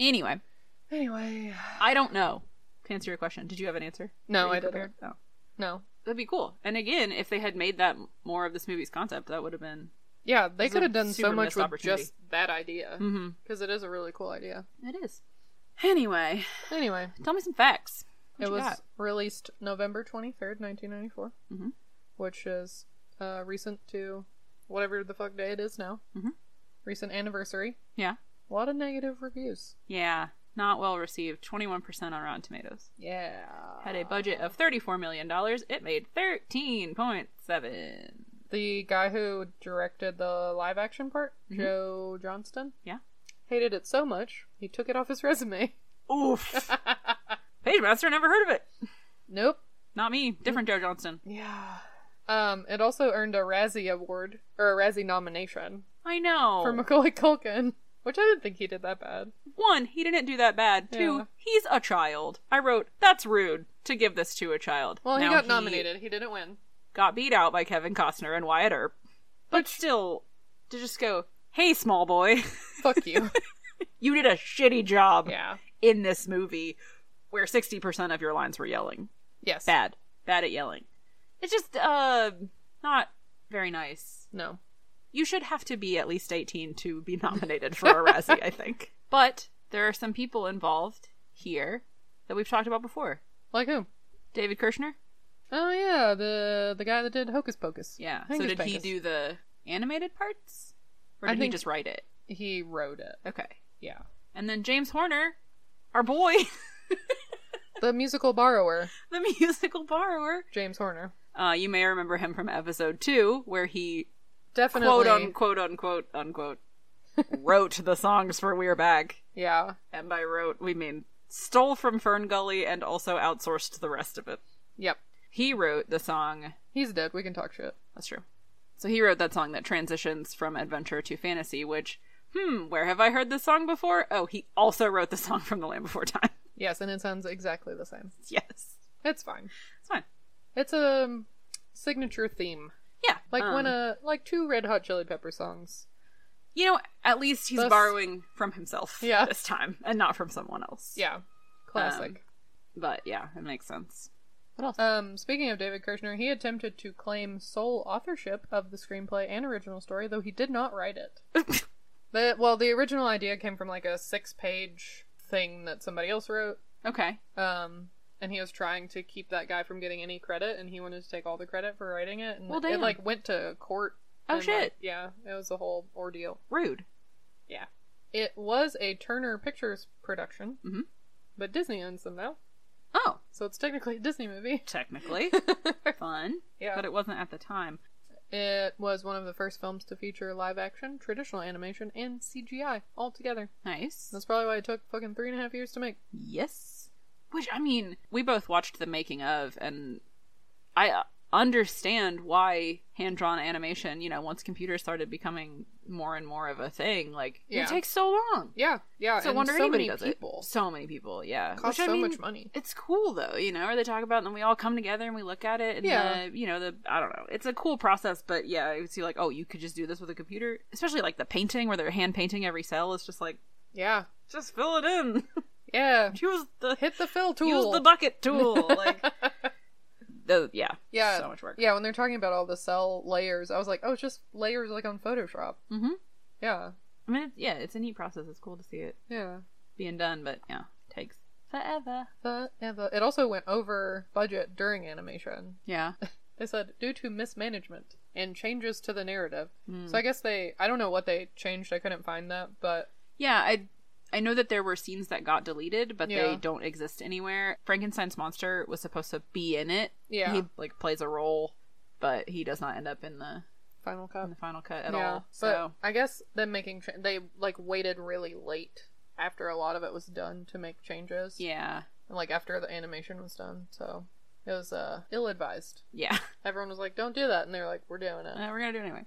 Speaker 2: Anyway,
Speaker 3: Anyway,
Speaker 2: I don't know. To answer your question, did you have an answer?
Speaker 3: No,
Speaker 2: Were you
Speaker 3: I didn't.
Speaker 2: prepared? Oh.
Speaker 3: no.
Speaker 2: That'd be cool. And again, if they had made that m- more of this movie's concept, that would have been.
Speaker 3: Yeah, they
Speaker 2: It's a
Speaker 3: could have done so
Speaker 2: super
Speaker 3: much
Speaker 2: missed
Speaker 3: with
Speaker 2: opportunity.
Speaker 3: just that idea
Speaker 2: Mm-hmm.
Speaker 3: because it is a really cool idea.
Speaker 2: It is. Anyway,
Speaker 3: Anyway,
Speaker 2: tell me some facts. What
Speaker 3: it
Speaker 2: you
Speaker 3: was
Speaker 2: got?
Speaker 3: released November twenty third, nineteen ninety four,
Speaker 2: Mhm.
Speaker 3: which is uh, recent to whatever the fuck day it is now.
Speaker 2: Mhm.
Speaker 3: Recent anniversary.
Speaker 2: Yeah.
Speaker 3: A lot of negative reviews.
Speaker 2: Yeah. Not well received. 21% on Rotten Tomatoes.
Speaker 3: Yeah.
Speaker 2: Had a budget of $34 million. It made 13.7.
Speaker 3: The guy who directed the live action part, Joe Johnston,
Speaker 2: Mm-hmm. Yeah.
Speaker 3: hated it so much he took it off his resume.
Speaker 2: Oof. Pagemaster never heard of it.
Speaker 3: Nope.
Speaker 2: Not me. Different Joe Johnston.
Speaker 3: Yeah. Um, it also earned a Razzie award or a Razzie nomination
Speaker 2: I know.
Speaker 3: for Macaulay Culkin, which I didn't think he did that bad.
Speaker 2: One, he didn't do that bad. Two,
Speaker 3: Yeah.
Speaker 2: he's a child. I wrote, that's rude to give this to a child.
Speaker 3: Well,
Speaker 2: Now
Speaker 3: he got nominated. He didn't win.
Speaker 2: Got beat out by Kevin Costner and Wyatt Earp. But still, to just go, hey, small boy,
Speaker 3: Fuck you.
Speaker 2: you did a shitty job
Speaker 3: yeah.
Speaker 2: in this movie where 60% of your lines were yelling.
Speaker 3: Yes.
Speaker 2: Bad. Bad at yelling. It's just, uh, not very nice.
Speaker 3: No.
Speaker 2: You should have to be at least 18 to be nominated for a Razzie, I think. But there are some people involved here that we've talked about before.
Speaker 3: Like who?
Speaker 2: David Kirshner?
Speaker 3: Oh yeah, the the guy that did Hocus Pocus.
Speaker 2: Yeah.
Speaker 3: Hocus
Speaker 2: so did he
Speaker 3: Pocus.
Speaker 2: do the animated parts? Or
Speaker 3: I
Speaker 2: did he
Speaker 3: think-
Speaker 2: just write it?
Speaker 3: He wrote it.
Speaker 2: Okay.
Speaker 3: Yeah.
Speaker 2: And then James Horner, our boy,
Speaker 3: The musical borrower,
Speaker 2: the musical borrower.
Speaker 3: James Horner.
Speaker 2: Uh, you may remember him from episode two, where he
Speaker 3: Definitely.
Speaker 2: quote unquote unquote unquote wrote the songs for We're Back.
Speaker 3: Yeah.
Speaker 2: And by wrote, we mean stole from Fern Gully and also outsourced the rest of it.
Speaker 3: Yep.
Speaker 2: He wrote the song.
Speaker 3: He's dead. We can talk shit.
Speaker 2: That's true. So he wrote that song that transitions from adventure to fantasy, which, hmm, where have I heard this song before? Oh, he also wrote the song from The Land Before Time.
Speaker 3: Yes, and it sounds exactly the same.
Speaker 2: yes.
Speaker 3: It's fine.
Speaker 2: It's fine.
Speaker 3: It's a um, signature theme.
Speaker 2: Yeah.
Speaker 3: Like
Speaker 2: um,
Speaker 3: when a like two Red Hot Chili Pepper songs.
Speaker 2: You know, at least he's
Speaker 3: Thus-
Speaker 2: borrowing from himself
Speaker 3: Yeah.
Speaker 2: this time and not from someone else.
Speaker 3: Yeah. Classic.
Speaker 2: But yeah, it makes sense. What else?
Speaker 3: Um, speaking of David Kirshner, he attempted to claim sole authorship of the screenplay and original story, though he did not write it. the, well, the original idea came from like a six-page thing that somebody else wrote.
Speaker 2: Uh, okay.
Speaker 3: Um, and he was trying to keep that guy from getting any credit, and he wanted to take all the credit for writing it. And
Speaker 2: Well,
Speaker 3: it
Speaker 2: damn.
Speaker 3: like went to court.
Speaker 2: Oh,
Speaker 3: and,
Speaker 2: shit.
Speaker 3: like, yeah, it was a whole ordeal.
Speaker 2: Rude.
Speaker 3: Yeah, it was a Turner Pictures production,
Speaker 2: Mhm.
Speaker 3: but Disney owns them now,
Speaker 2: Oh,
Speaker 3: so it's technically a Disney movie.
Speaker 2: technically. Fun.
Speaker 3: Yeah.
Speaker 2: But it wasn't at the time.
Speaker 3: It was one of the first films to feature live action, traditional animation, and CGI all together.
Speaker 2: Nice.
Speaker 3: That's probably why it took fucking three and a half years to make.
Speaker 2: Yes. Which I mean, we both watched the making of, and I uh, understand why hand drawn animation. You know, once computers started becoming more and more of a thing, like
Speaker 3: Yeah.
Speaker 2: it takes so long.
Speaker 3: Yeah, yeah.
Speaker 2: So I
Speaker 3: and
Speaker 2: wonder
Speaker 3: so
Speaker 2: anybody
Speaker 3: many
Speaker 2: does
Speaker 3: people.
Speaker 2: it. So many people, yeah.
Speaker 3: Costs
Speaker 2: Which, I
Speaker 3: so
Speaker 2: mean,
Speaker 3: much money.
Speaker 2: It's cool though, you know. Or they talk about, it and then we all come together and we look at it, and
Speaker 3: Yeah.
Speaker 2: the, you know, the I don't know. It's a cool process, but yeah, I see like, oh, you could just do this with a computer, especially like the painting where they're hand painting every cell. It's just like,
Speaker 3: Yeah,
Speaker 2: just fill it in.
Speaker 3: yeah.
Speaker 2: Use the
Speaker 3: Hit the fill tool.
Speaker 2: Use the bucket tool. Like, the, yeah,
Speaker 3: Yeah.
Speaker 2: so much work.
Speaker 3: Yeah, when they're talking about all the cell layers, I was like, oh, it's just layers like on Photoshop.
Speaker 2: Mhm.
Speaker 3: Yeah.
Speaker 2: I mean, it, yeah, it's a neat process. It's cool to see it
Speaker 3: Yeah.
Speaker 2: being done, but yeah, takes forever.
Speaker 3: Forever. It also went over budget during animation.
Speaker 2: Yeah,
Speaker 3: They said due to mismanagement and changes to the narrative.
Speaker 2: Hmm. Mm.
Speaker 3: So I guess they, I don't know what they changed. I couldn't find that, but
Speaker 2: yeah. I I know that there were scenes that got deleted, but
Speaker 3: Yeah.
Speaker 2: they don't exist anywhere. Frankenstein's monster was supposed to be in it.
Speaker 3: Yeah.
Speaker 2: he like plays a role, but he does not end up in the
Speaker 3: Final Cut.
Speaker 2: in the final cut Mm, at all.
Speaker 3: But
Speaker 2: So
Speaker 3: I guess them making cha- they like waited really late after a lot of it was done to make changes.
Speaker 2: yeah,
Speaker 3: And, like after the animation was done, so it was uh ill advised.
Speaker 2: yeah,
Speaker 3: Everyone was like, "Don't do that," and they're like, "We're doing it."
Speaker 2: Uh, we're gonna do it anyway.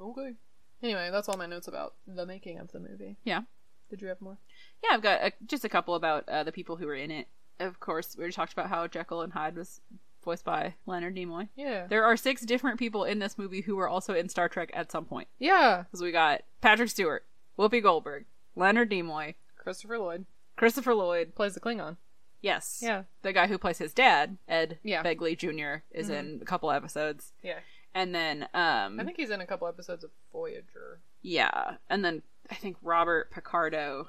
Speaker 3: Okay. Anyway, that's all my notes about the making of the movie.
Speaker 2: Yeah.
Speaker 3: Did you have more?
Speaker 2: Yeah, I've got a, just a couple about uh, the people who were in it. Of course, we already talked about how Jekyll and Hyde was voiced by Leonard Nimoy.
Speaker 3: Yeah.
Speaker 2: There are six different people in this movie who were also in Star Trek at some point.
Speaker 3: yeah.
Speaker 2: Because we got Patrick Stewart, Whoopi Goldberg, Leonard Nimoy,
Speaker 3: Christopher Lloyd
Speaker 2: Christopher Lloyd.
Speaker 3: plays the Klingon.
Speaker 2: Yes.
Speaker 3: Yeah.
Speaker 2: The guy who plays his dad, Ed
Speaker 3: Yeah.
Speaker 2: Begley Jr., is in a couple episodes.
Speaker 3: Yeah.
Speaker 2: And then, um,
Speaker 3: I think he's in a couple episodes of Voyager.
Speaker 2: yeah. And then I think Robert Picardo,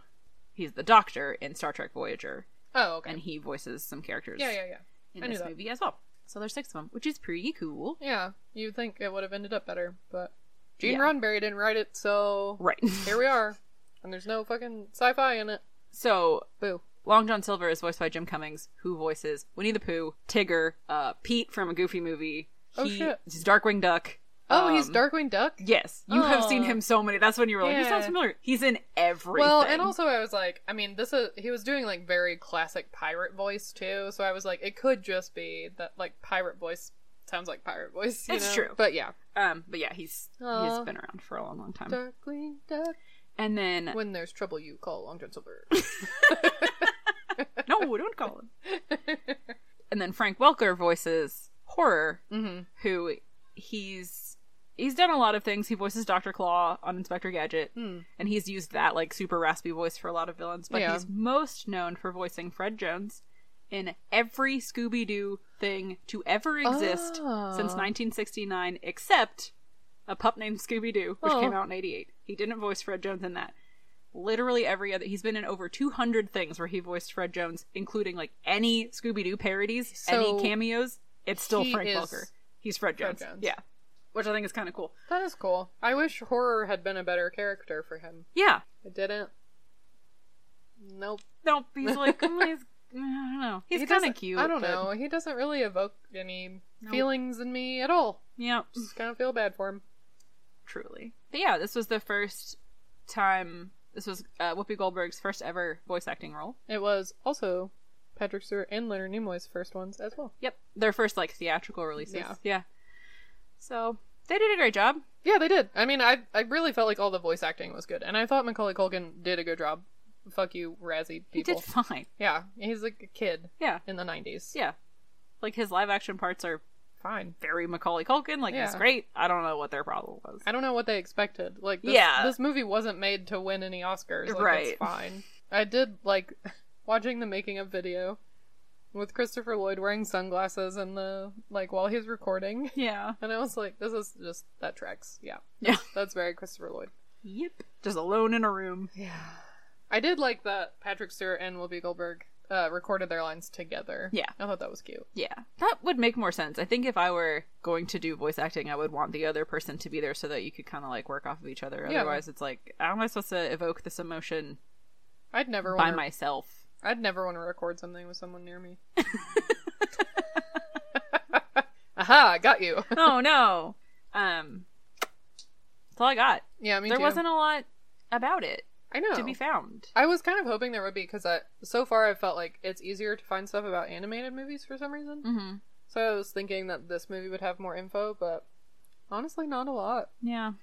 Speaker 2: he's the doctor in Star Trek Voyager,
Speaker 3: Oh, okay.
Speaker 2: and he voices some characters.
Speaker 3: yeah, yeah, yeah.
Speaker 2: in
Speaker 3: I knew
Speaker 2: this
Speaker 3: that.
Speaker 2: movie as well. So there's six of them, which is pretty cool.
Speaker 3: Yeah. You'd think it would have ended up better, but Gene
Speaker 2: Yeah.
Speaker 3: Roddenberry didn't write it, so
Speaker 2: Right.
Speaker 3: here we are. And there's no fucking sci-fi in it.
Speaker 2: so
Speaker 3: Boo.
Speaker 2: Long John Silver is voiced by Jim Cummings, who voices Winnie the Pooh, Tigger, uh, Pete from a Goofy movie.
Speaker 3: Oh,
Speaker 2: he,
Speaker 3: shit.
Speaker 2: He's Darkwing Duck.
Speaker 3: Oh, he's
Speaker 2: Um,
Speaker 3: Darkwing Duck.
Speaker 2: Yes, you have seen
Speaker 3: Oh.
Speaker 2: him so many. That's when you were like, he
Speaker 3: Yeah.
Speaker 2: sounds familiar. He's in everything.
Speaker 3: Well, and also I was like, I mean, this is he was doing like very classic pirate voice too, so I was like, it could just be that like pirate voice sounds like pirate voice. you
Speaker 2: It's
Speaker 3: know?
Speaker 2: true.
Speaker 3: but yeah,
Speaker 2: um, but yeah, he's
Speaker 3: Aw.
Speaker 2: he's been around for a long, long time.
Speaker 3: Darkwing Duck.
Speaker 2: And then
Speaker 3: When there's trouble, you call Long John Silver.
Speaker 2: no, don't call him. and then Frank Welker voices Horror,
Speaker 3: Mhm.
Speaker 2: who he's he's done a lot of things. He voices Doctor Claw on Inspector Gadget, and he's used that like super raspy voice for a lot of villains. But
Speaker 3: Hmm. Yeah.
Speaker 2: he's most known for voicing Fred Jones in every Scooby Doo thing to ever exist since
Speaker 3: Oh.
Speaker 2: 1969, except a pup named Scooby Doo, which
Speaker 3: Oh.
Speaker 2: came out in '88. He didn't voice Fred Jones in that literally every other he's been in over 200 things where he voiced fred jones including like any scooby-doo parodies
Speaker 3: So,
Speaker 2: any cameos it's still
Speaker 3: he
Speaker 2: frank
Speaker 3: is
Speaker 2: welker he's fred
Speaker 3: Fred
Speaker 2: jones.
Speaker 3: Jones.
Speaker 2: yeah which i think is kind of cool
Speaker 3: that is cool. I wish horror had been a better character for him.
Speaker 2: yeah
Speaker 3: It didn't. Nope.
Speaker 2: no he's like mm, he's, i don't know he's
Speaker 3: He
Speaker 2: kind
Speaker 3: doesn't-
Speaker 2: of cute
Speaker 3: I don't
Speaker 2: but-
Speaker 3: know. He doesn't really evoke any feelings in me at all.
Speaker 2: yeah
Speaker 3: Just kind of feel bad for him.
Speaker 2: truly but yeah this was the first time. This was uh, Whoopi Goldberg's first ever voice acting role.
Speaker 3: It was also Patrick Stewart and Leonard Nimoy's first ones as well.
Speaker 2: Yep, their first like theatrical releases.
Speaker 3: Yeah.
Speaker 2: So they did a great job.
Speaker 3: Yeah, they did. I mean, I I really felt like all the voice acting was good, and I thought Macaulay Culkin did a good job. Fuck you, Razzie
Speaker 2: He
Speaker 3: people.
Speaker 2: did fine.
Speaker 3: Yeah, he's like a kid
Speaker 2: Yeah.
Speaker 3: in the nineties.
Speaker 2: Yeah. Like his live action parts are
Speaker 3: fine.
Speaker 2: very Macaulay Culkin. Like it's
Speaker 3: Yeah.
Speaker 2: great. I don't know what their problem was.
Speaker 3: I don't know what they expected. Like, this,
Speaker 2: Yeah.
Speaker 3: this movie wasn't made to win any Oscars. Like,
Speaker 2: Right.
Speaker 3: It's fine. I did like watching the making of video with Christopher Lloyd wearing sunglasses and the like while he's recording,
Speaker 2: Yeah.
Speaker 3: and I was like, this is just that tracks. Yeah,
Speaker 2: Yeah.
Speaker 3: that's very Christopher Lloyd.
Speaker 2: Yep. Just alone in a room.
Speaker 3: I did like that Patrick Stewart and Whoopi Goldberg uh, recorded their lines together.
Speaker 2: Yeah.
Speaker 3: I thought that was cute.
Speaker 2: Yeah. That would make more sense. I think if I were going to do voice acting, I would want the other person to be there so that you could kind of like work off of each other.
Speaker 3: Yeah.
Speaker 2: Otherwise, it's like, how am I supposed to evoke this emotion
Speaker 3: I'd never
Speaker 2: by
Speaker 3: want
Speaker 2: myself?
Speaker 3: I'd never want to record something with someone near me. Aha, I got you.
Speaker 2: oh no. Um. That's all I got.
Speaker 3: Yeah, me
Speaker 2: there
Speaker 3: too.
Speaker 2: wasn't a lot about it
Speaker 3: I know.
Speaker 2: to be found.
Speaker 3: I was kind of hoping there would be because I so far I felt like it's easier to find stuff about animated movies for some reason.
Speaker 2: Mm-hmm.
Speaker 3: So I was thinking that this movie would have more info, but honestly, not a lot.
Speaker 2: Yeah.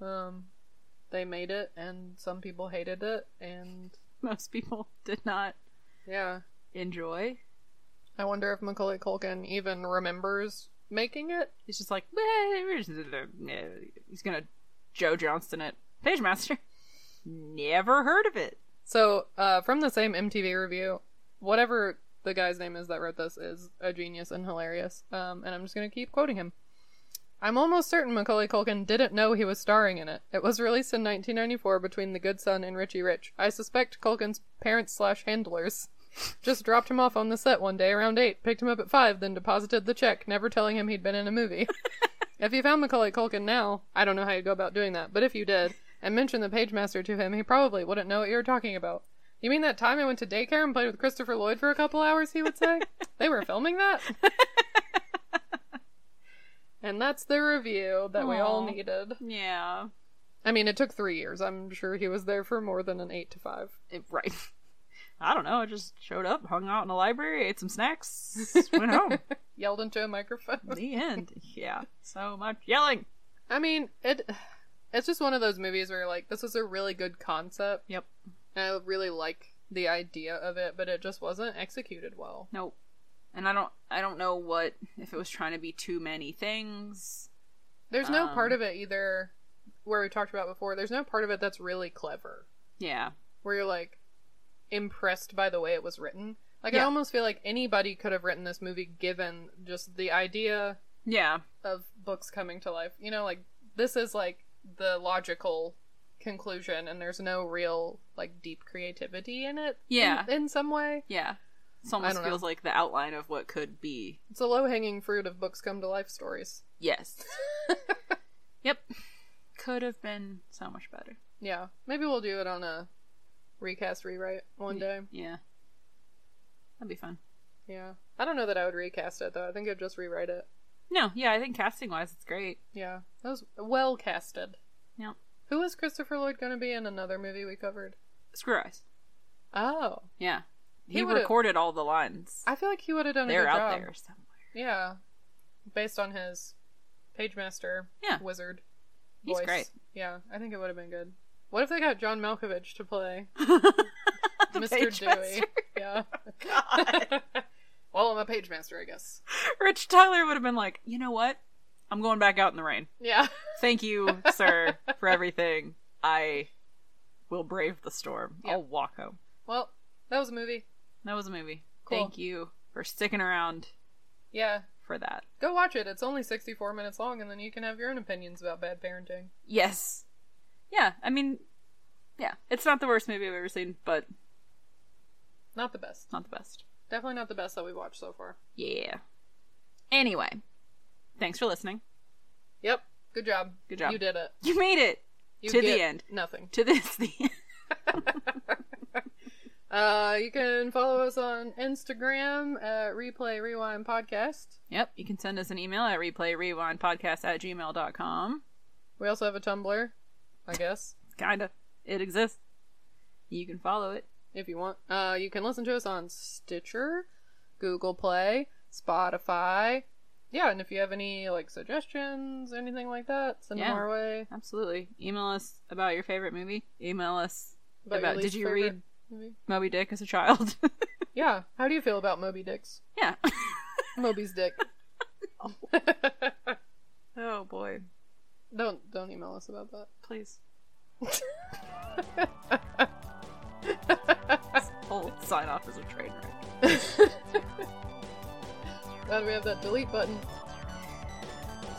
Speaker 3: Um, they made it, and some people hated it, and
Speaker 2: Most people did not
Speaker 3: yeah,
Speaker 2: enjoy.
Speaker 3: I wonder if Macaulay Culkin even remembers making it.
Speaker 2: He's just like, "Well, we're just- uh, uh, he's gonna Joe Johnston it. Page Master. Never heard of it.
Speaker 3: So, uh, from the same MTV review, whatever the guy's name is that wrote this is a genius and hilarious. Um, and I'm just going to keep quoting him. I'm almost certain Macaulay Culkin didn't know he was starring in it. It was released in 1994 between The Good Son and Richie Rich. I suspect Culkin's parents slash handlers just dropped him off on the set one day around 8, picked him up at 5, then deposited the check, never telling him he'd been in a movie. If you found Macaulay Culkin now, I don't know how you'd go about doing that, but if you did, and mentioned the page master to him, he probably wouldn't know what you were talking about. You mean that time I went to daycare and played with Christopher Lloyd for a couple hours, he would say? they were filming that? and that's the review that we all
Speaker 2: Aw.
Speaker 3: needed.
Speaker 2: Yeah.
Speaker 3: I mean, it took three years. I'm sure he was there for more than an eight to five.
Speaker 2: It, right. I don't know. I just showed up, hung out in the library, ate some snacks, went home.
Speaker 3: Yelled into a microphone.
Speaker 2: the end. Yeah. So much yelling.
Speaker 3: I mean, it. It's just one of those movies where you're like, this is a really good concept,
Speaker 2: Yep.
Speaker 3: I really like the idea of it, but it just wasn't executed well.
Speaker 2: Nope. And I don't I don't know what if it was trying to be too many things.
Speaker 3: There's no
Speaker 2: Um,
Speaker 3: part of it either where we talked about before, there's no part of it that's really clever.
Speaker 2: Yeah.
Speaker 3: Where you're like impressed by the way it was written. Like I
Speaker 2: Yeah.
Speaker 3: almost feel like anybody could have written this movie given just the idea
Speaker 2: Yeah.
Speaker 3: of books coming to life. You know, like this is like the logical conclusion and there's no real like deep creativity in it. in-
Speaker 2: Yeah.
Speaker 3: in some way.
Speaker 2: Yeah. This almost
Speaker 3: don't know.
Speaker 2: feels like the outline of what could be.
Speaker 3: It's a low hanging fruit of books come to life stories.
Speaker 2: Yes. yep. Could have been so much better.
Speaker 3: Yeah, maybe we'll do it on a recast rewrite one day.
Speaker 2: Yeah. That'd be fun.
Speaker 3: Yeah, I don't know that I would recast it though. I think I'd just rewrite it.
Speaker 2: No, yeah, I think casting wise it's great.
Speaker 3: Yeah, that was well casted.
Speaker 2: Yep.
Speaker 3: Who is Christopher Lloyd going to be in another movie we covered?
Speaker 2: Screw eyes.
Speaker 3: Oh,
Speaker 2: Yeah.
Speaker 3: He
Speaker 2: He,
Speaker 3: would've-
Speaker 2: recorded all the lines.
Speaker 3: I feel like he would have done a
Speaker 2: They're
Speaker 3: good
Speaker 2: out
Speaker 3: job.
Speaker 2: there somewhere.
Speaker 3: Yeah, based on his page master,
Speaker 2: Yeah.
Speaker 3: wizard.
Speaker 2: He's
Speaker 3: voice.
Speaker 2: great.
Speaker 3: Yeah, I think it would have been good. What if they got John Malkovich to play Mr.
Speaker 2: page
Speaker 3: Dewey?
Speaker 2: master.
Speaker 3: Yeah. well, I'm a page master, I guess.
Speaker 2: Rich Tyler would have been like, you know what? I'm going back out in the rain.
Speaker 3: Yeah.
Speaker 2: Thank you, sir, for everything. I will brave the storm. I'll walk home.
Speaker 3: Well, that was a movie.
Speaker 2: That was a movie.
Speaker 3: Cool.
Speaker 2: Thank you for sticking around
Speaker 3: Yeah.
Speaker 2: for that.
Speaker 3: Go watch it. It's only 64 minutes long, and then you can have your own opinions about bad parenting.
Speaker 2: Yes. Yeah, I mean, yeah, it's not the worst movie I've ever seen, but
Speaker 3: Not the best.
Speaker 2: not the best.
Speaker 3: Definitely not the best that we've watched so far.
Speaker 2: Yeah. Anyway, thanks for listening.
Speaker 3: Yep. Good job.
Speaker 2: Good job.
Speaker 3: You did it.
Speaker 2: You made it
Speaker 3: You
Speaker 2: To the
Speaker 3: get
Speaker 2: end.
Speaker 3: Nothing.
Speaker 2: to this. The end.
Speaker 3: Uh, you can follow us on Instagram at Replay Rewind Podcast.
Speaker 2: Yep, you can send us an email at replayrewindpodcast at gmail.com.
Speaker 3: We also have a Tumblr, I guess.
Speaker 2: Kinda. It exists. You can follow it.
Speaker 3: if you want. Uh, you can listen to us on Stitcher, Google Play, Spotify. Yeah, and if you have any like suggestions, anything like that, send
Speaker 2: Yeah.
Speaker 3: them our way.
Speaker 2: Absolutely. Email us about your favorite movie. Email us
Speaker 3: About your
Speaker 2: about did
Speaker 3: least
Speaker 2: you
Speaker 3: favorite
Speaker 2: read
Speaker 3: movie.
Speaker 2: Moby Dick as a child?
Speaker 3: Yeah. How do you feel about Moby Dick's
Speaker 2: yeah.
Speaker 3: Moby's dick?
Speaker 2: Oh boy.
Speaker 3: don't don't email us about that.
Speaker 2: Please. Whole sign off as a train wreck.
Speaker 3: Glad we have that delete button.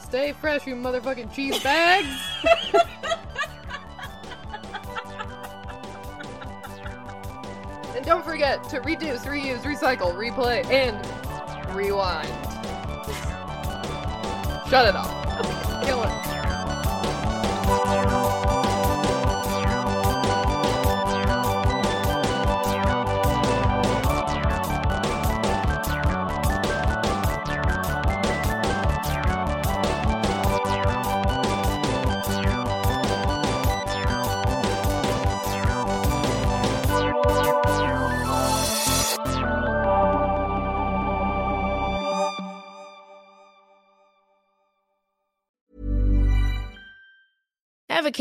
Speaker 3: Stay fresh, you motherfucking cheese bags. and don't forget to reduce, reuse, recycle, replay, and rewind. Shut it off. Kill it.
Speaker 4: Ever